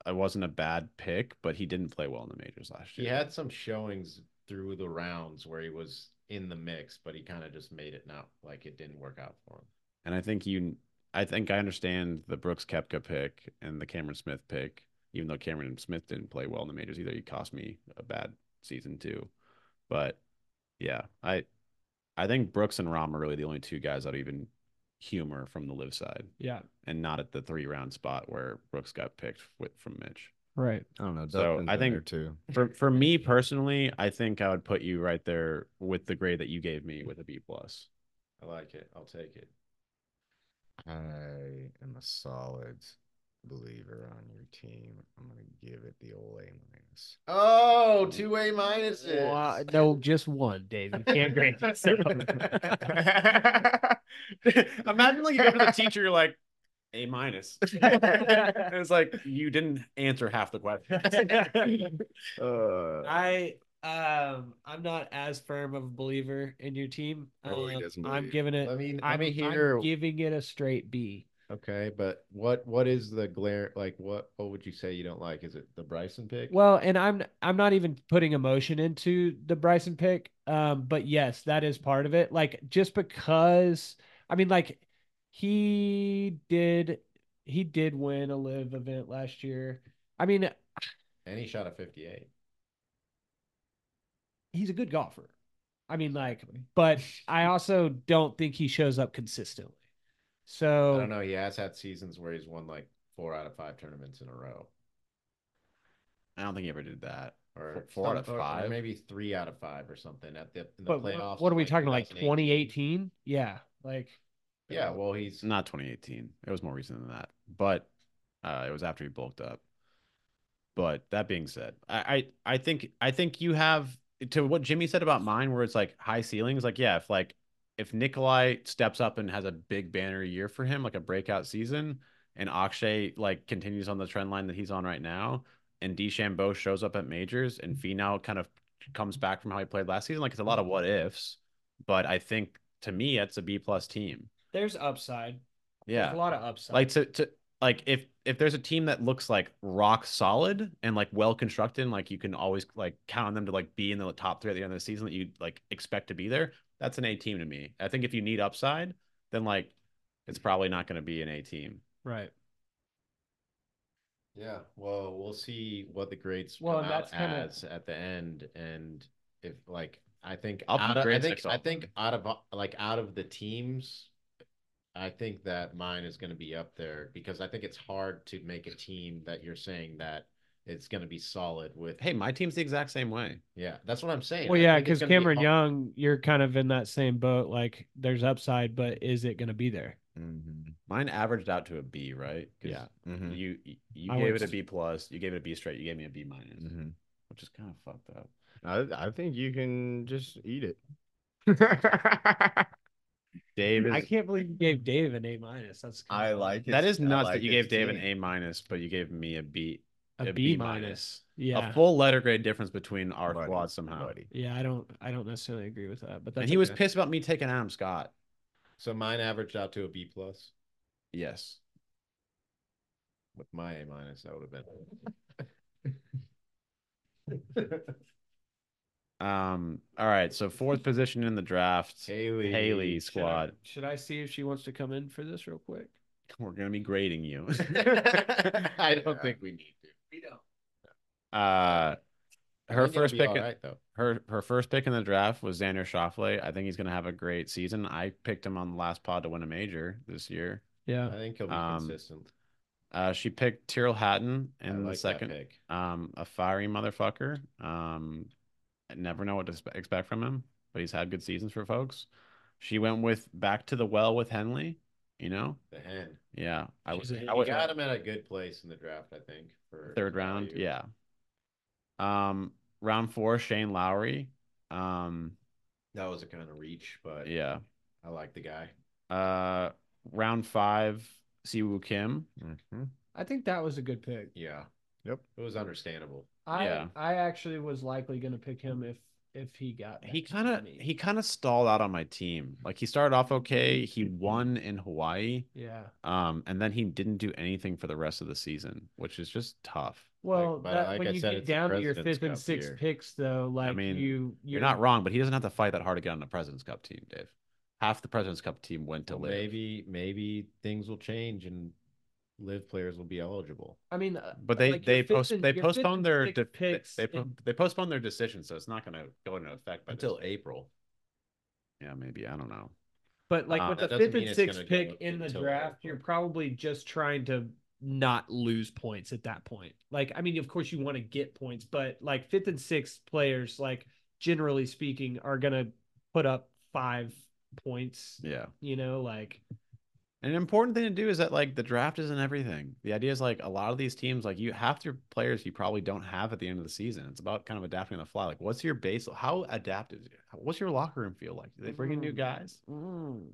it wasn't a bad pick, but he didn't play well in the majors last
He
year.
had some showings through the rounds where he was in the mix, but he kind of just made it not like it didn't work out for him.
And I think you I think I understand the Brooks Kepka pick and the Cameron Smith pick, even though Cameron Smith didn't play well in the majors either. He cost me a bad season too. But yeah, I I think Brooks and Rom are really the only two guys I'd even humor from the live side
yeah.
and not at the three round spot where Brooks got picked with from Mitch.
Right.
I don't know.
So,
Dustin's
I
in there
think-
too.
for for me personally, I think I would put you right there with the grade that you gave me with a B plus.
I like it. I'll take it.
I am a solid believer on your team. I'm gonna give it the old A minus.
Oh, two A minuses.
Wha- no, just one, Dave. You can't grade yourself.
Imagine like you go to the teacher, you're like A minus. And it's like you didn't answer half the question.
Uh,
I um I'm not as firm of a believer in your team.
Oh, he
Um,
doesn't
I'm
believe.
giving it
Let me let
I'm,
me
I'm
hear.
giving it a straight B.
Okay, but what what is the glare like? What what would you say you don't like? Is it the Bryson pick?
Well, and I'm I'm not even putting emotion into the Bryson pick. Um, but yes, that is part of it. Like just because I mean, like he did he did win a live event last year. I mean,
and he shot a fifty eight.
he's a good golfer. I mean, like, but I also don't think he shows up consistently.
I don't
So
know. He has had seasons where he's won like four out of five tournaments in a row,
I don't think he ever did that.
or
Four out
some-
of
or- or
five?
maybe three out of five or something at the in the
but what-
playoffs.
what are
in,
we talking about? Like
2008.
2018? Yeah. Like
Yeah, well, he's
It's not 2018. It was more recent than that. But uh, it was after he bulked up. But that being said, I, I I think I think you have to what Jimmy said about mine, where it's like high ceilings. Like yeah, if like if Nikolai steps up and has a big banner year for him, like a breakout season, and Akshay like continues on the trend line that he's on right now, and DeChambeau shows up at majors, and Finau kind of comes back from how he played last season. Like it's a lot of what ifs, but I think to me it's a B plus team.
there's upside.
Yeah,
There's a lot of upside.
like to to like if if there's a team that looks like rock solid and like well constructed and, like you can always like count on them to like be in the top three at the end of the season that you like expect to be there that's an a team to me i think if you need upside then like it's probably not going to be an a team
right.
Yeah, well, we'll see what the grades
Well,
come
and
out
that's kinda-
as at the end, and if like I think
I'll put
out of, I
grades
think
next
I
off.
think out of like out of the teams, I think that mine is going to be up there because I think it's hard to make a team that you're saying that it's going to be solid with.
hey my team's the exact same way
yeah, that's what I'm saying.
Well,
I
yeah,
think it's
because
gonna be
Cameron
hard-
Young, you're kind of in that same boat. Like there's upside, but is it going to be there?
mhm,
mine averaged out to a b right 'Cause
Yeah.
mhm,
you you
I
gave
would-
it a b plus you gave it a b straight you gave me a b minus
Mm-hmm.
mhm.
which is kind of fucked up
I I think you can just eat it.
dave is,
I can't believe you gave Dave an A minus. That's kinda-
like
that is nuts that you gave dave
an
an a minus but you gave me a b
a
a
B
B
minus.
minus.
Yeah.
a full letter grade difference between our
Buddy,
squads somehow.
buddy.
yeah, I don't I don't necessarily agree with that, but that's
And he was
okay.
pissed about me taking Adam Scott.
So mine averaged out to a B plus
Yes.
with my A minus. That would have been.
Um, all right, so fourth position in the draft,
Haley.
Haley squad.
Should I see if she wants to come in for this real quick?
We're gonna be grading you.
I don't
Yeah.
think we need to.
We don't.
Uh, her first pick,
All right, though.
her her first pick in the draft was Xander Schauffele. I think he's gonna have a great season. I picked him on the last pod to win a major this year.
I
Yeah.
think he'll be
Um,
consistent.
Uh, she picked Tyrrell Hatton
I
in
like
the
that
second.
pick.
Um, a fiery motherfucker. Um, I never know what to spe- expect from him, but he's had good seasons for folks. She went with back to the well with Henley. You know,
The hen.
yeah, I
She's
was.
a hen.
I
You
was
got him at a good place in the draft, I think. For
third round.
value.
Yeah. Um, round four, Shane Lowry. Um,
that was a kind of reach, but
yeah.
I like the guy.
Uh, round five, Siwoo Kim.
I think that was a good pick.
Yeah.
Yep.
It was understandable.
I
Yeah.
I actually was likely going to pick him if if he got that
He kind of
many.
he kind of stalled out on my team. Like he started off okay. He
Mm-hmm.
won in Hawaii.
yeah.
Um, and then he didn't do anything for the rest of the season, which is just tough.
Well,
but
that,
like
when
I
you
said,
get
it's the
down to your
President's
fifth and
Cup
sixth
year.
picks, though, like
mean,
you
You're not wrong, but he doesn't have to fight that hard to get on the President's Cup team, Dave. Half the President's Cup team went to
Well,
live.
Maybe maybe things will change and live players will be eligible.
I mean, uh,
But they
like, your
they
fifth
post
and-
they
your fifth
postponed
and
their
sixth
de- they-
picks
they, po-
in-
they postponed their decision, so it's not going to go into effect by this-
Until April.
Yeah, maybe I don't know.
But like
Uh,
with
Ah, that
the
doesn't
fifth
mean
and
it's
sixth
gonna go
pick in the
until
draft,
April.
you're probably just trying to not lose points at that point. Like, I mean, of course you want to get points, but like fifth and sixth players, like generally speaking, are gonna put up five points.
Yeah,
You know, like
and an important thing to do is that like the draft isn't everything. The idea is like a lot of these teams, like you half your players you probably don't have at the end of the season. It's about kind of adapting on the fly. Like, what's your base? How adaptive? What's your locker room feel like? Do they bring in new
Mhm.
guys?
Mm.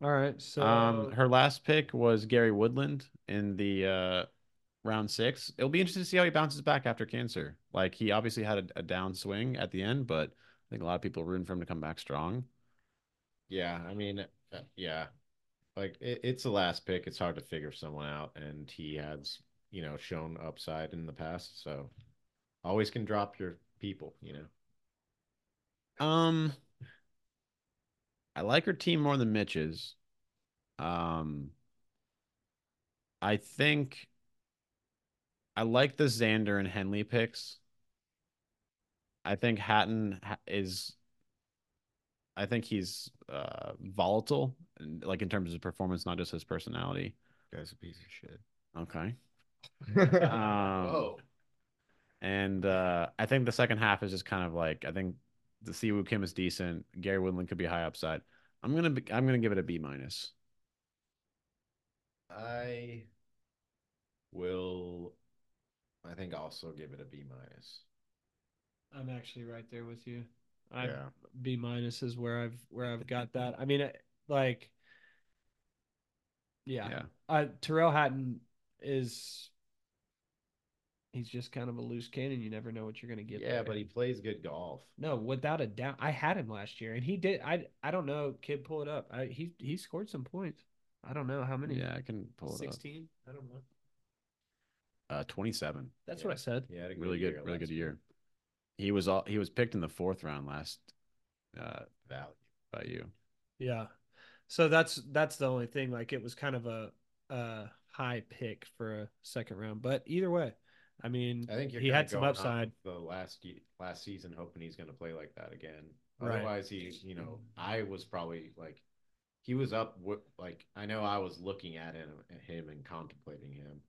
all right. So
Um, her last pick was Gary Woodland in the uh, round six. It'll be interesting to see how he bounces back after cancer. Like he obviously had a, a downswing at the end, but I think a lot of people are rooting for him to come back strong.
Yeah, I mean, uh, yeah, like it, it's the last pick. It's hard to figure someone out, and he has, you know, shown upside in the past. So always can drop your people, you know.
Um, I like her team more than Mitch's. Um, I think I like the Xander and Henley picks. I think Hatton ha- is. I think he's uh, volatile, and, like in terms of his performance, not just his personality.
Mm-hmm. Guy's a piece of shit.
Okay.
That's
Um,
Oh,
And uh, I think the second half is just kind of like I think the Siwoo Kim is decent. Gary Woodland could be high upside. I'm gonna be, I'm gonna give it a B minus.
I will. I think also give it a B minus.
I'm actually right there with you. I
Yeah.
B minus is where I've where I've got that. I mean, I- like, yeah.
Yeah.
Uh, Terrell Hatton is he's just kind of a loose cannon. You never know what you're gonna get.
Yeah,
there.
but he plays good golf.
no, without a doubt, I had him last year, and he did. I I don't know, kid, pull it up. I, he he scored some points. I don't know how many.
Yeah, I can pull it
sixteen. I don't know.
up. Uh, twenty-seven.
That's
Yeah.
what I said.
Yeah,
Really good, really good year. He was all he was picked in the fourth round last uh,
value.
by you.
Yeah. So that's that's the only thing. Like it was kind of a a high pick for a second round, but either way, I mean,
I think you're
he
kinda
had some
going off
upside.
The last ye- last season, hoping he's going to play like that again.
Right.
Otherwise, he you know I was probably like he was up with like I know I was looking at him at him and contemplating him.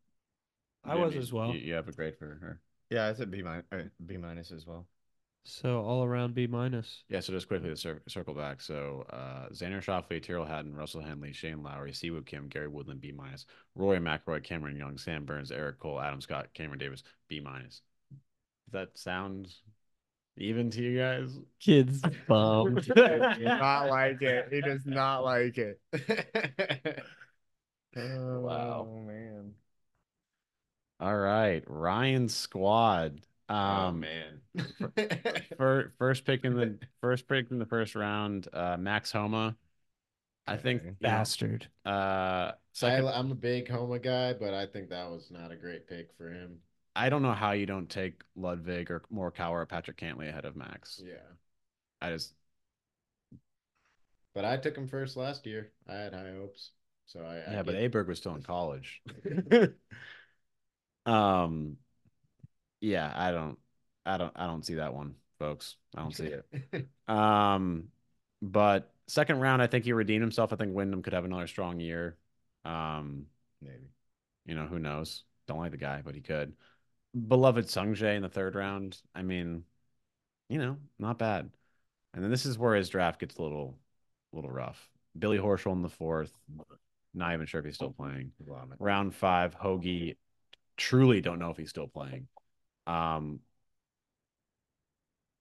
I was as well.
You, you have a grade for her.
Yeah, I said B minus, B minus as well.
So all around B minus.
Yeah, so just quickly to cir- circle back. So uh, Xander Schauffele, Tyrrell Hatton, Russell Henley, Shane Lowry, Siwoo Kim, Gary Woodland, B minus, Roy McElroy, Cameron Young, Sam Burns, Eric Cole, Adam Scott, Cameron Davis, B minus. Does that sound even to you guys?
Kids bummed.
not like it. He does not like it.
Wow.
Oh man.
All right, Ryan's squad.
oh
Um,
man,
Fir first pick in the first pick in the first round, uh, Max Homa. I think
Okay.
Bastard.
uh,
I,
second
I'm a big Homa guy, but I think that was not a great pick for him.
I don't know how you don't take Ludwig or Morikawa or Patrick Cantley ahead of Max.
Yeah.
I just
But I took him first last year. I had high hopes. So I, I
yeah, but
get-
Aberg was still in college. um, yeah, I don't, I don't, I don't see that one, folks. I don't see it. Um, but second round, I think he redeemed himself. I think Wyndham could have another strong year. Um,
Maybe.
you know, who knows? Don't like the guy, but he could. Beloved Sungjae in the third round. I mean, you know, not bad. And then this is where his draft gets a little, little rough. Billy Horschel in the fourth. Not even sure if he's still playing.
Vomit.
Round five, Hoagie. Truly don't know if he's still playing. Um,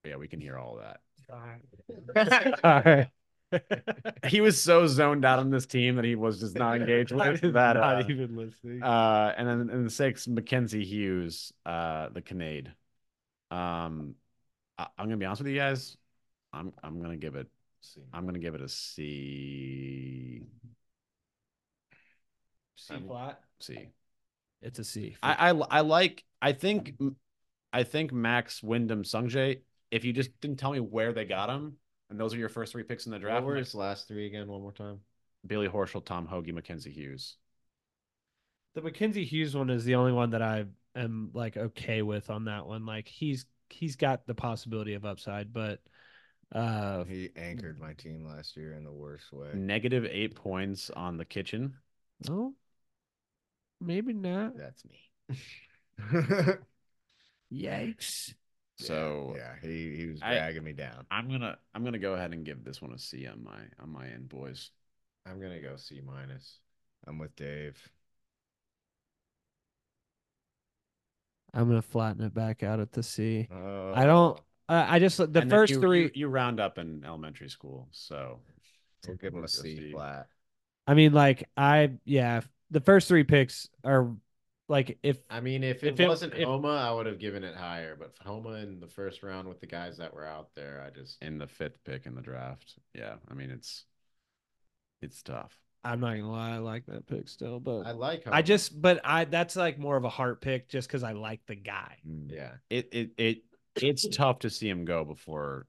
yeah, we can hear all that. He was so zoned out on this team that he was just not engaged with that. uh,
Not even listening.
uh, and then in the six, Mackenzie Hughes, uh, the Canade. Um, I- I'm gonna be honest with you guys. I'm I'm gonna give it.
See.
I'm gonna give it a C.
C
I'm-
flat.
C.
It's a C. for-
I I, I like. I think. I think Max Wyndham Sungjae. If you just didn't tell me where they got him, and those are your first three picks in the
What
draft,
were
like,
his last three again? One more time.
Billy Horschel, Tom Hoagie, Mackenzie Hughes.
the Mackenzie Hughes one is the only one that I am like okay with on that one. Like he's he's got the possibility of upside, but uh
He anchored my team last year in the worst way.
Negative eight points on the kitchen.
oh maybe not.
That's me.
Yikes.
So
yeah, he, he was
I-
dragging me down.
I'm gonna I'm gonna go ahead and give this one a C on my on my end, boys.
I'm gonna go C minus.
I'm with Dave.
I'm gonna flatten it back out at the C.
Oh,
I don't I I just the
And then
first
you-
three
you, you round up in elementary school, so
we'll give him
We'll
a C
see.
flat.
I mean like I yeah, the first three picks are like if
I mean, if it
If it-
wasn't
if-
Homa, I would have given it higher. But Homa in the first round with the guys that were out there, I just
in the fifth pick in the draft. Yeah, I mean it's it's tough.
I'm not gonna lie, I like that pick still, but
I like. Homa.
I just, but I that's like more of a heart pick just because I like the guy.
Mm.
yeah.
It it it it's tough to see him go before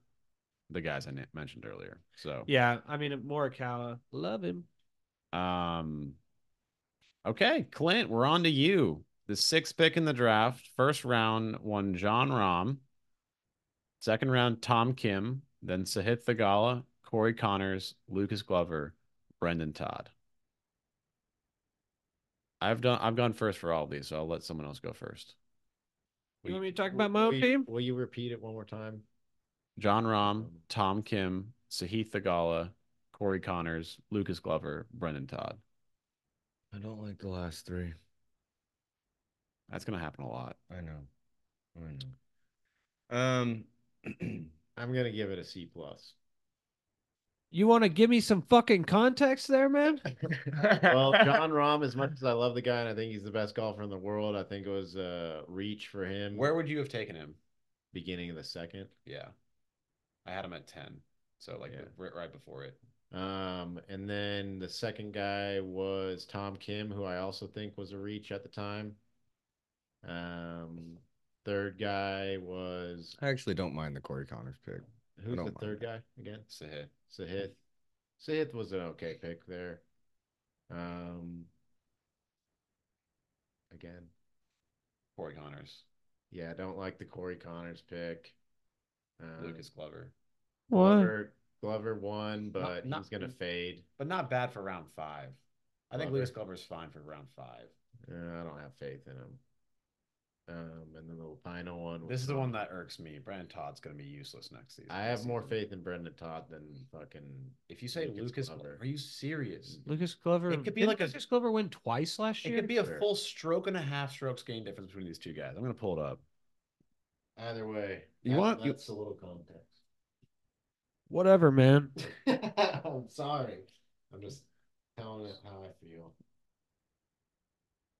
the guys I na- mentioned earlier. So
Yeah, I mean Morikawa, love him.
Um, okay, Clint, we're on to you. The sixth pick in the draft, first round won John Rahm, second round Tom Kim, then Sahith Thagala, Corey Connors, Lucas Glover, Brendan Todd. I've done. I've gone first for all of these, so I'll let someone else go first.
You want me to talk about my own
will-
team?
Will you repeat it one more time?
John Rahm, Tom Kim, Sahith Thagala, Corey Connors, Lucas Glover, Brendan Todd.
I don't like the last three.
That's gonna happen a lot.
I know. I know. Um,
I'm gonna give it a C plus.
You want to give me some fucking context there, man?
well, John Rahm, as much as I love the guy and I think he's the best golfer in the world, I think it was uh, reach for him.
would you have taken him?
beginning of the second?
Yeah. I had him at 10. So like
Yeah.
the- right, right before it.
Um, and then the second guy was Tom Kim, who I also think was a reach at the time. Um, third guy was
I actually don't mind the Corey Connors pick.
who's
don't
the
mind
third guy again?
Sahith.
Sahith. Sahith was an okay pick there. Um, again,
Corey Connors,
yeah, I don't like the Corey Connors pick. Um,
Lucas Glover.
What?
Glover, Glover won, but
not-
he's gonna fade.
But not bad for round five. I think
Glover.
Lucas Glover's fine for round five.
Uh, I don't have faith in him. Um, and then the final one. was
This is the
Tom-
one that irks me. Brandon Todd's gonna be useless next season.
I have more
season.
faith in Brendan Todd than fucking.
If you say
Lucas
Lucas,
Glover. Mm.
are you serious?
Lucas Glover.
It could be
didn't
like a-
Lucas Glover win twice last
It
year.
could be a
Sure.
full stroke and a half strokes gain difference between these two guys. I'm gonna pull it up.
Either way,
You
that-
want- you-
that's a little context.
Whatever, man.
I'm sorry. I'm just telling it how I feel.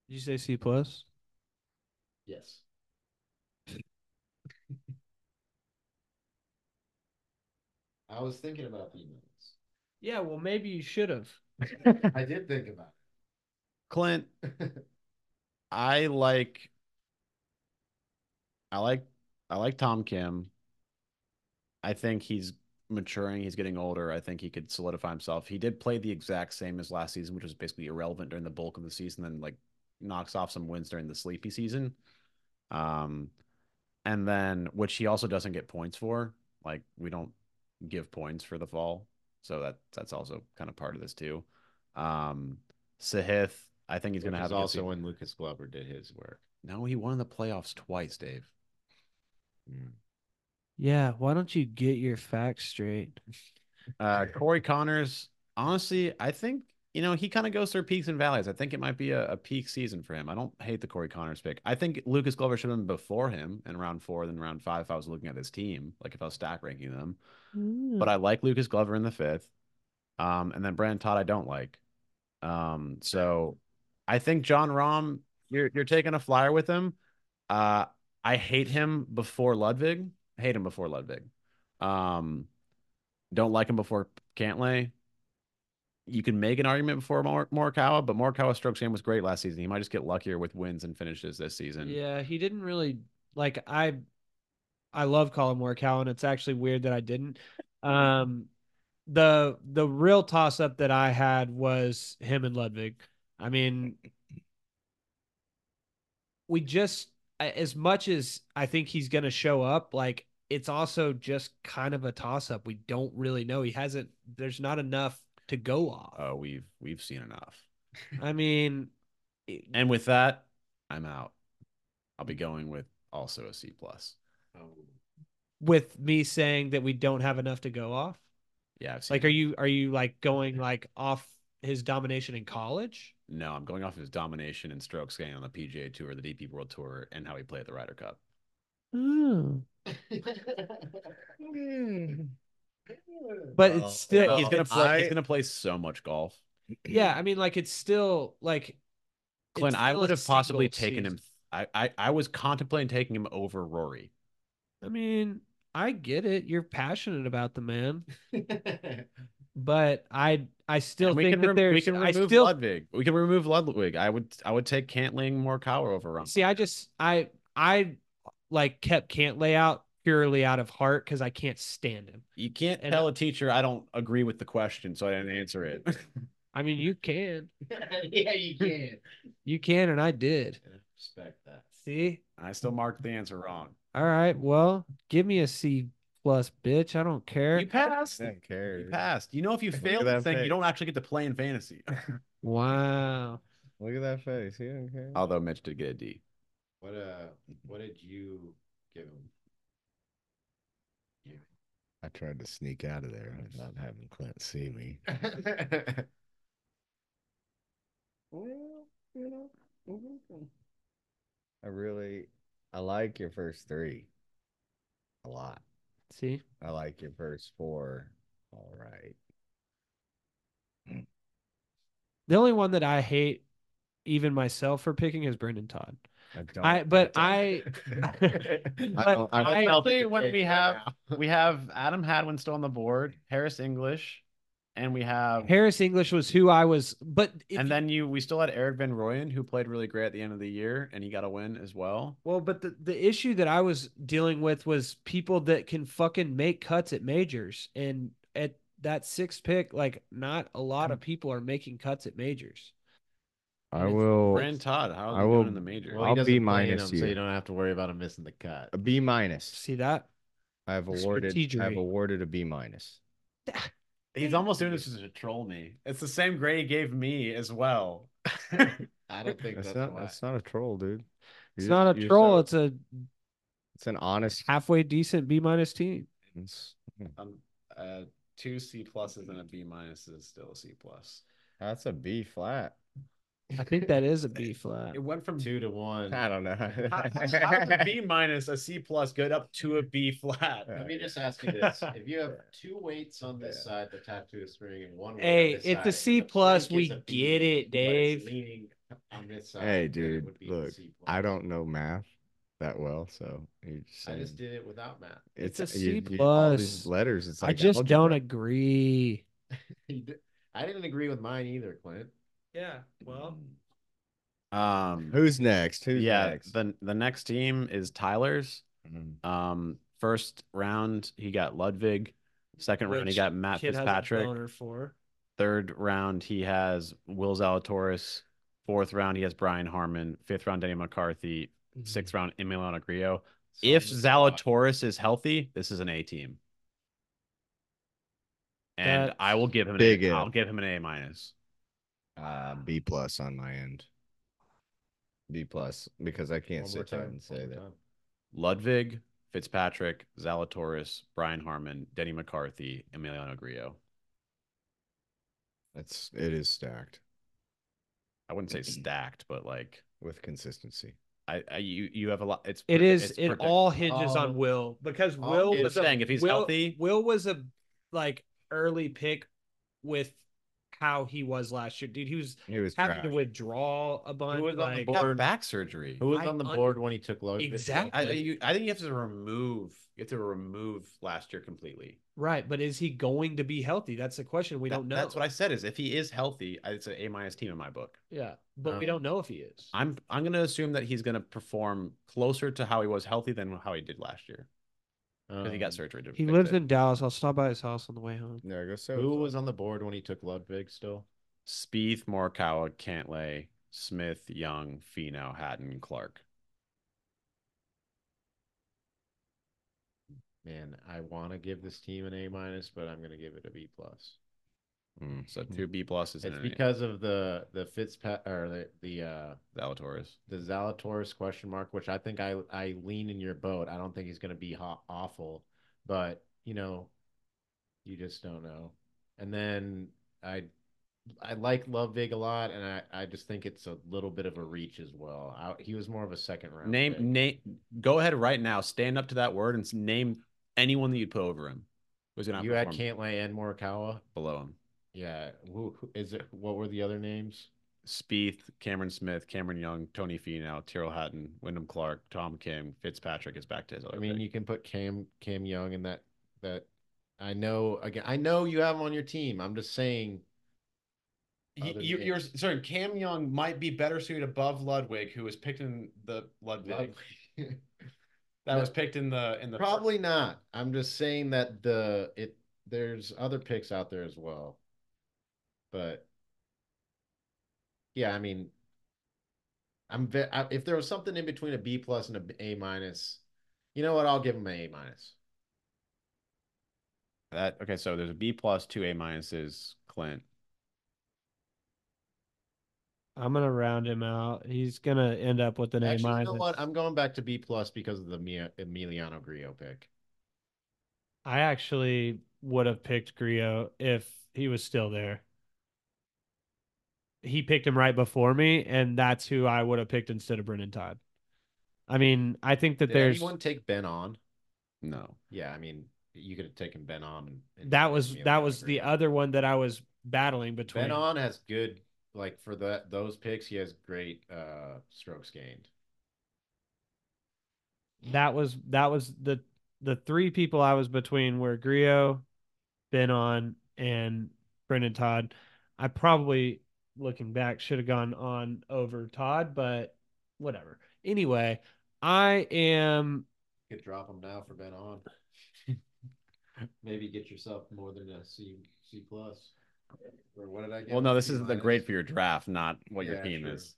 Did you say C plus?
Yes. I was thinking about the emails.
Yeah. Well, maybe you should have.
I did think about
Clint,
it.
I like I like I like Tom Kim. I think he's maturing. He's getting older. I think he could solidify himself. He did play the exact same as last season, which was basically irrelevant during the bulk of the season, then like knocks off some wins during the sleepy season. Um, and then which he also doesn't get points for. Like we don't give points for the fall, so that that's also kind of part of this too. Um, Sahith, I think he's going to have
Which is
a good
also
season.
when Lucas Glover did his work.
No, he won in the playoffs twice, Dave.
Yeah, why don't you get your facts straight?
Uh, Corey Connors, honestly, I think you know he kind of goes through peaks and valleys. I think it might be a, a peak season for him. I don't hate the Corey Connors pick. I think Lucas Glover should have been before him in round four, then round five. If I was looking at this team, like if I was stack ranking them, but I like Lucas Glover in the fifth. Um, and then Brandon Todd, I don't like. Um, so I think John Rom, you're you're taking a flyer with him. Uh, I hate him before Ludwig. Hate him before Ludwig. Um, don't like him before Cantlay. You can make an argument before Mor- Morikawa, but Morikawa's strokes game was great last season. He might just get luckier with wins and finishes this season.
Yeah, he didn't really like I I love Colin Morikawa and it's actually weird that I didn't. Um the the real toss up that I had was him and Ludwig. I mean we just a- as much as I think he's going to show up like it's also just kind of a toss up. We don't really know. He hasn't there's not enough to go off.
Oh, we've we've seen enough.
I mean
And with that, I'm out. I'll be going with also a C plus.
with me saying that we don't have enough to go off.
Yeah, I've seen
Like, are you are you like going like off his domination in college?
No, I'm going off his domination and strokes gained on the PGA Tour, the DP World Tour, and how he played at the Ryder Cup. Hmm. Mm.
But
Well,
it's still,
well,
he's gonna
it's-
play.
I-
he's gonna play so much golf.
yeah. I mean, like it's still like
Clint,
it's
I
still
would
a
have possibly
single
taken him.
season.
I, I I was contemplating taking him over Rory.
I mean, I get it. You're passionate about the man, but I I still
And
think that
rem-
there's
we can
I
remove
still
Ludwig. We can remove Ludwig. I would I would take Cantling Morikawa over Rom.
see. I just I I like kept can't lay out purely out of heart because I can't stand him.
You can't
and-
tell a teacher I don't agree with the question, so I didn't answer it.
I mean, you can,
yeah, you can.
you can, and I did.
Respect that.
See,
I still marked the answer wrong.
all right, well, give me a C plus, bitch. I don't care.
You passed.
I don't care.
You passed. You know, if you
Look at
fail
that
this thing, you
face.
don't actually get to play in fantasy.
Wow.
Look at that face. He don't care.
Although Mitch did get a D.
What uh what did you give him?
I tried to sneak out of there, and not having Clint see me. Well, you know, you're welcome. I really, I like your first three a lot.
See,
I like your first four. All right.
the only one that I hate, even myself for picking, is Brendan Todd.
I don't.
I but
don't-
I, but
don't- I
I-
I'll tell you when we have we have Adam Hadwin still on the board, Harris English, and we have
Harris English was who I was, but if
and
you-
then you we still had Eric Van Royen who played really great at the end of the year and he got a win as well.
well, but the the issue that I was dealing with was people that can fucking make cuts at majors, and at that sixth pick, like not a lot of people are making cuts at majors.
I
It's
will
Brand Todd, how
I
are they
will-
doing in the major?
Well, I'll
doesn't
be
play in
minus
him, so you
you.
don't have to worry about him missing the cut.
a B minus.
See that?
I've awarded.
Strategery.
I've awarded a B minus.
He's almost doing this just to troll me. It's the same grade he gave me as well.
I don't think
That's
that's,
not.
why.
That's not a troll, dude.
It's
You're-
not a
you're
troll.
so-
It's a
it's an honest.
halfway decent B minus team.
it's-
Um, uh, two C pluses and a B minus is still a C plus.
That's a B flat.
I think that is a B flat.
It went from
Two to one.
I don't know.
How- how is a B minus a C plus good up to a B flat?
Yeah.
Let me just ask you this: If you have two weights on this side, the tattoo is spring, and one. weight on
Hey,
this
it's
side,
a
and
C
the
plus,
plank is
we
a B,
get it,
but it's
Dave.
leaning on this side,
Hey,
then it
dude,
would be a
look,
C plus.
I don't know math that well, so you just
I just
saying-
did it without math.
It's a
you-
C
you- all
plus.
these letters. It's
I
like
just don't
algebra.
agree.
You did- I didn't agree with mine either, Clint.
Yeah. Well,
Um,
Who's next? Who's
yeah,
next?
the the next team is Tyler's.
Mhm.
Um, first round he got Ludwig. Second round he
Which
got Matt
Kid has a
Fitzpatrick.
boner for.
Third round, he has Will Zalatoris. Fourth round, he has Brian Harmon. Fifth round, Danny McCarthy.
mm-hmm.
Sixth round, Emiliano Grillo. If Zalatoris is healthy, this is an A team. And
That's
I will give him an
big
A.
if.
I'll give him an A minus.
Uh, B plus on my end. B plus because I can't
One more
sit there
time,
and
one
say
more
that.
time.
Ludwig, Fitzpatrick, Zalatoris, Brian Harmon, Denny McCarthy, Emiliano Grillo.
It's it is stacked
I wouldn't say stacked, but like
Mm-hmm. with consistency.
I, I you you have a lot. It's
It
predict-
is.
it's
It
predict-
all hinges
Um,
on Will Oh. because
all
Will
hinges-
I'm
was a,
saying if he's
Will,
healthy,
Will was a like early pick with how he was last year, dude. He was
It was
having
trash.
to withdraw a bunch.
was on the
like,
got
board.
back surgery.
Who was
I
on the
un-
board when he took low?
Exactly.
I, you, I think you have to remove. You have to remove last year completely.
Right, but is he going to be healthy? That's the question. We
That-
don't know.
That's what I said. Is if he is healthy, I- it's an A minus team in my book.
Yeah, but we
Um,
don't know if he is.
I'm I'm going to assume that he's going to perform closer to how he was healthy than how he did last year because he
Um,
got surgery. To
He
fix
lives
it.
in Dallas. I'll stop by his house on the way home.
There goes so.
Who was on the board when he took Ludwig still?
Spieth, Morikawa, Cantlay, Smith, Young, Finau, Hatton, Clark.
Man, I want to give this team an A minus, but I'm going to give it a B plus.
Mm.
So two B pluses and
Hmm. It's
an
because of the the Fitzpat or the the uh
A. Zalatoris.
the Zalatoris question mark, which I think I I lean in your boat. I don't think he's going to be ho- awful, but you know, you just don't know. And then I I like Ludwig a lot, and I I just think it's a little bit of a reach as well. I, he was more of a second round
Name
pick.
name. Go ahead right now. Stand up to that word and s- name anyone that you'd put over him. Who's going to
You had
perform
Cantlay and Morikawa.
below him?
Yeah, who who- is it? What were the other names?
Spieth, Cameron Smith, Cameron Young, Tony Finau, Tyrrell Hatton, Wyndham Clark, Tom Kim, Fitzpatrick is back to his other.
I mean,
pick.
you can put Cam Cam Young in that that I know again. I know you have him on your team. I'm just saying.
Y-
other
you,
than-
you're sorry. Cam Young might be better suited above Ludwig, who was picked in the Ludwig
Ludwig.
that
No.
was picked in the in the first-
Probably not. I'm just saying that the it there's other picks out there as well. But yeah, I mean I'm ve- I, if there was something in between a B plus and a B- A minus, you know what? I'll give him an A minus.
that. Okay, so there's a B plus, two A minuses. Clint,
I'm gonna round him out. He's gonna end up with an A
Actually, you
minus.
know what? I'm going back to B plus because of the Mia- Emiliano Grillo pick.
I actually would have picked Griot if he was still there. He picked him right before me, and that's who I would have picked instead of Brendan Todd. I mean, I think that
Did
there's
anyone take Ben on?
no.
Yeah, I mean you could have taken Ben on. And, and
that was that
Emiliano
was the
Grillo.
other one that I was battling between.
Ben on has good like for that those picks he has great uh strokes gained.
That was that was the the three people I was between were Griot, Ben on, and Brendan Todd. I probably looking back should have gone on over Todd, but whatever. Anyway, I am
You could drop him now for Ben on. Maybe get yourself more than a C C plus. Or what did I get?
Well, no,
A
this
C
is the
minus?
grade for your draft, not what your
Yeah,
team
sure.
is.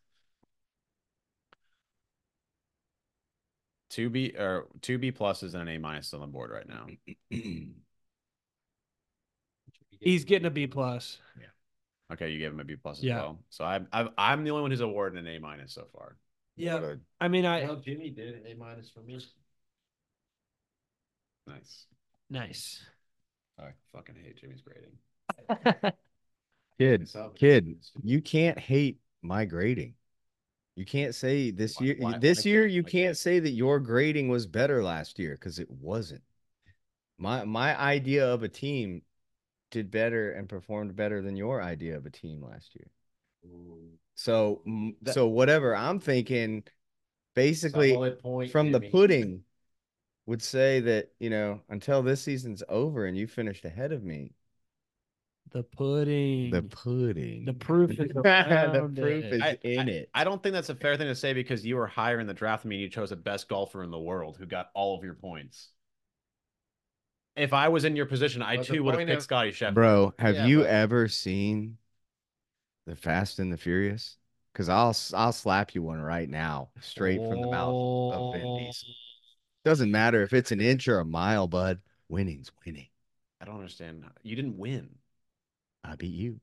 Two B or two B pluses and an A minus on the board right now.
he's getting a B plus.
Okay, you gave him a B plus as
Yeah.
well. So I'm I've, I'm the only one who's awarded an A minus so far.
What
Yeah.
a-
I mean
I
I
know Jimmy did A minus for me.
Nice.
nice.
I fucking hate Jimmy's grading.
kid,
So-
kid, you can't hate my grading. You can't say this
Why-
year.
why-
this
why
year,
can't-
you
why
can't
can't-
say that your grading was better last year because it wasn't. My my idea of a team did better and performed better than your idea of a team last year. So mm,
That-
so whatever I'm thinking, basically
Solid point,
from the
Jimmy.
pudding, would say that you know until this season's over and you finished ahead of me,
The pudding.
The pudding.
The proof is
the
around
proof
it.
is
I-
in it.
I don't think that's a fair thing to say because you were higher in the draft than me. and You chose the best golfer in the world who got all of your points. If I was in your position, I
But the
too would have
point
picked
of-
Scotty Scheffler.
Bro, have
Yeah,
you
but-
ever seen the Fast and the Furious? Because I'll s- I'll slap you one right now, straight from the mouth. of Vin Diesel.
Oh.
Doesn't matter if it's an inch or a mile, bud. Winning's winning.
I don't understand. You didn't win.
I beat you.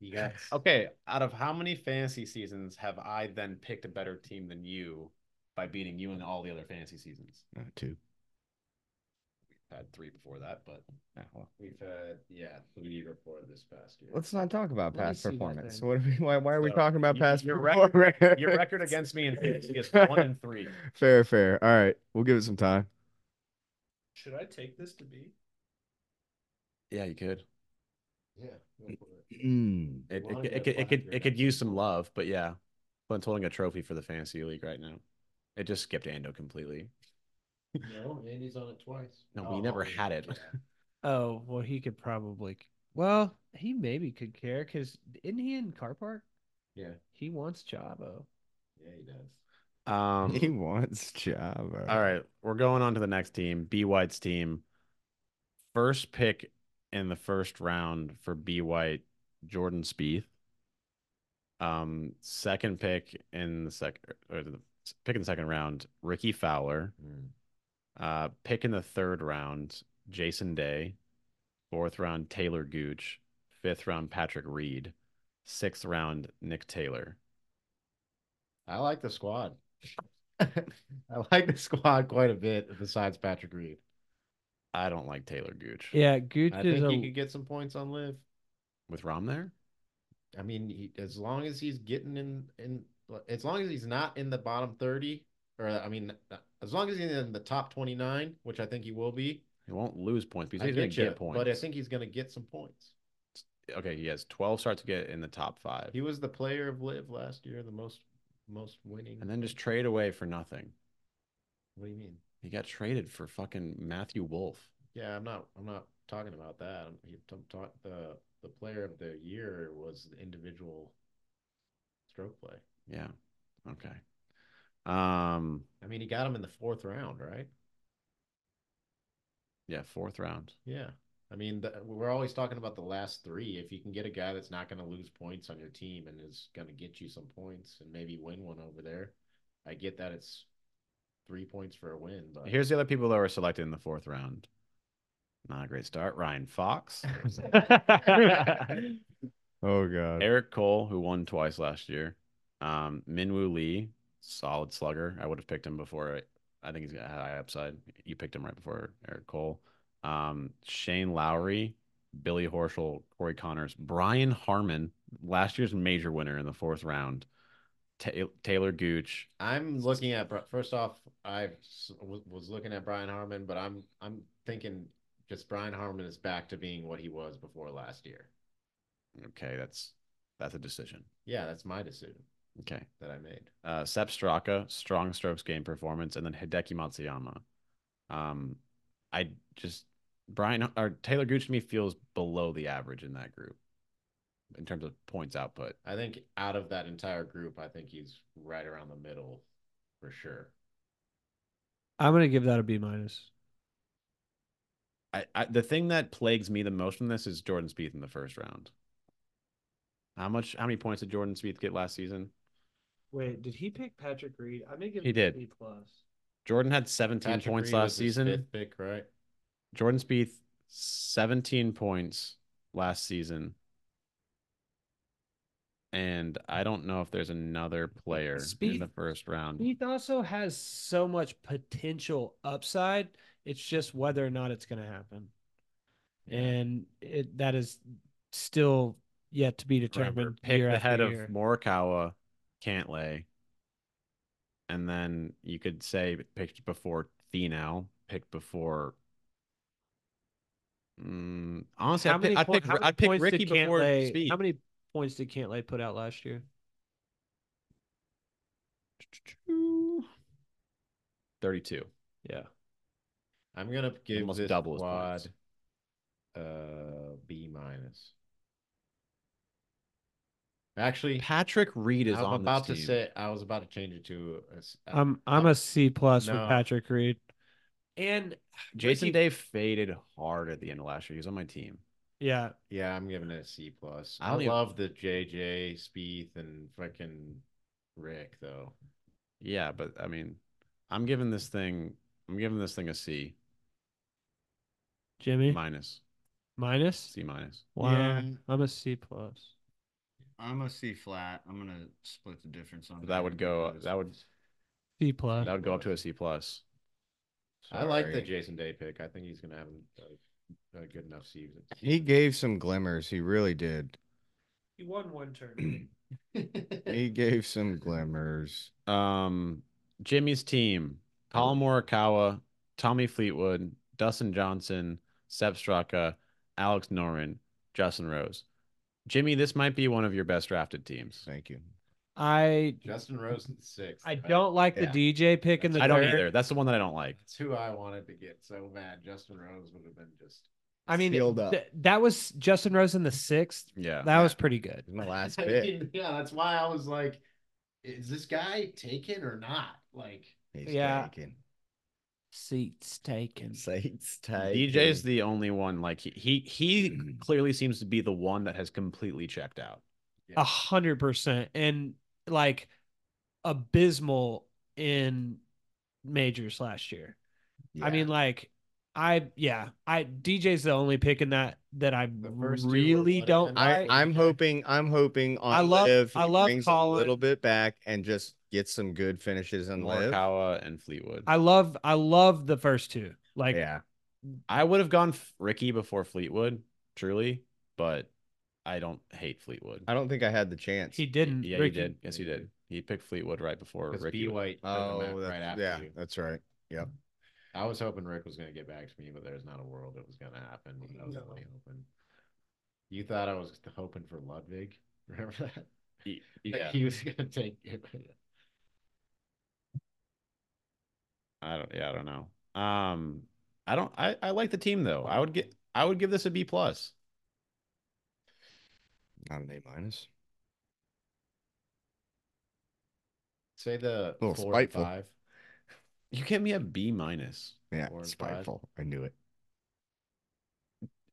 Yes.
Okay, out of how many fantasy seasons have I then picked a better team than you by beating you in all the other fantasy seasons?
Uh, two.
We've had three before that, but
Oh,
Ah, well.
we've had yeah three before this past year.
Let's not talk about
Let me
past
see that
performance.
thing.
What are we, why, why are we
So,
talking about
your-
past
your
performance?
record- Your record against me in fantasy is one and three.
Fair, fair. All right, we'll give it some time.
Should I take this to be?
Yeah, you could.
Yeah. go for it.
Mm.
It,
Well,
it, it,
yeah,
could, it
last
could
year
it
and
could
that
use some love, but yeah, Clint's holding a trophy for the fantasy league right now. It just skipped Ando completely.
No, Andy's on it twice.
No, we never had it.
Oh well, he could probably. c- Well, he maybe could care because isn't he in Car Park?
Yeah.
He wants Chavo.
Yeah, he does.
Um,
He wants Java.
All right, we're going on to the next team, B White's team. First pick in the first round for B White, Jordan Spieth. Um, second pick in the second or the pick in the second round, Ricky Fowler. Uh, pick in the third round, Jason Day. Fourth round, Taylor Gooch. Fifth round, Patrick Reed. Sixth round, Nick Taylor.
I like the squad. I like the squad quite a bit besides Patrick Reed.
I don't like Taylor Gooch.
Yeah, Gooch
I
is
think
a.
he could get some points on live.
With Rom there?
I mean, he, as long as he's getting in in as long as he's not in the bottom 30 or I mean as long as he's in the top 29, which I think he will be.
He won't lose points because
I
he's going to
get ya,
get points.
But I think he's going to get some points.
okay, he has 12 starts to get in the top five
He was the player of live last year, the most most winning.
and then just trade away for nothing.
what do you mean?
He got traded for fucking Matthew Wolf.
Yeah, I'm not. I'm not talking about that. I'm, he- I'm talk, the the player of the year was the individual stroke play.
Yeah. Okay. Um,
I mean, he got him in the fourth round, right?
yeah, fourth round.
Yeah. I mean, the, we're always talking about the last three. If you can get a guy that's not going to lose points on your team and is going to get you some points and maybe win one over there, I get that it's three points for a win. But
Here's the other people that were selected in the fourth round. Not a great start. Ryan Fox,
Oh god.
Eric Cole, who won twice last year. Um, Minwoo Lee, solid slugger. I would have picked him before. it- I think he's got a high upside. You picked him right before Eric Cole. Um, Shane Lowry, Billy Horschel, Corey Connors, Brian Harmon, last year's major winner in the fourth round. Ta- Taylor Gooch.
I'm looking at Bri- first off, I s- w- was looking at Brian Harmon, but I'm I'm thinking just Brian Harmon is back to being what he was before last year.
Okay, that's that's a decision.
Yeah, that's my decision
Okay.
that I made.
uh, Sepp Straka, strong strokes game performance, and then Hideki Matsuyama. Um, I just Brian or Taylor Gooch to me feels below the average in that group in terms of points output.
I think out of that entire group, I think he's right around the middle for sure.
I'm gonna give that a B minus.
I, I the thing that plagues me the most from this is Jordan Spieth in the first round. How much? How many points did Jordan Spieth get last season?
Wait, did he pick Patrick Reed? I'm gonna give
He
him a
did.
B plus.
Jordan had 17
Patrick
points
Reed
last
was his
season.
fifth pick, right?
Jordan Spieth, 17 points last season. And I don't know if there's another player in the
Spieth-
first round.
Heath also has so much potential upside. It's just whether or not it's going to happen, and it, that is still yet to be
Remember,
determined.
pick
year
the
after
head of
year.
Morikawa, Cantlay. And then you could say picked before Finau, picked before. Mm, honestly,
How
I pick,
many
I
po-
pick,
how many
I pick
points did
Ricky before
Cantlay-
Spieth.
How many points did Cantlay put out last year?
32.
Yeah,
I'm gonna give
Almost
this
double his
squad
points.
uh B minus. Actually,
Patrick Reed is
I'm
on
about to
this team.
say I was about to change it to a s- a-
I'm I'm a C plus with
No.
Patrick Reed.
And
Jason
Ricky-
Day faded hard at the end of last year. He was on my team.
Yeah,
yeah, I'm giving it a C plus.
I
I,
don't even-
love the JJ Spieth and freaking Rick though.
Yeah, but I mean, I'm giving this thing. I'm giving this thing a C
Jimmy
minus.
minus.
C minus.
Wow,
Yeah.
I'm a C plus.
I'm a C flat. I'm gonna split the difference on
That would go. That would.
C plus.
That would go up to a C plus.
I like the
Sorry.
Jason Day pick. I think he's gonna have a, a good enough season.
He gave some glimmers. He really did.
he won one turn.
He gave some glimmers.
Um, Jimmy's team: Colin Morikawa, Tommy Fleetwood, Dustin Johnson, Seb Straka, Alex Norman, Justin Rose. Jimmy, this might be one of your best drafted teams.
Thank you.
I
Justin Rosen sixth.
I don't like
Yeah.
the DJ pick in the
I don't
third.
either. That's the one that I don't like.
That's who I wanted to get so bad. Justin Rose would have been just.
I mean,
Sealed up.
th- that was Justin Rose in the sixth.
Yeah.
That was pretty good.
He's my last
I
pick.
mean, yeah, that's why I was like, is this guy taken or not? Like,
He's
Yeah.
taken.
Seats taken.
Saints
DJ's the only one like he he, he
Mm-hmm.
clearly seems to be the one that has completely checked out.
A hundred percent, and like abysmal in majors last year. I mean, like I yeah, I DJ's the only pick in that that I
The first two were
really
what,
don't.
and
I,
I, I'm hoping I'm hoping on
I love-
live
I love
a
Colin.
little bit back and just get some good finishes and live.
Morikawa and Fleetwood.
I love I love the first two. Like
yeah,
I would have gone F- Ricky before Fleetwood, truly, but I don't hate Fleetwood.
I don't think I had the chance.
he didn't.
yeah,
Ricky.
he did. Yes, he did. He picked Fleetwood right before
because
Ricky.
B White took him
oh,
out
that's,
right after
yeah,
you.
that's right.
I was hoping Rick was going to get back to me, but there's not a world it was going to happen. I was really hoping. You thought I was hoping for Ludwig. Remember that?
He-
Like,
yeah.
He was going to take it.
I don't. Yeah, I don't know. Um, I don't. I I like the team though. I would get. I would give this a B plus.
Not an A minus.
Say the
little
four and
spiteful.
five.
You give me a B minus.
Yeah,
Four and five.
spiteful. I knew it.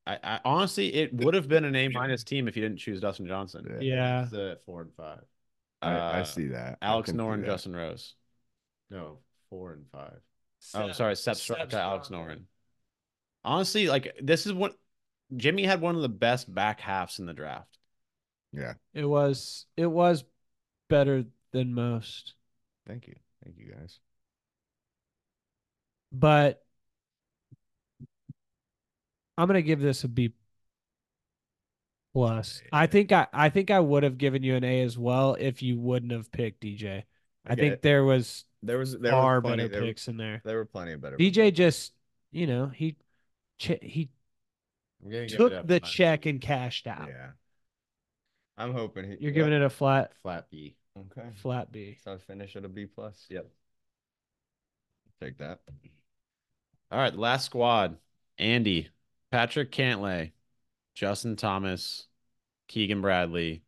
I, I honestly, it would have been an A minus team if you didn't choose Dustin Johnson.
Yeah.
It's the four and five.
I, I
Uh,
see that. I
Alex
can see
Noren,
that.
Justin Rose.
No, four and five.
Oh, sorry, Seb Straka, Alex
Straka.
Noren. Honestly, like this is what Jimmy had one of the best back halves in the draft.
It was it was better than most.
Thank you, thank you guys.
But I'm gonna give this a B plus. I think I I think I would have given you an A as well if you wouldn't have picked DJ. I,
get
think
it.
there was
There was there
far
were plenty,
better
there, were-
picks in there.
there were plenty of better.
DJ just you know he che- he
I'm gonna give it a
took the
flat-
check and cashed out.
Yeah, I'm hoping he,
You're giving it a flat
flat B.
okay.
flat B.
So I finish at a B plus. Yep. Take that.
All right, last squad: Andy, Patrick Cantlay, Justin Thomas, Keegan Bradley,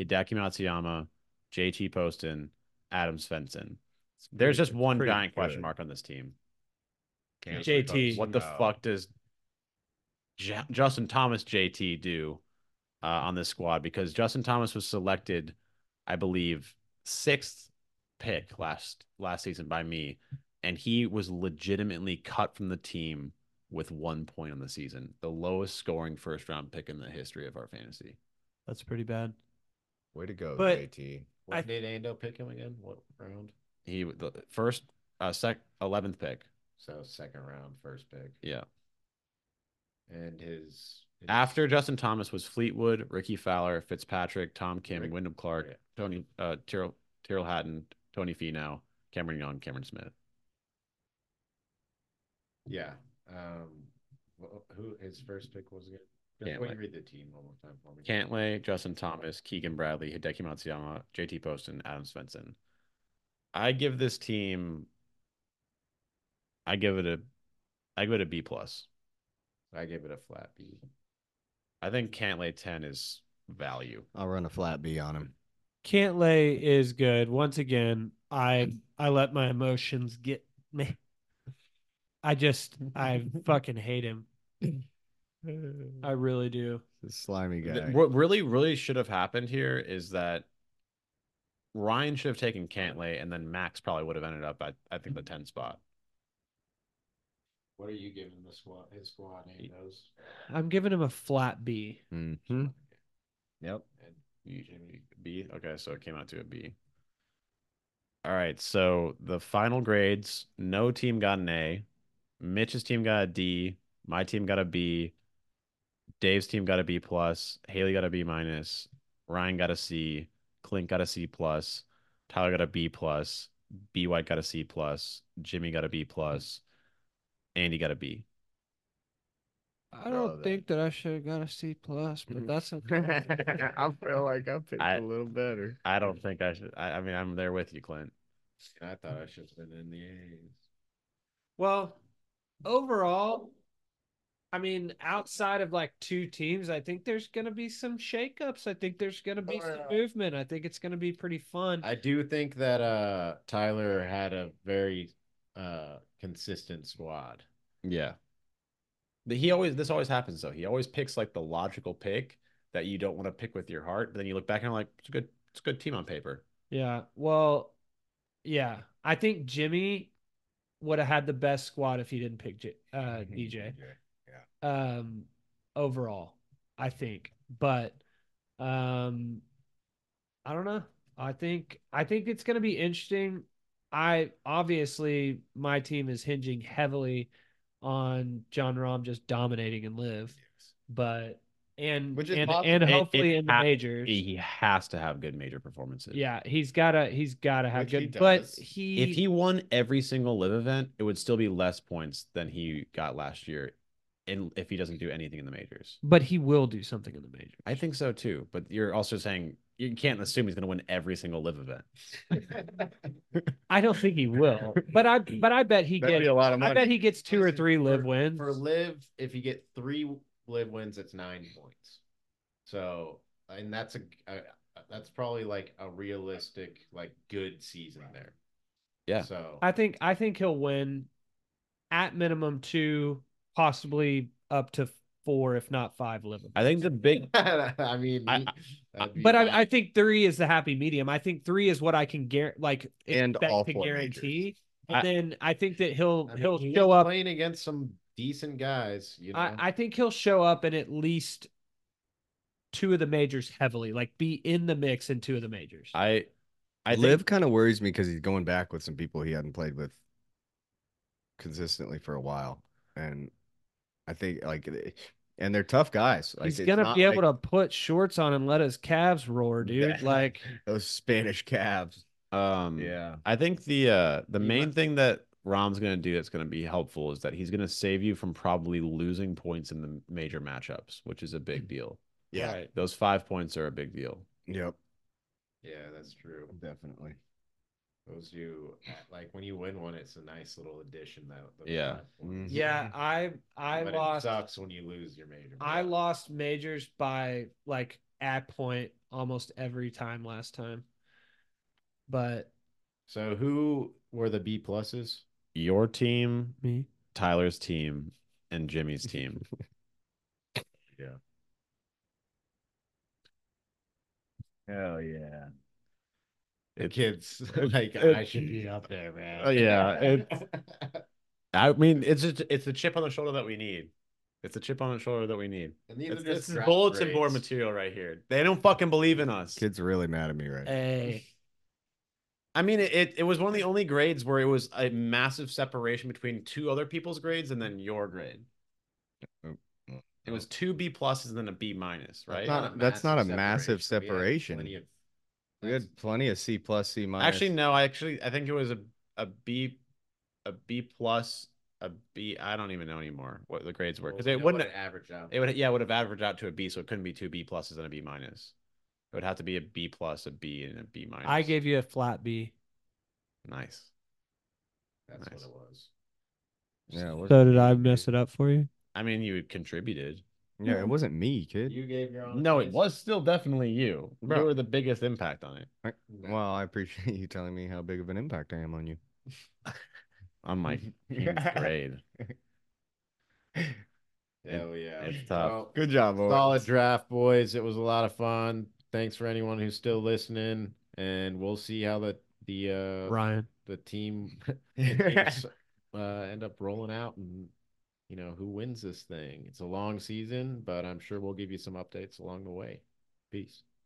Hideki Matsuyama, JT Poston, Adam Svensson. There's just one
pretty
giant question
good.
mark on this team.
Can't
JT.
fuck-
What the
no.
fuck does J- Justin Thomas JT do uh, on this squad? Because Justin Thomas was selected, I believe, sixth pick last last season by me, and he was legitimately cut from the team with one point on the season, the lowest scoring first round pick in the history of our fantasy.
That's pretty bad.
Way to go,
But-
JT.
What
I-
did Ando pick him again? What round?
He w- the first, uh, sec, eleventh pick.
So second round, first pick,
Yeah.
and his, his
After Justin Thomas was Fleetwood, Ricky Fowler, Fitzpatrick, Tom Kim,
Rick-
Wyndham Clark,
yeah.
Tony uh Tyrrell Tyrrell Hatton, Tony Finau, Cameron Young, Cameron Smith.
yeah. Um, wh- who his first pick was again?
Can't
Just wait,
wait.
read the team one more time for me.
Cantlay, Justin Thomas, Keegan Bradley, Hideki Matsuyama, JT Poston, Adam Svensson. I give this team I give it a I give it a B plus.
I give it a flat B.
I think Cantlay 10 is value.
I'll run a flat B on him.
Cantlay is good. Once again, I I let my emotions get me. I just I fucking hate him. I really do.
This slimy
Th-
guy.
What really, really should have happened here is that Ryan should have taken Cantlay, and then Max probably would have ended up at I think the 10 spot.
What are you giving the squad? His squad name knows.
I'm giving him a flat B. Mm-hmm.
Mhm. Yep.
You- B. Okay, so it came out to a B. All right, so the final grades: no team got an A, Mitch's team got a D, my team got a B, Dave's team got a B plus, Haley got a B minus, Ryan got a C, Clint got a C plus, Tyler got a B plus, B White got a C plus, Jimmy got a B plus, Andy got a B.
I
Bro,
don't
that-
think that I should have got a C plus, but that's okay.
I feel like I picked
I-
a little better.
I don't think I should. I, I mean, I'm there with you, Clint.
I thought I should have been in the A's.
Well, overall, I mean, outside of like two teams, I think there's going to be some shakeups. I think there's going to be some movement. I think it's going to be pretty fun.
I do think that uh Tyler had a very uh consistent squad.
Yeah. The- He always this always happens though. He always picks like the logical pick that you don't want to pick with your heart, but then you look back and you're like it's a good it's a good team on paper.
Yeah. Well, yeah. I think Jimmy would have had the best squad if he didn't pick J- uh, DJ um, overall, I think. But um, I don't know. I think I think it's going to be interesting. I obviously my team is hinging heavily on John Rom just dominating and live, but and
Which is
and
possible.
and
It- it
hopefully in the
ha-
majors.
He has to have good major performances.
Yeah, he's gotta he's gotta have
Which he
good, but
does.
he,
If he won every single live event, it would still be less points than he got last year and if he doesn't do anything in the majors.
but he will do something in the majors.
I think so too, but you're also saying you can't assume he's going to win every single live event.
I don't think he will, but I but I bet he
That'd be
gets
a lot of
I
money.
bet he gets two or three live wins.
For live, if you get three live wins, it's nine points. So, and that's a, a that's probably like a realistic, like good season there.
Yeah.
So
I think I think he'll win at minimum two, possibly up to four, if not five live events.
I think the big
I mean,
I-
that'd be
But
fine.
I, I think three is the happy medium. I think three is what I can guarantee, like
And
expect
all
to
four majors.
guarantee. And
I-
then I think that he'll
I mean,
he'll
he
show
was
up
playing against some decent guys. You know,
I, I think he'll show up in at least two of the majors heavily, like be in the mix in two of the majors.
I I think-
Liv kind of worries me because he's going back with some people he hadn't played with consistently for a while, and I think like, they- and they're tough guys. Like,
He's
it's
gonna
not
be able
like
to put shorts on and let his calves roar, dude. Like
those Spanish calves.
um
Yeah,
I think the uh the
He
main
left.
thing that Rom's gonna do that's gonna be helpful is that he's gonna save you from probably losing points in the major matchups, which is a big deal.
yeah,
Right.
Those five points are a big deal.
yep,
yeah, that's true.
definitely.
Those you like when you win one, it's a nice little addition though. those
Yeah. Mm-hmm.
five points.
Yeah, I I
But
lost
It sucks when you lose your major.
I
but-
lost majors by like at point almost every time last time. But
So who were the B pluses?
Your team,
me.
Tyler's team, and Jimmy's team.
Hell yeah.
The kids, like I should be up there, man.
Oh, yeah, I mean, it's just it's the chip on the shoulder that we need. It's the chip on the shoulder that we need.
and these
It's,
are just
this is
draft
bulletin board
grades.
material right here. They don't fucking believe in us.
Kid's really mad at me right now.
Hey.
I mean, it- it it was one of the only grades where it was a massive separation between two other people's grades and then your grade.
Oh, oh,
It was two B pluses and then a B minus, right?
That's not- that's not a massive separation.
We had
We had plenty of C plus C minus.
actually, no. I actually I think it was a a B, a B plus, a B. I don't even know anymore what the grades were because it wouldn't.
average out.
It would yeah, it would have averaged out to a B, so it couldn't be two B pluses and a B minus. It would have to be a B plus, a B, and a B minus.
I gave you a flat B.
nice.
That's
nice.
what it was.
Yeah, it
So
wasn't
So did I mess it up for you?
I mean, you contributed.
Yeah, it wasn't me, kid.
You gave your own.
No, it
opinion.
was still definitely you.
Bro.
You were the biggest impact on it.
I- well, I appreciate you telling me how big of an impact I am on you.
I'm like eighth grade.
Hell yeah.
it's tough.
Well,
Good job, boy.
Solid draft, boys. It was a lot of fun. Thanks for anyone who's still listening, and we'll see how the the uh
Ryan.
the team teams, uh, end up rolling out and you know who wins this thing. It's a long season, but I'm sure we'll give you some updates along the way. Peace.